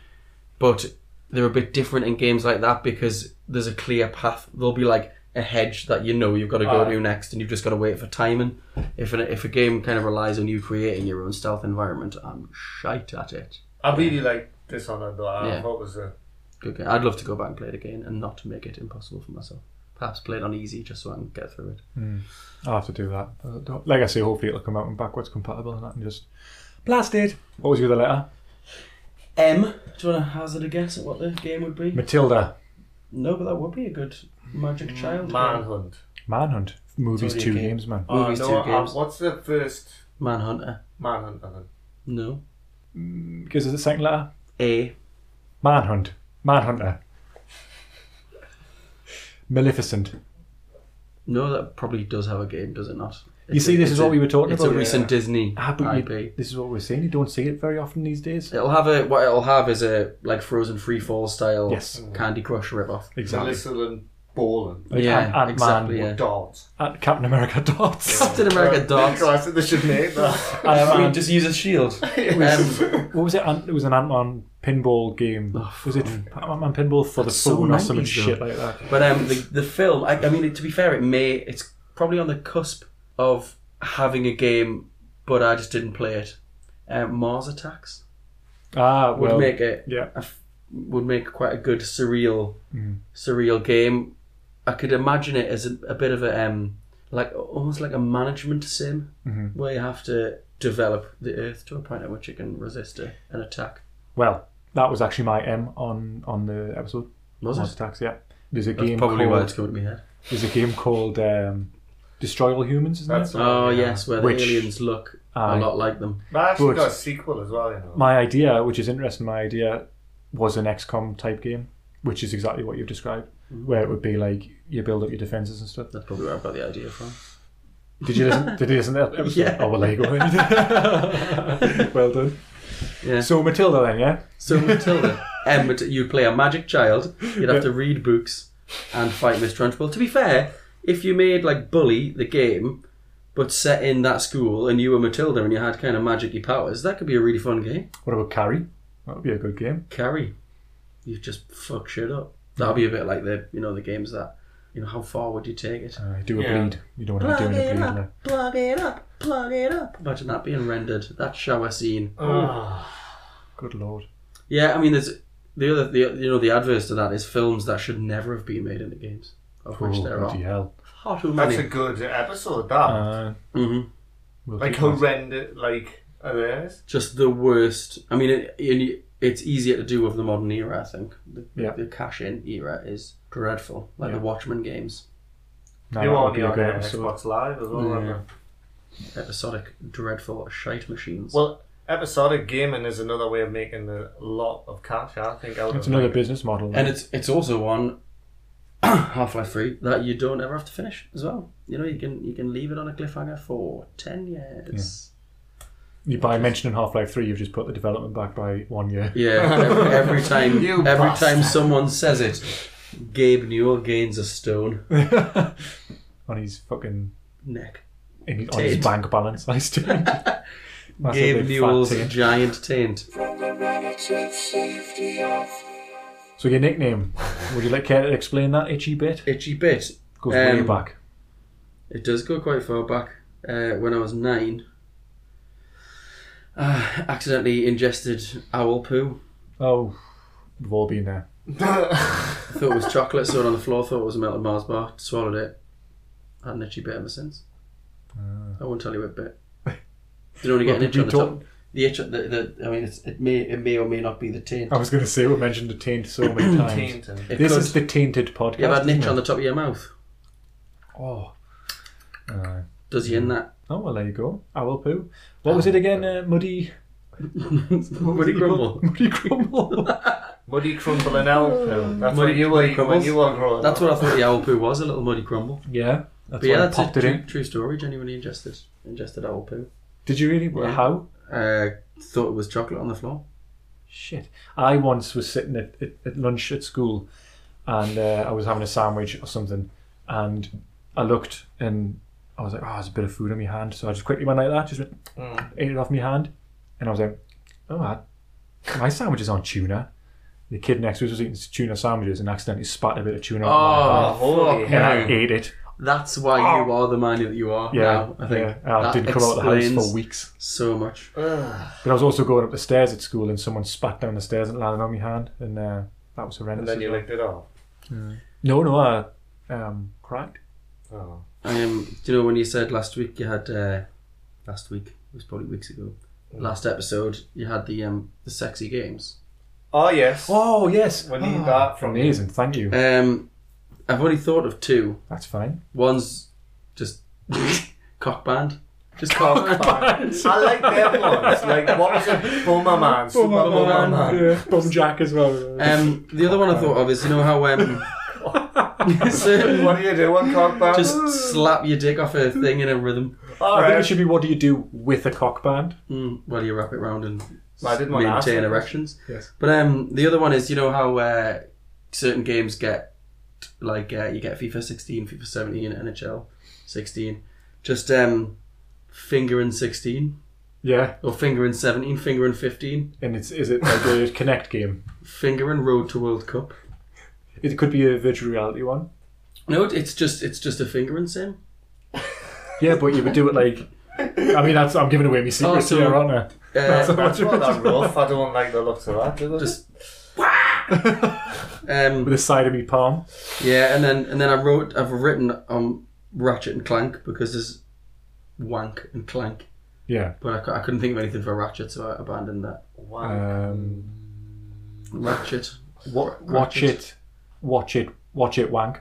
Speaker 3: but they're a bit different in games like that because there's a clear path. There'll be like a hedge that you know you've got to go
Speaker 2: Ah.
Speaker 3: to next, and you've just got to wait for timing. If a, if a game kind of relies on you creating your own stealth environment, I'm shite at it.
Speaker 2: I really like Dishonored though. I
Speaker 3: Yeah.
Speaker 2: thought it Uh, was a
Speaker 3: Good game. I'd love to go back and play it again and not make it impossible for myself. Perhaps play it on easy just so I can get through it.
Speaker 1: I'll have to do that. Uh, don't- Like I say, hopefully it'll come out in backwards compatible and I can just blast it. What was your other letter?
Speaker 3: M. Do you want to hazard a guess at what the game would be?
Speaker 1: Matilda.
Speaker 3: No, but that would be a good
Speaker 1: Mm,
Speaker 3: Magic Child.
Speaker 2: manhunt.
Speaker 1: Manhunt. Movies,
Speaker 3: It's
Speaker 1: two
Speaker 3: already a game.
Speaker 1: games, man.
Speaker 3: Movies,
Speaker 2: Oh,
Speaker 3: two
Speaker 2: no, I-
Speaker 3: games.
Speaker 2: what's the first
Speaker 3: Manhunter.
Speaker 2: manhunt? Then?
Speaker 3: No.
Speaker 1: Because it's the second letter.
Speaker 3: A.
Speaker 1: Manhunt. Manhunter. Maleficent.
Speaker 3: No, that probably does have a game, does it not?
Speaker 1: You see, this is what we were talking
Speaker 3: it's
Speaker 1: about.
Speaker 3: a recent Disney
Speaker 1: Ah, but you-
Speaker 3: IP.
Speaker 1: this is what we're saying. You don't see it very often these days.
Speaker 3: It'll have a what it'll have is a like Frozen Free Fall style
Speaker 1: Yes.
Speaker 3: Candy Crush ripoff.
Speaker 2: Melissa and Bolan.
Speaker 1: Like
Speaker 3: yeah,
Speaker 1: Ant- Ant-Man
Speaker 3: exactly.
Speaker 1: would-
Speaker 3: Yeah.
Speaker 2: Dot.
Speaker 1: At Captain America (laughs) dots.
Speaker 3: Captain America
Speaker 2: (laughs)
Speaker 3: dots.
Speaker 2: I said Uh, they should
Speaker 3: (laughs)
Speaker 2: name that.
Speaker 1: I am
Speaker 3: We
Speaker 1: Ant-
Speaker 3: just use a shield. (laughs) Um,
Speaker 1: what was it? Ant- it was an Ant-Man pinball game. was it Ant-Man pinball for
Speaker 3: Oh, That's
Speaker 1: the
Speaker 3: so
Speaker 1: phone or some
Speaker 3: 90s though.
Speaker 1: shit like that?
Speaker 3: But um, the the film, I, I mean, to be fair, it may it's probably on the cusp of having a game, but I just didn't play it. Um, Mars Attacks
Speaker 1: Ah,
Speaker 3: would
Speaker 1: well,
Speaker 3: make it
Speaker 1: yeah.
Speaker 3: a f- would make quite a good surreal surreal game. I could imagine it as a, a bit of a um, like almost like a management sim where you have to develop the Earth to a point at which it can resist a, an attack.
Speaker 1: Well, that was actually my M on on the episode.
Speaker 3: Was
Speaker 1: Monster
Speaker 3: it?
Speaker 1: Attacks, yeah. There's a
Speaker 3: That's
Speaker 1: game
Speaker 3: probably why it's
Speaker 1: called,
Speaker 3: coming to my head.
Speaker 1: there's a game called um, Destroy All Humans, isn't
Speaker 2: That's
Speaker 1: it?
Speaker 3: Oh yes, where the
Speaker 1: Which-
Speaker 3: aliens look
Speaker 1: Aye.
Speaker 3: a lot like them.
Speaker 2: I actually
Speaker 1: But-
Speaker 2: got a sequel as well. You know.
Speaker 1: My idea, which is interesting, my idea was an XCOM type game, which is exactly what you've described,
Speaker 3: Mm-hmm.
Speaker 1: where it would be like you build up your defenses and stuff.
Speaker 3: That's probably where I got the idea from.
Speaker 1: Did you
Speaker 3: (laughs)
Speaker 1: listen? did you listen to that episode?
Speaker 3: Yeah.
Speaker 1: Oh, well, there you go. then. (laughs) well done.
Speaker 3: Yeah. So,
Speaker 1: So Matilda, then, yeah.
Speaker 3: Matilda, um, Mat- you'd play a magic child. You'd have to read books and fight Miss Trunchbull. To be fair, if you made like Bully the game, but set in that school, and you were Matilda and you had kind of magic powers, that could be a really fun game.
Speaker 1: What about Carrie? That would be a good game.
Speaker 3: Carrie, you just fuck shit up. That'd be a bit like the you know the games that you know how far would you take it?
Speaker 1: Uh, do a
Speaker 2: Yeah.
Speaker 1: bleed. You don't want to be doing a bleed. like.
Speaker 3: plug it up, plug it up. Imagine that being rendered. That shower scene.
Speaker 2: Uh,
Speaker 1: Good lord.
Speaker 3: Yeah, I mean, there's the other, the you know, the adverse to that is films that should never have been made into games, of which
Speaker 1: Oh,
Speaker 3: there are
Speaker 1: bloody hell.
Speaker 3: far too
Speaker 2: That's
Speaker 3: many.
Speaker 2: a good episode. That
Speaker 1: Uh,
Speaker 3: Mhm.
Speaker 1: we'll
Speaker 2: like
Speaker 1: keep that.
Speaker 2: horrendous. Like are theirs.
Speaker 3: Just the worst. I mean, it, it, it's easier to do of the modern era. I think the,
Speaker 1: Yeah.
Speaker 3: the cash-in era is dreadful, like the
Speaker 1: Yeah.
Speaker 3: Watchmen games,
Speaker 1: No,
Speaker 2: they
Speaker 1: that
Speaker 2: were
Speaker 1: would
Speaker 2: only
Speaker 1: be a
Speaker 2: on
Speaker 1: good
Speaker 2: uh,
Speaker 1: episode.
Speaker 2: Xbox Live as well. weren't
Speaker 3: Yeah.
Speaker 2: they?
Speaker 3: episodic, dreadful shite machines.
Speaker 2: Well, episodic gaming is another way of making a lot of cash. I think out
Speaker 1: It's
Speaker 2: of
Speaker 1: another
Speaker 2: it.
Speaker 1: business model.
Speaker 3: and
Speaker 1: right?
Speaker 3: it's it's also one (clears throat) Half-Life Three that you don't ever have to finish as well. You know, you can you can leave it on a cliffhanger for ten years.
Speaker 1: You, by mentioning Half Life 3, you've just put the development back by one year.
Speaker 3: Yeah, every, every time
Speaker 2: (laughs) You
Speaker 3: every
Speaker 2: bastard.
Speaker 3: time someone says it, Gabe Newell gains
Speaker 1: (laughs)
Speaker 3: a stone
Speaker 1: on his fucking.
Speaker 3: neck.
Speaker 1: In his, on his
Speaker 3: Tate.
Speaker 1: bank balance. (laughs) I
Speaker 3: (laughs)
Speaker 1: still.
Speaker 3: Gabe Newell's giant taint.
Speaker 5: From the relative safety of
Speaker 1: So, your nickname, would you like care to explain that itchy bit?
Speaker 3: Itchy bit.
Speaker 1: Goes way
Speaker 3: Um,
Speaker 1: back.
Speaker 3: It does go quite far back. Uh, when I was nine, uh, accidentally ingested owl poo.
Speaker 1: Oh, we've all been there.
Speaker 3: I thought it was chocolate, saw it on the floor, thought it was a melted Mars bar, swallowed it. Had an itchy bit ever since. I won't tell you what bit. You don't want to get
Speaker 1: Ah. Well,
Speaker 3: an itch
Speaker 1: you
Speaker 3: on the
Speaker 1: talk-
Speaker 3: top. The itch, the, the, I mean, it's, it may it may or may not be the taint.
Speaker 1: I was going to say, we mentioned the taint so
Speaker 3: (clears throat)
Speaker 1: many times.
Speaker 2: Taint and-
Speaker 3: It
Speaker 1: Oh, This
Speaker 3: could-
Speaker 1: is the tainted podcast.
Speaker 3: You have had an itch
Speaker 1: isn't
Speaker 3: on
Speaker 1: it?
Speaker 3: the top of your mouth.
Speaker 1: Oh. Uh,
Speaker 3: Does he in that?
Speaker 1: Mm. oh, well, there you go. Owl poo. (laughs) What was it again? Uh, muddy. (laughs)
Speaker 3: Woody Grumble.
Speaker 1: Woody Grumble.
Speaker 3: (laughs)
Speaker 2: Muddy Crumble and Owl Poo. That's what you were eating when
Speaker 3: Crumbles.
Speaker 2: you were growing up.
Speaker 3: That's what I thought the owl poo was, a little muddy crumble.
Speaker 1: yeah, that's
Speaker 3: But yeah,
Speaker 1: why I
Speaker 3: that's
Speaker 1: popped
Speaker 3: a
Speaker 1: it
Speaker 3: true,
Speaker 1: in.
Speaker 3: true story. Genuinely ingested ingested owl poo.
Speaker 1: Did you really? Well,
Speaker 3: Yeah.
Speaker 1: How?
Speaker 3: Uh, thought it was chocolate on the floor.
Speaker 1: Shit. I once was sitting at, at, at lunch at school and uh, I was having a sandwich or something and I looked and I was like, oh, there's a bit of food on my hand. So I just quickly went like that, just went,
Speaker 3: Hmm.
Speaker 1: ate it off my hand. And I was like, oh, I, my sandwich is on tuna. The kid next to us was eating tuna sandwiches and accidentally spat a bit of tuna on my hand.
Speaker 2: Oh, holy
Speaker 3: fuck
Speaker 1: And I
Speaker 2: hell.
Speaker 3: no.
Speaker 1: ate it.
Speaker 3: That's why you are the man that you are
Speaker 1: Oh. Yeah,
Speaker 3: now. I think
Speaker 1: yeah. And I
Speaker 3: that
Speaker 1: didn't come out of the house
Speaker 3: explains
Speaker 1: for weeks.
Speaker 3: so much.
Speaker 2: Ugh.
Speaker 1: But I was also going up the stairs at school, and someone spat down the stairs and landed on my hand, and uh, that was horrendous.
Speaker 2: And then
Speaker 1: as
Speaker 2: you
Speaker 1: well.
Speaker 2: licked it off.
Speaker 1: No, no, I um, cried.
Speaker 2: Oh.
Speaker 3: Um, do you know when you said last week you had uh, last week it was probably weeks ago.
Speaker 1: Mm.
Speaker 3: Last episode you had the um, the sexy games.
Speaker 2: Oh, yes.
Speaker 1: Oh yes,
Speaker 2: We need
Speaker 1: (laughs)
Speaker 2: that from you.
Speaker 1: amazing. Thank you.
Speaker 3: Um, I've only thought of two.
Speaker 1: That's fine.
Speaker 3: One's just (laughs) cock band. Just
Speaker 1: Oh,
Speaker 3: cock, band.
Speaker 2: I like them ones. Like, what was it? Bummer Man. Super Bummer Man.
Speaker 1: Yeah, Bum Jack as well.
Speaker 3: Um, the other one I thought of is you know how um,
Speaker 1: (laughs)
Speaker 3: (laughs) certain-
Speaker 2: What do you do on Cockburn?
Speaker 3: just slap your dick off a thing in a rhythm.
Speaker 1: I think it
Speaker 2: Alright.
Speaker 1: should be what do you do with a cock band?
Speaker 3: Mm, well, you wrap it round and
Speaker 2: I didn't want to ask
Speaker 3: maintain
Speaker 2: that.
Speaker 3: erections.
Speaker 1: Yes.
Speaker 3: But um, the other one is you know how uh, certain games get like uh, you get FIFA 16, FIFA 17, NHL 16, just um, finger in 16
Speaker 1: Yeah,
Speaker 3: or finger in 17, finger in 15,
Speaker 1: and it's is it like a connect game?
Speaker 3: finger in Road to World Cup.
Speaker 1: It could be a virtual reality one.
Speaker 3: No, it- it's just it's just a finger in sim.
Speaker 1: Yeah, but you would do it like. I mean, that's, I'm giving away my secrets
Speaker 3: Oh, so-
Speaker 1: here, aren't I?
Speaker 3: Uh,
Speaker 2: That's
Speaker 1: (laughs)
Speaker 2: not that rough. I don't like the looks of that. do I?
Speaker 3: just (laughs) um,
Speaker 1: With the side of me palm.
Speaker 3: yeah, and then and then I wrote I've written um Ratchet and Clank because there's wank and clank,
Speaker 1: Yeah.
Speaker 3: but I, cou- I couldn't think of anything for Ratchet, so I abandoned that.
Speaker 2: Wow.
Speaker 1: Um,
Speaker 3: Ratchet.
Speaker 1: wa- watch it, watch it, watch it, wank.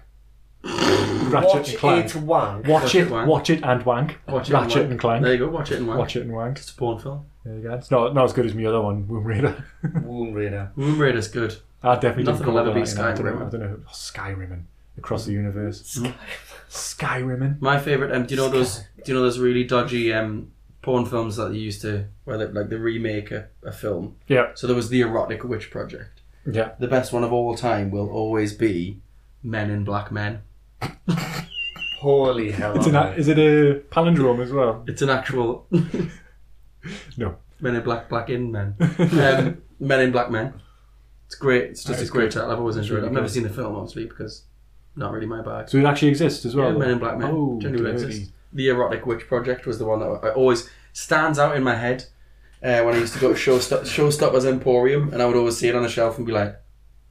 Speaker 1: Ratchet
Speaker 2: Watch
Speaker 1: and
Speaker 2: it
Speaker 1: Clank.
Speaker 2: wank.
Speaker 1: Watch it,
Speaker 3: wank.
Speaker 1: watch it, and wank.
Speaker 3: Watch it
Speaker 1: Ratchet
Speaker 3: wank.
Speaker 1: and Clank.
Speaker 3: There you go. Watch it and wank.
Speaker 1: Watch it and wank.
Speaker 3: It's a porn film.
Speaker 1: There you go. It's not, not as good as my other one, Womb (laughs) Raider.
Speaker 2: Womb Raider.
Speaker 3: Womb Raider's good.
Speaker 1: I definitely
Speaker 3: Nothing
Speaker 1: didn't
Speaker 3: will
Speaker 1: call
Speaker 3: ever
Speaker 1: it
Speaker 3: beat
Speaker 1: that, you know, I don't
Speaker 3: Skyrim.
Speaker 1: know. I don't know. Oh, Skyrim and across the
Speaker 3: (laughs)
Speaker 1: universe. Skyrim.
Speaker 3: My favorite. Um, do you know those? Do you know those really dodgy um porn films that they used to where they, like they remake a, a film?
Speaker 1: Yeah.
Speaker 3: So there was the Erotic Witch Project.
Speaker 1: Yeah.
Speaker 3: The best one of all time will always be Men in Black Men.
Speaker 2: Holy hell.
Speaker 1: It's an,
Speaker 2: alright.
Speaker 1: is it a palindrome as well?
Speaker 3: It's an actual
Speaker 1: (laughs) No.
Speaker 3: Men in Black Black
Speaker 1: (laughs)
Speaker 3: in Men. Um, men in Black Men. It's great. It's just
Speaker 1: That
Speaker 3: a
Speaker 1: is
Speaker 3: great
Speaker 1: good.
Speaker 3: title. I've always enjoyed it.
Speaker 1: really
Speaker 3: I've never
Speaker 1: good.
Speaker 3: seen the film obviously because not really my bag.
Speaker 1: So it actually exists as well.
Speaker 3: Yeah,
Speaker 1: though?
Speaker 3: Men in Black Men.
Speaker 1: Oh,
Speaker 3: genuinely
Speaker 1: dirty.
Speaker 3: exist. The Erotic Witch Project was the one that I always stands out in my head uh, when I used to go to Showstop, Showstoppers Emporium, and I would always see it on the shelf and be like,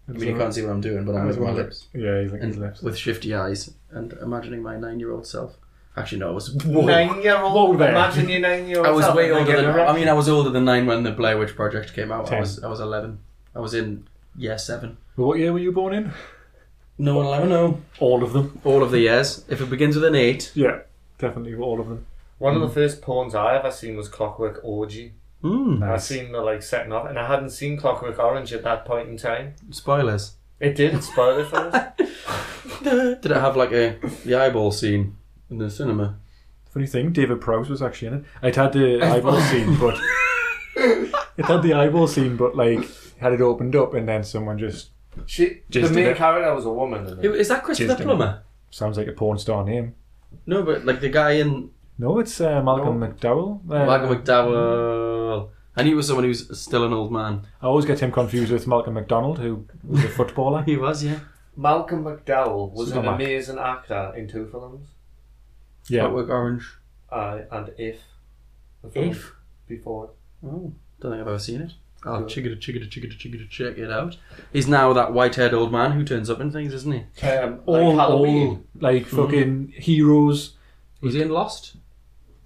Speaker 3: I mean, you can't see what I'm doing, but I'm
Speaker 1: As
Speaker 3: with my
Speaker 1: well.
Speaker 3: lips
Speaker 1: Yeah, he's like his
Speaker 3: and
Speaker 1: lips.
Speaker 3: with shifty eyes and imagining my nine-year-old self. Actually, no, I was
Speaker 2: Nine year
Speaker 1: Whoa
Speaker 2: old.
Speaker 1: there.
Speaker 2: Imagine your nine year old.
Speaker 3: I was way older than I mean, I was older than nine when the Blair Witch Project came out.
Speaker 1: Ten.
Speaker 3: I was I was eleven. I was in year seven.
Speaker 1: Well, What year were you born in?
Speaker 3: No one will ever know
Speaker 1: All of them.
Speaker 3: all of the years. If it begins with an eight,
Speaker 1: Yeah, definitely all of them.
Speaker 2: One of the first porns I ever seen was Clockwork Orgy.
Speaker 3: mm,
Speaker 2: I seen the like setting off, and I hadn't seen Clockwork Orange at that point in time.
Speaker 3: (laughs) spoilers.
Speaker 2: It did. It spoiled it for (laughs) us.
Speaker 3: Did it have like a the eyeball scene in the cinema?
Speaker 1: Funny thing, David Prowse was actually in it. It had
Speaker 3: (laughs)
Speaker 1: the eyeball scene, but (laughs) it had the eyeball scene, but like had it opened up, and then someone just
Speaker 2: She, the
Speaker 1: Just did
Speaker 2: main
Speaker 1: it.
Speaker 2: character was a woman. and
Speaker 3: Who is that? Christopher
Speaker 1: Jizzed in it.
Speaker 3: Plummer?
Speaker 1: sounds like a porn star name.
Speaker 3: No, but like the guy in
Speaker 1: No, it's uh, Malcolm McDowell. Uh,
Speaker 3: Malcolm McDowell. I knew it was someone who's still an old man.
Speaker 1: I always get him confused with Malcolm McDonald, who was a
Speaker 3: (laughs)
Speaker 1: footballer.
Speaker 3: He was, yeah.
Speaker 2: Malcolm McDowell was an
Speaker 1: Superman.
Speaker 2: amazing actor in two films.
Speaker 1: yeah,
Speaker 3: Network Orange.
Speaker 2: Uh, and if. The film
Speaker 3: If?
Speaker 2: Before.
Speaker 3: Oh, don't think I've ever seen it. I'll check it, check it, check it, check it, check it out. He's now that white-haired old man who turns up in things, isn't he?
Speaker 2: Um, like
Speaker 1: all,
Speaker 2: Halloween.
Speaker 1: all like fucking heroes.
Speaker 3: He's in Lost.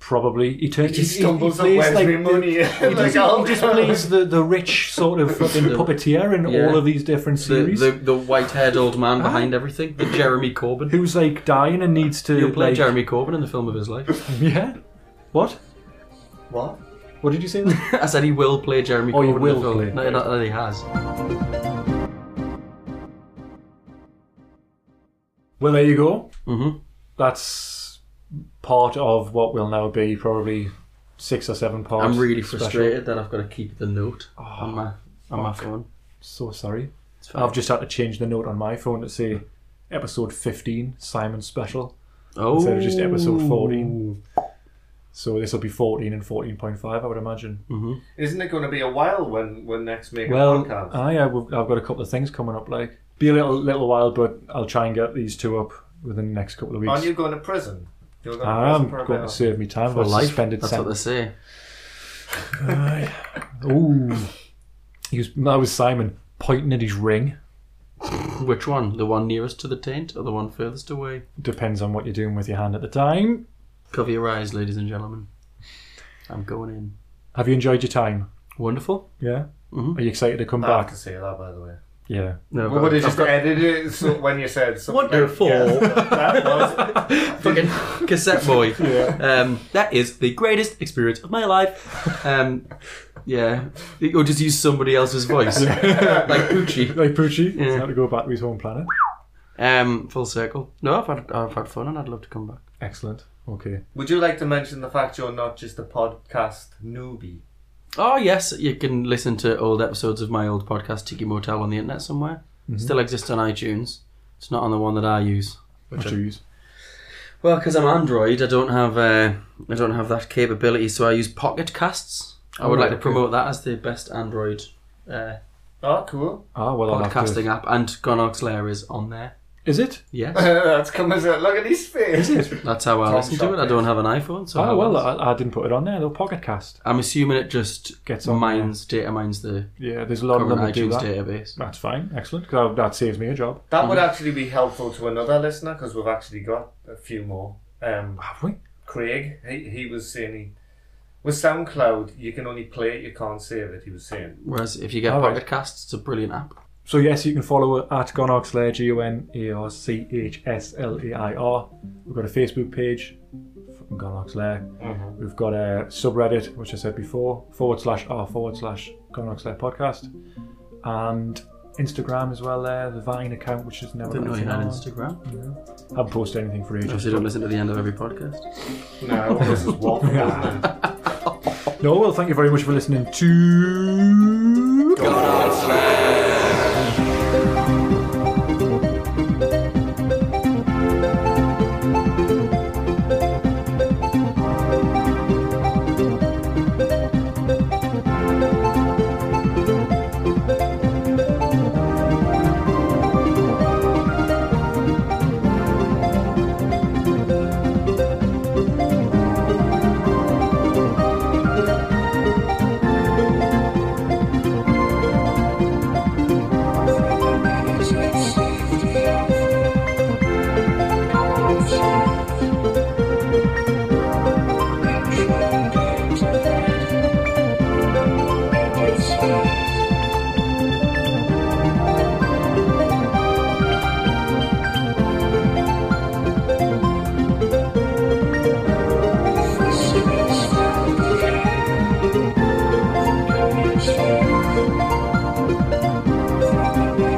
Speaker 1: Probably he turns.
Speaker 2: He just stumbles
Speaker 1: he, he
Speaker 2: up,
Speaker 1: plays,
Speaker 2: where's
Speaker 1: like,
Speaker 2: my money?
Speaker 1: The, he,
Speaker 2: Like,
Speaker 1: just, he
Speaker 2: I'll
Speaker 1: just
Speaker 2: go.
Speaker 1: plays the, the rich sort of fucking puppeteer in
Speaker 3: Yeah.
Speaker 1: all of these different
Speaker 3: The,
Speaker 1: series. Ah.
Speaker 3: the, the white-haired old man behind everything. The Jeremy Corbyn.
Speaker 1: who's like dying and needs to (laughs)
Speaker 3: He'll play
Speaker 1: like
Speaker 3: Jeremy Corbyn in the film of his life.
Speaker 1: yeah what
Speaker 2: What?
Speaker 1: What did you say? then?
Speaker 3: I said he will play Jeremy
Speaker 1: Oh,
Speaker 3: Corbyn.
Speaker 1: you
Speaker 3: in the
Speaker 1: will
Speaker 3: film.
Speaker 1: play.
Speaker 3: No, not that he has.
Speaker 1: well, there you go.
Speaker 3: Mm-hmm.
Speaker 1: That's part of what will now be probably six or seven parts.
Speaker 3: I'm really
Speaker 1: Oh, special. Oh,
Speaker 3: frustrated that I've got to keep the note on my on my phone.
Speaker 1: So sorry. I've just had to change the note on my phone to say episode 15 Simon special
Speaker 3: Oh,
Speaker 1: instead of just episode 14. So this will be 14 and 14.5, I would imagine.
Speaker 2: Isn't it going to be a while when when next make a
Speaker 1: Well,
Speaker 2: podcast?
Speaker 1: aye, I've, Ah, I've got a couple of things coming up. Like, be a little little while, but I'll try and get these two up within the next couple of
Speaker 2: Aren't
Speaker 1: weeks.
Speaker 2: you going to prison? You're going
Speaker 1: I am
Speaker 2: for a
Speaker 1: going to
Speaker 2: bit.
Speaker 1: serve me time
Speaker 3: for
Speaker 1: for
Speaker 3: life.
Speaker 1: suspended
Speaker 3: That's what they
Speaker 1: sentence.
Speaker 3: say.
Speaker 1: Ooh, he was, that was Simon pointing at his ring.
Speaker 3: Which one? The one nearest to the taint, or the one furthest away?
Speaker 1: Depends on what you're doing with your hand at the time.
Speaker 3: Cover your eyes, ladies and gentlemen. I'm going in.
Speaker 1: Have you enjoyed your time?
Speaker 3: Wonderful.
Speaker 1: Yeah.
Speaker 3: Mhm.
Speaker 1: Are you excited to come
Speaker 2: Ah, I have
Speaker 1: back?
Speaker 2: to say that, by the way.
Speaker 1: Yeah.
Speaker 3: No,
Speaker 2: Well, would
Speaker 3: I've
Speaker 2: you just
Speaker 3: got-
Speaker 2: edit it so when you (laughs) said something?
Speaker 3: Wonderful.
Speaker 2: that
Speaker 1: (laughs)
Speaker 2: was
Speaker 3: fucking cassette boy. Um, that is the greatest experience of my life. Um, yeah, or just use somebody
Speaker 1: (laughs)
Speaker 3: else's voice, like Poochie.
Speaker 1: Like Poochie,
Speaker 3: Yeah.
Speaker 1: yeah. had to go back to his home planet.
Speaker 3: Um, full circle. No, I've had I've had fun and I'd love to come back.
Speaker 1: Excellent. Okay.
Speaker 2: (laughs) Would you like to mention the fact you're not just a podcast newbie?
Speaker 3: Oh yes, you can listen to old episodes of my old podcast Tiki Motel on the internet somewhere.
Speaker 1: Mm-hmm.
Speaker 3: Still exists on iTunes. It's not on the one that I use.
Speaker 1: What do you use?
Speaker 3: Well, because I'm Android, I don't have uh, I don't have that capability, so I use Pocket Casts. I would
Speaker 1: Oh,
Speaker 3: like to
Speaker 1: okay.
Speaker 3: promote that as the best Android uh,
Speaker 2: Oh, cool. (laughs)
Speaker 1: Ah, well, I'll have
Speaker 3: podcasting
Speaker 1: to...
Speaker 3: app, and Gonox Lair is on there.
Speaker 1: Is it?
Speaker 3: Yes,
Speaker 2: (laughs) That's come as a look at his face.
Speaker 3: that's how I
Speaker 2: Tom
Speaker 3: listen to it. I
Speaker 2: Shotcase.
Speaker 3: don't have an iPhone, so
Speaker 1: Oh,
Speaker 3: how
Speaker 1: well,
Speaker 3: else?
Speaker 1: I, I didn't put it on there, though. Pocket Cast.
Speaker 3: I'm assuming it just
Speaker 1: Gets on
Speaker 3: mines data mines the
Speaker 1: Yeah, there's a lot of
Speaker 3: current
Speaker 1: them that do
Speaker 3: iTunes
Speaker 1: that.
Speaker 3: database.
Speaker 1: That's fine. Excellent. 'cause that saves me a job.
Speaker 2: That would actually be helpful to another listener because we've actually got a few more. Um,
Speaker 1: Have we?
Speaker 2: Craig, he, he was saying he, with SoundCloud you can only play it, you can't save it. He was saying.
Speaker 3: Whereas if you get
Speaker 1: All right.
Speaker 3: Pocket Casts, it's a brilliant app.
Speaker 1: So yes, you can follow at Gonorchslair, G-O-N-A-R-C-H-S-L-A-I-R. We've got a Facebook page, fucking Gonorchslair. We've got a subreddit, which I said before, forward slash r forward slash Gonorchslair podcast, and Instagram as well. There, the Vine account, which is never
Speaker 3: Didn't know
Speaker 1: got
Speaker 3: you had
Speaker 1: anything on.
Speaker 3: Instagram.
Speaker 1: Haven't posted anything for ages.
Speaker 3: Obviously, don't listen to the end of every podcast.
Speaker 2: No, this is waffle. (laughs) isn't it?
Speaker 1: No, well, thank you very much for listening to.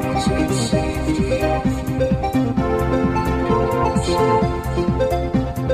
Speaker 5: Safety of the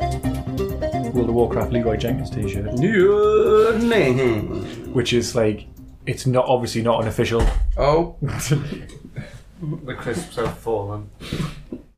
Speaker 1: World of Warcraft Leroy Jenkins T-shirt.
Speaker 3: Your name.
Speaker 1: which is like it's not (laughs) obviously not an official
Speaker 3: Oh,
Speaker 2: The crisps have fallen.